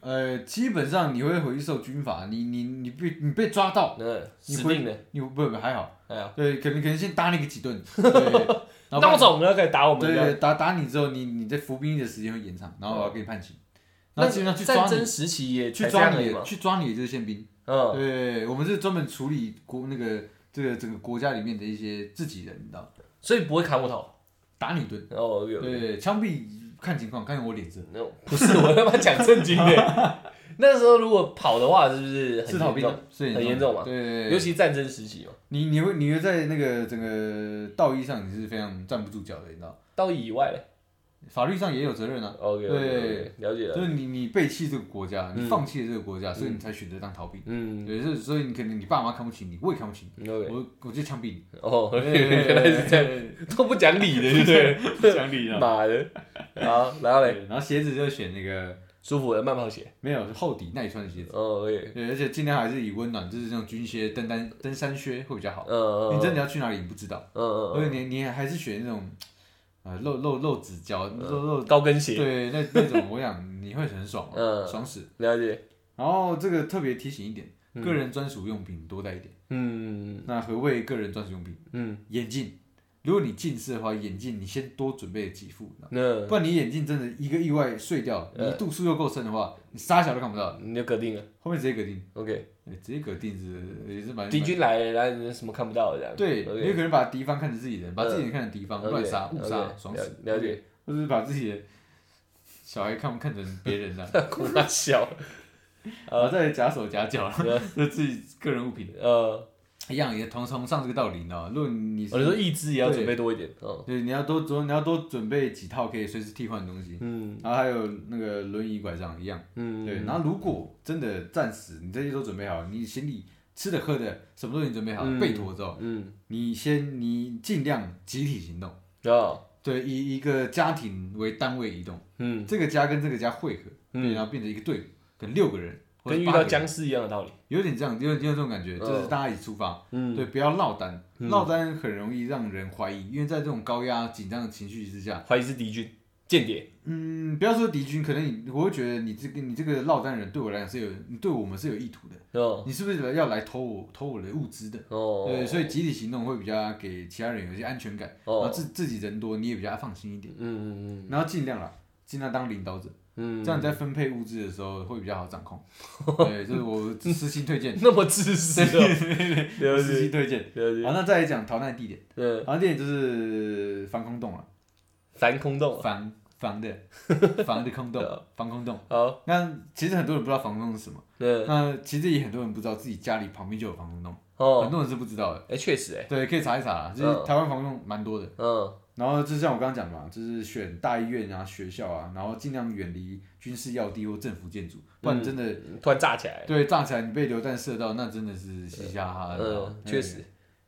[SPEAKER 1] 呃，基本上你会回去受军法，你你你被你被抓到，
[SPEAKER 2] 嗯，
[SPEAKER 1] 你
[SPEAKER 2] 死
[SPEAKER 1] 回
[SPEAKER 2] 定的，
[SPEAKER 1] 你不不还好，
[SPEAKER 2] 哎呀，
[SPEAKER 1] 对，可能可能先打你个几 顿，对，然
[SPEAKER 2] 当
[SPEAKER 1] 后
[SPEAKER 2] 总了可以打我们
[SPEAKER 1] 对
[SPEAKER 2] 这样，
[SPEAKER 1] 对打打你之后，你你在服兵役的时间会延长，然后我要给你判刑，然
[SPEAKER 2] 嗯那
[SPEAKER 1] 后基本上去抓
[SPEAKER 2] 战
[SPEAKER 1] 你
[SPEAKER 2] 争，时期也
[SPEAKER 1] 去
[SPEAKER 2] 才
[SPEAKER 1] 抓
[SPEAKER 2] 这样而
[SPEAKER 1] 你
[SPEAKER 2] 已
[SPEAKER 1] 的，
[SPEAKER 2] 嘛，
[SPEAKER 1] 去抓你的就是宪兵。
[SPEAKER 2] 嗯，
[SPEAKER 1] 对，我们是专门处理国那个这个整个国家里面的一些自己人，你知道，
[SPEAKER 2] 所以不会砍我头。
[SPEAKER 1] 打你一顿。
[SPEAKER 2] 哦，有
[SPEAKER 1] 对，枪毙看情况，看我脸色。
[SPEAKER 2] 那不是，我他妈讲正经的。 那时候如果跑的话，是不是
[SPEAKER 1] 是
[SPEAKER 2] 很
[SPEAKER 1] 逃
[SPEAKER 2] 严
[SPEAKER 1] 兵
[SPEAKER 2] 重？
[SPEAKER 1] 啊，是
[SPEAKER 2] 很严重嘛
[SPEAKER 1] 对，
[SPEAKER 2] 尤其战争时期嘛，
[SPEAKER 1] 你你会你会在那个整个道义上你是非常站不住脚的，你知道，
[SPEAKER 2] 到以外嘞。
[SPEAKER 1] 法律上也有责任啊。
[SPEAKER 2] OK，
[SPEAKER 1] 对
[SPEAKER 2] 了解了
[SPEAKER 1] 就。是你你背弃这个国家，你
[SPEAKER 2] 嗯
[SPEAKER 1] 放弃了这个国家，所以你才选择当逃兵。
[SPEAKER 2] 嗯
[SPEAKER 1] 对，所以所以你可能你爸妈看不起你，我也看不起你，
[SPEAKER 2] ，OK，
[SPEAKER 1] 我我就枪毙 你。
[SPEAKER 2] 哦，
[SPEAKER 1] 对
[SPEAKER 2] 原来是这样，
[SPEAKER 1] 样，
[SPEAKER 2] 都不讲理的，对不对？
[SPEAKER 1] 不讲理啊。
[SPEAKER 2] 妈的，好，然后嘞，
[SPEAKER 1] 对，然后鞋子就选那个
[SPEAKER 2] 舒服的慢跑鞋。
[SPEAKER 1] 没有厚底耐穿的鞋子，
[SPEAKER 2] 哦，也，
[SPEAKER 1] 对，而且尽量还是以温暖，就是那种军靴、登山登山靴会比较好。
[SPEAKER 2] 嗯嗯，
[SPEAKER 1] 你真的
[SPEAKER 2] 的，
[SPEAKER 1] 要去哪里，你不知道，
[SPEAKER 2] 嗯嗯
[SPEAKER 1] 而
[SPEAKER 2] 嗯
[SPEAKER 1] 且你你还是选那种啊露露露趾脚、露
[SPEAKER 2] 嗯，
[SPEAKER 1] 露
[SPEAKER 2] 高跟鞋。
[SPEAKER 1] 对那那种，我想你会很爽，
[SPEAKER 2] 嗯
[SPEAKER 1] 爽死。
[SPEAKER 2] 了解。
[SPEAKER 1] 然后这个特别提醒一点，
[SPEAKER 2] 嗯
[SPEAKER 1] 个人专属用品多带一点。
[SPEAKER 2] 嗯
[SPEAKER 1] 那何谓个人专属用品？
[SPEAKER 2] 嗯，
[SPEAKER 1] 眼镜，如果你近视的话，眼镜你先多准备几副，
[SPEAKER 2] 那
[SPEAKER 1] 不然你眼镜真的一个意外碎掉，
[SPEAKER 2] 呃
[SPEAKER 1] 你度数又够深的话，你啥小都看不到，
[SPEAKER 2] 你就搞定了。
[SPEAKER 1] 后面直接隔定，
[SPEAKER 2] OK，
[SPEAKER 1] 哎直接隔定是也是蛮
[SPEAKER 2] 敌军来了，然后你什么看不到这样。
[SPEAKER 1] 对，你有
[SPEAKER 2] OK，
[SPEAKER 1] 可能把敌方看成自己人，把
[SPEAKER 2] 嗯
[SPEAKER 1] 自己人看成敌方，
[SPEAKER 2] OK，
[SPEAKER 1] 乱杀误杀，
[SPEAKER 2] OK，
[SPEAKER 1] 爽死，
[SPEAKER 2] 了了解，
[SPEAKER 1] 或者是把自己的小孩看看成别人 了，
[SPEAKER 2] 恐怕笑。呃
[SPEAKER 1] 然后再夹手夹 脚，
[SPEAKER 2] 对
[SPEAKER 1] 这 自己个人物品
[SPEAKER 2] 呃，
[SPEAKER 1] 一样，也同同上这个道理，你知道吗？如果你
[SPEAKER 2] 哦我就说
[SPEAKER 1] 是
[SPEAKER 2] 一只也要准备多一点。嗯
[SPEAKER 1] 对，你要多多你要多准备几套可以随时替换的东西，
[SPEAKER 2] 嗯
[SPEAKER 1] 然后还有那个轮椅、拐杖一样。
[SPEAKER 2] 嗯，
[SPEAKER 1] 对，然后如果真的战死，你这些都准备好，你行李、吃的、喝的，什么都已经准备好，
[SPEAKER 2] 嗯
[SPEAKER 1] 备妥之后，
[SPEAKER 2] 嗯，
[SPEAKER 1] 你先你尽量集体行动，
[SPEAKER 2] 哦，
[SPEAKER 1] 对，以一个家庭为单位移动，
[SPEAKER 2] 嗯
[SPEAKER 1] 这个家跟这个家汇合，对，
[SPEAKER 2] 嗯，
[SPEAKER 1] 然后变成一个队伍，可能六个人，或者
[SPEAKER 2] 跟遇
[SPEAKER 1] 八个
[SPEAKER 2] 到
[SPEAKER 1] 人
[SPEAKER 2] 僵尸一样的道理。
[SPEAKER 1] 有点这样，有点有点这种感觉，
[SPEAKER 2] 嗯
[SPEAKER 1] 就是大家一起出发，
[SPEAKER 2] 嗯，
[SPEAKER 1] 对，不要落单，
[SPEAKER 2] 嗯
[SPEAKER 1] 落单很容易让人怀疑，因为在这种高压紧张的情绪之下，
[SPEAKER 2] 怀疑是敌军间谍。
[SPEAKER 1] 嗯，不要说敌军，可能你我会觉得你这个你这个落单人对我来讲是有，你对我们是有意图的。
[SPEAKER 2] 哦
[SPEAKER 1] 你是不是要来偷我偷我的物资的？
[SPEAKER 2] 哦，
[SPEAKER 1] 对，所以集体行动会比较给其他人有一些安全感，然后
[SPEAKER 2] 哦，
[SPEAKER 1] 自自己人多，你也比较放心一点，
[SPEAKER 2] 嗯嗯嗯
[SPEAKER 1] 然后尽量啦，尽量当领导者，
[SPEAKER 2] 嗯，
[SPEAKER 1] 这样你在分配物资的时候会比较好掌控。对，这是我私心推荐，
[SPEAKER 2] 那么自私 哦，了
[SPEAKER 1] 私
[SPEAKER 2] 解
[SPEAKER 1] 心推荐。
[SPEAKER 2] 了解，
[SPEAKER 1] 好，那再来讲逃难地点，
[SPEAKER 2] 嗯，
[SPEAKER 1] 逃难地点就是防空洞了，
[SPEAKER 2] 防空洞，啊哦
[SPEAKER 1] 防防的防的 空洞，防空洞。
[SPEAKER 2] 好，
[SPEAKER 1] 那其实很多人不知道防空洞是什么，
[SPEAKER 2] 嗯，
[SPEAKER 1] 那其实也很多人不知道自己家里旁边就有防空洞，很
[SPEAKER 2] 哦，
[SPEAKER 1] 多人是不知道的。
[SPEAKER 2] 哎，确实，哎，
[SPEAKER 1] 对，可以查一查啦，就是台湾防控蛮多的。
[SPEAKER 2] 嗯
[SPEAKER 1] 然后就像我刚刚讲嘛，就是选大医院啊、学校啊，然后尽量远离军事要地或政府建筑，不然真的、
[SPEAKER 2] 嗯，突然炸起来，
[SPEAKER 1] 对炸起来你被流弹射到，那真的是嘻嘻哈哈的。
[SPEAKER 2] 嗯，
[SPEAKER 1] 对
[SPEAKER 2] 确。实，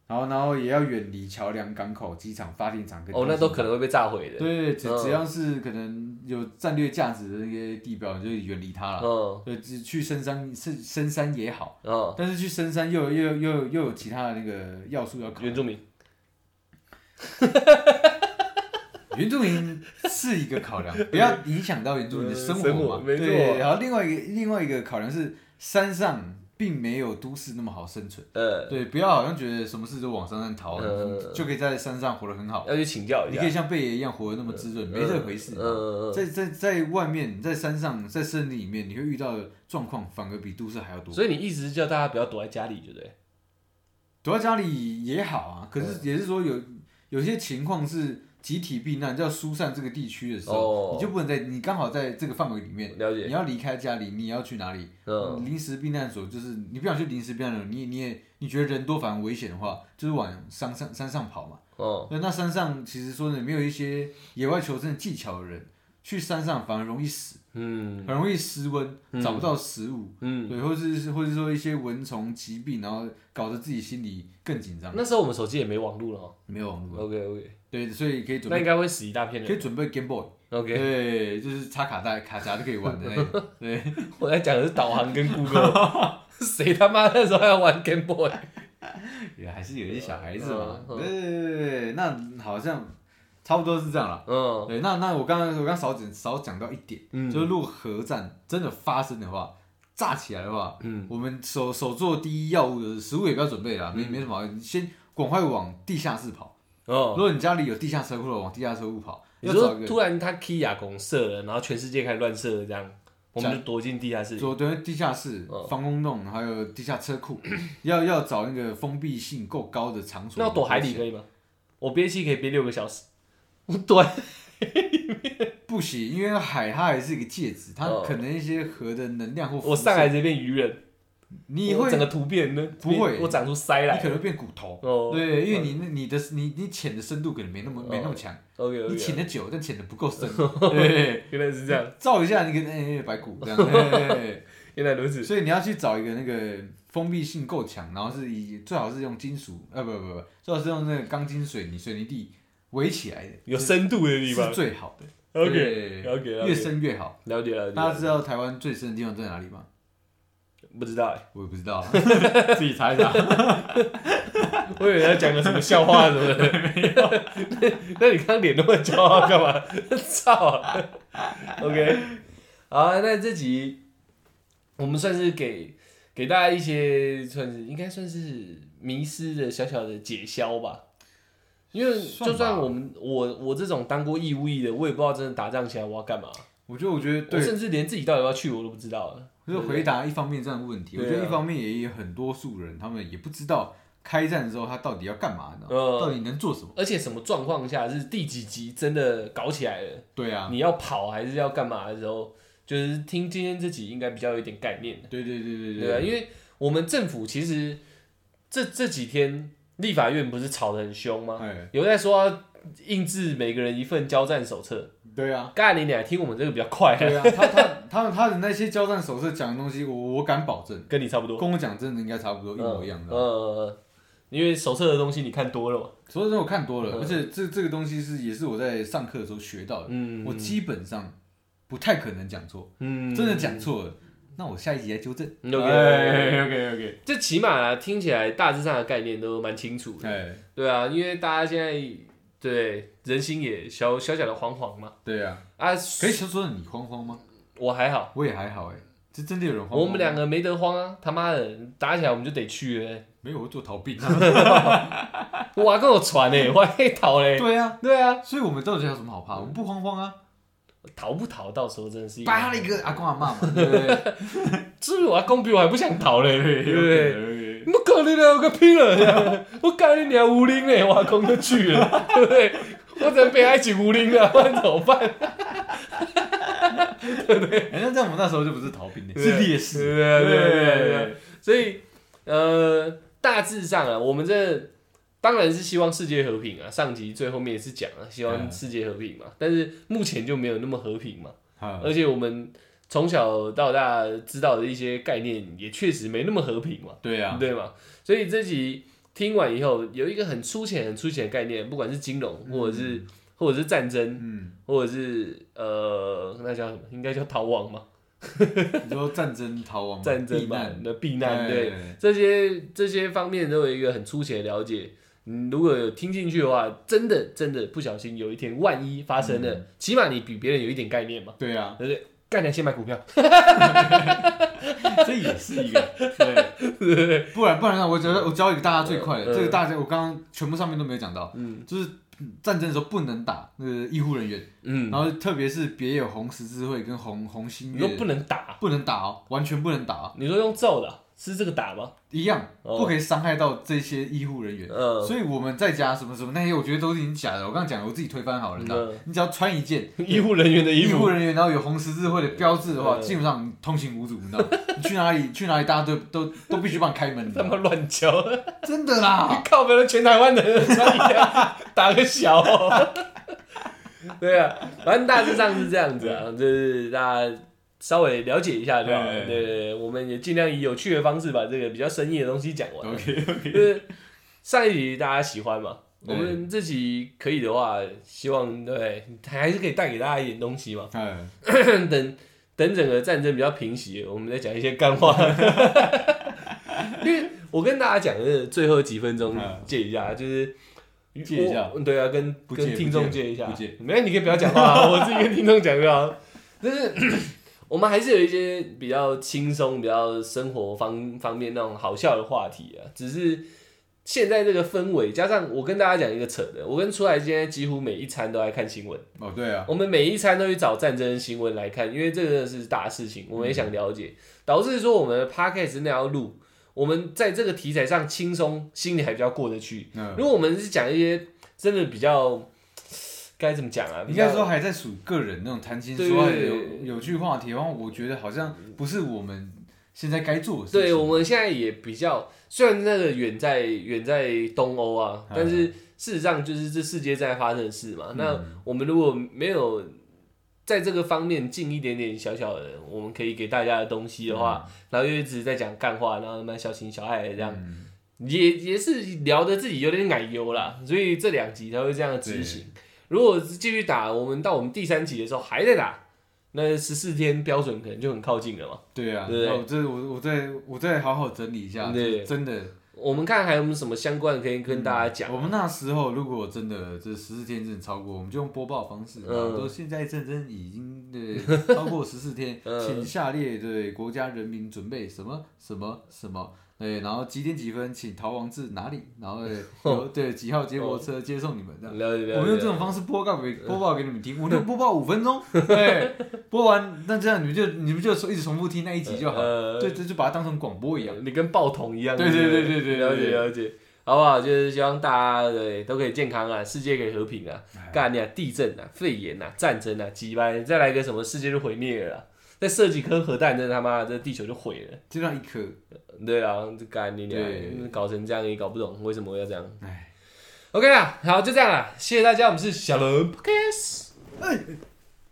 [SPEAKER 1] 然后，然后也要远离桥梁、港口、机场、发电厂跟
[SPEAKER 2] 哦，那都可
[SPEAKER 1] 能。
[SPEAKER 2] 能会被炸毁的，
[SPEAKER 1] 对，只
[SPEAKER 2] 嗯
[SPEAKER 1] 只要是可能有战略价值的那些地标，你就远离它了。
[SPEAKER 2] 嗯
[SPEAKER 1] 对，只去深山深深山也好，
[SPEAKER 2] 嗯，
[SPEAKER 1] 但是去深山又有又有又有又有其他的那个要素要考虑
[SPEAKER 2] 原。住民，
[SPEAKER 1] 原住民是一个考量，不要影响到原住民的生
[SPEAKER 2] 呃生
[SPEAKER 1] 活
[SPEAKER 2] 活
[SPEAKER 1] 嘛。
[SPEAKER 2] 没错
[SPEAKER 1] 对，然后另外一个另外一个考量是，山上并没有都市那么好生存。
[SPEAKER 2] 呃，
[SPEAKER 1] 对，不要好像觉得什么事都往山上逃，
[SPEAKER 2] 嗯
[SPEAKER 1] 就可以在山上活得很好。
[SPEAKER 2] 要去请教一
[SPEAKER 1] 你
[SPEAKER 2] 下
[SPEAKER 1] 可以，像贝爷一样活得那么滋润，没这回事。
[SPEAKER 2] 嗯嗯
[SPEAKER 1] 在在在外面，在山上，在森林里面，你会遇到的状况反而比都市还要多
[SPEAKER 2] 嗯，。所以你意思是叫大家不要躲在家里，对不对？
[SPEAKER 1] 躲在家里也好啊，可
[SPEAKER 2] 嗯
[SPEAKER 1] 是也是说有有些情况是集体避难，要疏散这个地区的时候，
[SPEAKER 2] 哦
[SPEAKER 1] 你就不能在你刚好在这个范围里面，
[SPEAKER 2] 了
[SPEAKER 1] 你
[SPEAKER 2] 解，
[SPEAKER 1] 要离开家里，你要去哪里？
[SPEAKER 2] 嗯，
[SPEAKER 1] 临时避难所就是你不想去临时避难所，你也你也你觉得人多反而危险的话，就是往山上山上跑嘛。
[SPEAKER 2] 哦，
[SPEAKER 1] 那那山上其实说呢，没有一些野外求生技巧的人，去山上反而容易死，
[SPEAKER 2] 嗯
[SPEAKER 1] 很容易失温，
[SPEAKER 2] 嗯
[SPEAKER 1] 找不到食物，
[SPEAKER 2] 嗯，
[SPEAKER 1] 对，或者是或者说一些蚊虫疾病，然后搞得自己心里更紧张。
[SPEAKER 2] 那时候我们手机也没网络了哦
[SPEAKER 1] 没有嗯网络，
[SPEAKER 2] ，OK OK，
[SPEAKER 1] 对，所以可以准
[SPEAKER 2] 那应
[SPEAKER 1] 备，
[SPEAKER 2] 该会死一大片
[SPEAKER 1] 可以
[SPEAKER 2] 人
[SPEAKER 1] 准备 Game Boy，
[SPEAKER 2] ，OK。
[SPEAKER 1] 对，就是插卡带、卡夹就可以玩的那种。对，
[SPEAKER 2] 我在讲的是导航跟 Google，谁他妈那时候还玩 Game Boy？
[SPEAKER 1] 也还是有一些小孩子嘛。
[SPEAKER 2] 嗯嗯
[SPEAKER 1] 对对对对，那好像差不多是这样了。
[SPEAKER 2] 嗯
[SPEAKER 1] 对，那那我刚刚我刚少讲少讲到一点，
[SPEAKER 2] 嗯
[SPEAKER 1] 就是如果核战真的发生的话，炸起来的话，
[SPEAKER 2] 嗯
[SPEAKER 1] 我们首首做第一要务的食物也不要准备了，没没什么好，你先赶快往地下室跑。如
[SPEAKER 2] 哦，
[SPEAKER 1] 果你家里有地下车库的，往地下车库跑。
[SPEAKER 2] 你
[SPEAKER 1] 要找
[SPEAKER 2] 说
[SPEAKER 1] 一个
[SPEAKER 2] 突然他 Kia 拱射了，然后全世界开始乱射了这样，我们就躲进地下室。嗯
[SPEAKER 1] 左等于地下室、防空洞，还有地下车 库，要要找那个封闭性够高的场所。
[SPEAKER 2] 那我躲海里可以吗？我憋气可以憋六个小时，我躲
[SPEAKER 1] 不行，因为海它还是一个介质，它可能一些核的能量或辐
[SPEAKER 2] 嗯我上来
[SPEAKER 1] 射
[SPEAKER 2] 直接变鱼人，
[SPEAKER 1] 你
[SPEAKER 2] 我
[SPEAKER 1] 会
[SPEAKER 2] 整个突变呢？
[SPEAKER 1] 不会
[SPEAKER 2] 我长出腮
[SPEAKER 1] 你
[SPEAKER 2] 来。
[SPEAKER 1] 可能会变骨头。
[SPEAKER 2] 哦，
[SPEAKER 1] 对，因为你那你的你你潜的深度可能没那么
[SPEAKER 2] 嗯
[SPEAKER 1] 没那么强，
[SPEAKER 2] OK
[SPEAKER 1] 你
[SPEAKER 2] OK，
[SPEAKER 1] 潜的久，但潜的不够深。 对，
[SPEAKER 2] 啊原来是这样，
[SPEAKER 1] 照一下你可能哎白骨 这样。对
[SPEAKER 2] 原来如此。
[SPEAKER 1] 所以你要去找一个那个封闭性够强，然后是以最好是用金属，呃，不不不，最好是用那个钢筋水泥水泥地围起来的，
[SPEAKER 2] 有深度的地
[SPEAKER 1] 是
[SPEAKER 2] 方。
[SPEAKER 1] 最好的。
[SPEAKER 2] OK
[SPEAKER 1] 对
[SPEAKER 2] OK，
[SPEAKER 1] 越深越好。
[SPEAKER 2] 了解了解
[SPEAKER 1] 大
[SPEAKER 2] 了
[SPEAKER 1] 家知道台湾最深的地方在哪里吗？
[SPEAKER 2] 解，不知道哎，
[SPEAKER 1] 我也不知道，自己查一查。
[SPEAKER 2] 我以为要讲个什么笑话什 么的。没有， 那你刚刚脸那么骄傲干嘛？ 操！OK，好，啊那这集我们算是给给大家一些算是应该算是迷失的小小的解消吧。因为
[SPEAKER 1] 算
[SPEAKER 2] 就算
[SPEAKER 1] 吧
[SPEAKER 2] 我们我我这种当过义务役的，我也不知道真的打仗起来我要干嘛，
[SPEAKER 1] 我觉得，我觉得
[SPEAKER 2] 我
[SPEAKER 1] 对，
[SPEAKER 2] 甚至连自己到底要不要去我都不知道了。
[SPEAKER 1] 就是回答一方面这样的问题。我
[SPEAKER 2] 对啊
[SPEAKER 1] 觉得一方面也有很多数人，他们也不知道开战之后他到底要干嘛呢，
[SPEAKER 2] 呃
[SPEAKER 1] 到底能做什么。
[SPEAKER 2] 而且什么状况下是第几集真的搞起来了？
[SPEAKER 1] 对啊，
[SPEAKER 2] 你要跑还是要干嘛的时候，就是听今天这集应该比较有点概念，
[SPEAKER 1] 对对对对
[SPEAKER 2] 对啊，因为我们政府其实这这几天立法院不是吵得很凶吗？
[SPEAKER 1] 哎，
[SPEAKER 2] 有在说要印制每个人一份交战手册，
[SPEAKER 1] 对啊。
[SPEAKER 2] 干你俩听我们这个比较快 啊，
[SPEAKER 1] 对啊，他他他们他的那些交战手册讲的东西，我我敢保证，
[SPEAKER 2] 跟你差不多，
[SPEAKER 1] 跟我讲真的应该差不多一模一样
[SPEAKER 2] 嗯
[SPEAKER 1] 的。啊
[SPEAKER 2] 呃，因为手册的东西你看多了嘛，
[SPEAKER 1] 所以说我看多了，
[SPEAKER 2] 嗯
[SPEAKER 1] 而且这这个东西是也是我在上课的时候学到的，
[SPEAKER 2] 嗯，
[SPEAKER 1] 我基本上不太可能讲错，
[SPEAKER 2] 嗯
[SPEAKER 1] 真的讲错了，那我下一集来纠正。
[SPEAKER 2] OK，OK，OK
[SPEAKER 1] OK OK，
[SPEAKER 2] 这起码、啊、听起来大致上的概念都蛮清楚的。
[SPEAKER 1] 哎，
[SPEAKER 2] 对啊，因为大家现在对人心也小小小的惶惶嘛。
[SPEAKER 1] 对啊，
[SPEAKER 2] 啊，
[SPEAKER 1] 可以说说你慌慌吗？
[SPEAKER 2] 我还好，
[SPEAKER 1] 我也还好哎，这真的有人慌慌吗。
[SPEAKER 2] 我们两个没得慌啊！他妈的，打起来我们就得去了欸、
[SPEAKER 1] 没有我做逃 避。
[SPEAKER 2] 我还跟我传呢、 我还可以逃嘞、
[SPEAKER 1] 对啊，
[SPEAKER 2] 对啊，
[SPEAKER 1] 所以我们到底有什么好怕？我们不慌慌啊，
[SPEAKER 2] 逃不逃到时候真的是一个
[SPEAKER 1] 扒了一个阿公阿妈嘛，对不对？
[SPEAKER 2] 是不是我阿公比我还不想逃嘞、对不对？
[SPEAKER 1] 对
[SPEAKER 2] 我搞你了，我个屁了！我搞你娘无灵嘞，我阿公就去 了，对不对？我只能被他一起无灵了，不然怎么办？
[SPEAKER 1] 哎，那在我们那时候就不是逃兵了，
[SPEAKER 2] 对不
[SPEAKER 1] 是
[SPEAKER 2] 对
[SPEAKER 1] 烈士。
[SPEAKER 2] 对啊对啊对啊对啊。所以呃，大致上啊，我们这当然是希望世界和平啊。上集最后面也是讲了、希望
[SPEAKER 1] 嗯
[SPEAKER 2] 世界和平嘛，但是目前就没有那么和平嘛。
[SPEAKER 1] 啊
[SPEAKER 2] 而且我们从小到大知道的一些概念，也确实没那么和平嘛，
[SPEAKER 1] 对啊，
[SPEAKER 2] 对嘛。所以这集听完以后，有一个很粗浅、很粗浅的概念，不管是金融，或者是、或者是战争，
[SPEAKER 1] 嗯，
[SPEAKER 2] 或者是呃，那叫什么？应该叫逃亡嘛，
[SPEAKER 1] 你说战争逃亡吗、
[SPEAKER 2] 战
[SPEAKER 1] 嗯
[SPEAKER 2] 争
[SPEAKER 1] 避
[SPEAKER 2] 嘛
[SPEAKER 1] 难，、
[SPEAKER 2] 那避难，对。
[SPEAKER 1] 哎
[SPEAKER 2] 这些这些方面都有一个很粗浅的了解。嗯，如果有听进去的话，真的真的不小心有一天万一发
[SPEAKER 1] 嗯
[SPEAKER 2] 生了，起码你比别人有一点概念嘛，
[SPEAKER 1] 对啊，
[SPEAKER 2] 对不对？干点先买股票，
[SPEAKER 1] 这也是一 个，对， 不然不然呢？我觉得我教一个大家最快的，
[SPEAKER 2] 嗯
[SPEAKER 1] 这个大家我刚刚全部上面都没有讲到，
[SPEAKER 2] 嗯
[SPEAKER 1] 就是战争的时候不能打那个医护人员，
[SPEAKER 2] 嗯
[SPEAKER 1] 然，后特别是别有红十字会跟红红新
[SPEAKER 2] 你说
[SPEAKER 1] 月
[SPEAKER 2] 不能打，
[SPEAKER 1] 不能打哦，完全不能打哦，
[SPEAKER 2] 你说用揍的啊是这个打吗？
[SPEAKER 1] 一样
[SPEAKER 2] 哦
[SPEAKER 1] 不可以伤害到这些医护人员。
[SPEAKER 2] 嗯，
[SPEAKER 1] 所以我们在家什么什么那些，我觉得都是已经假的。我刚刚讲了，我自己推翻好了，你知道
[SPEAKER 2] 嗯，
[SPEAKER 1] 你只要穿一件
[SPEAKER 2] 医护人员的衣
[SPEAKER 1] 医护
[SPEAKER 2] 服，
[SPEAKER 1] 人员，然后有红十字会的标志的话，
[SPEAKER 2] 嗯
[SPEAKER 1] 基本上你通行无阻，你知道吗？你去哪里去哪里，大家都都都必须帮你开门，你知
[SPEAKER 2] 他
[SPEAKER 1] 道
[SPEAKER 2] 妈
[SPEAKER 1] 吗？
[SPEAKER 2] 乱教，
[SPEAKER 1] 真的啦，
[SPEAKER 2] 靠别人全台湾的人穿一样，打个小、 对啊，反正大致上是这样子啊，就是大家稍微了解一下就好了。
[SPEAKER 1] 对
[SPEAKER 2] 对对对，我们也尽量以有趣的方式把这个比较深意的东西讲完。
[SPEAKER 1] OK，
[SPEAKER 2] 就是上一集大家喜欢嘛，我
[SPEAKER 1] 对
[SPEAKER 2] 们这集可以的话，希望对还是可以带给大家一点东西嘛。
[SPEAKER 1] 嗯，
[SPEAKER 2] 等等整个战争比较平息，我们再讲一些干话。 因为我跟大家讲的最后几分钟
[SPEAKER 1] 嗯
[SPEAKER 2] 借一下，就是
[SPEAKER 1] 借一下
[SPEAKER 2] 我对啊，跟
[SPEAKER 1] 不借
[SPEAKER 2] 跟听众
[SPEAKER 1] 不借
[SPEAKER 2] 借一下，
[SPEAKER 1] 不借
[SPEAKER 2] 没有，你可以不要讲话啊，我自己跟听众讲就好。但是 我们还是有一些比较轻松、比较生活方方面那种好笑的话题啊，只是现在这个氛围，加上我跟大家讲一个扯的，我跟出来现在几乎每一餐都在看新闻，
[SPEAKER 1] 哦，对啊，
[SPEAKER 2] 我们每一餐都去找战争新闻来看，因为这个是大事情，我们也
[SPEAKER 1] 嗯
[SPEAKER 2] 想了解，导致说我们的 podcast 那要录，我们在这个题材上轻松，心里还比较过得去。
[SPEAKER 1] 嗯，
[SPEAKER 2] 如果我们是讲一些真的比较该怎么讲啊，比
[SPEAKER 1] 应
[SPEAKER 2] 较
[SPEAKER 1] 该说还在数个人那种谈情
[SPEAKER 2] 对
[SPEAKER 1] 说爱的
[SPEAKER 2] 对对
[SPEAKER 1] 有有趣话题，然后我觉得好像不是我们现在该做的事情。
[SPEAKER 2] 对，我们现在也比较，虽然那个远在远在东欧啊，
[SPEAKER 1] 嗯
[SPEAKER 2] 但是事实上就是这世界在发生的事嘛。那我们如果没有在这个方面尽一点点小小的，我们可以给大家的东西的话，然后又一直在讲干话，然后蛮小情小爱的这样，
[SPEAKER 1] 嗯
[SPEAKER 2] 也也是聊得自己有点奶油啦。所以这两集才会这样执行。如果继续打，我们到我们第三集的时候还在打，那十四天标准可能就很靠近了嘛。
[SPEAKER 1] 对啊，
[SPEAKER 2] 对不对
[SPEAKER 1] 那我这我我再我再好好整理一下，
[SPEAKER 2] 对
[SPEAKER 1] 这真的
[SPEAKER 2] 我们看还有没有什么相关的可以跟大家讲。
[SPEAKER 1] 我们那时候如果真的这十四天真的超过，我们就用播报方式。
[SPEAKER 2] 嗯
[SPEAKER 1] 嗯，都现在战争已经对超过十四天，
[SPEAKER 2] 嗯
[SPEAKER 1] 请下列对国家人民准备什么什么什么。对，然后几点几分请逃亡至哪里，然后 对有对几号接驳车接送你们这样。
[SPEAKER 2] 了解了解。
[SPEAKER 1] 嗯我们用这种方式播告给播报给你们听，我就播报五分 钟，对，播完那这样你们就你们就一直重复听那一集就好，
[SPEAKER 2] 呃
[SPEAKER 1] 对，这就把它当成广播一样。
[SPEAKER 2] 你跟报童一样。
[SPEAKER 1] 对对对对对
[SPEAKER 2] 了
[SPEAKER 1] 对
[SPEAKER 2] 解
[SPEAKER 1] 对
[SPEAKER 2] 了解，好不好？就是希望大家对都可以健康啊，世界可以和平啊，
[SPEAKER 1] 哎
[SPEAKER 2] 干你啊，地震啊，肺炎啊，战争啊，鸡巴，再来个什么世界就毁灭了啊、再射几颗核弹，真的他妈的这地球就毁了。
[SPEAKER 1] 就让一颗，
[SPEAKER 2] 对啊，这干你娘
[SPEAKER 1] 对，哎
[SPEAKER 2] 搞成这样也搞不懂为什么要这样。OK 啦，好，就这样啦，谢谢大家，我们是小人 Podcast。
[SPEAKER 1] 哎，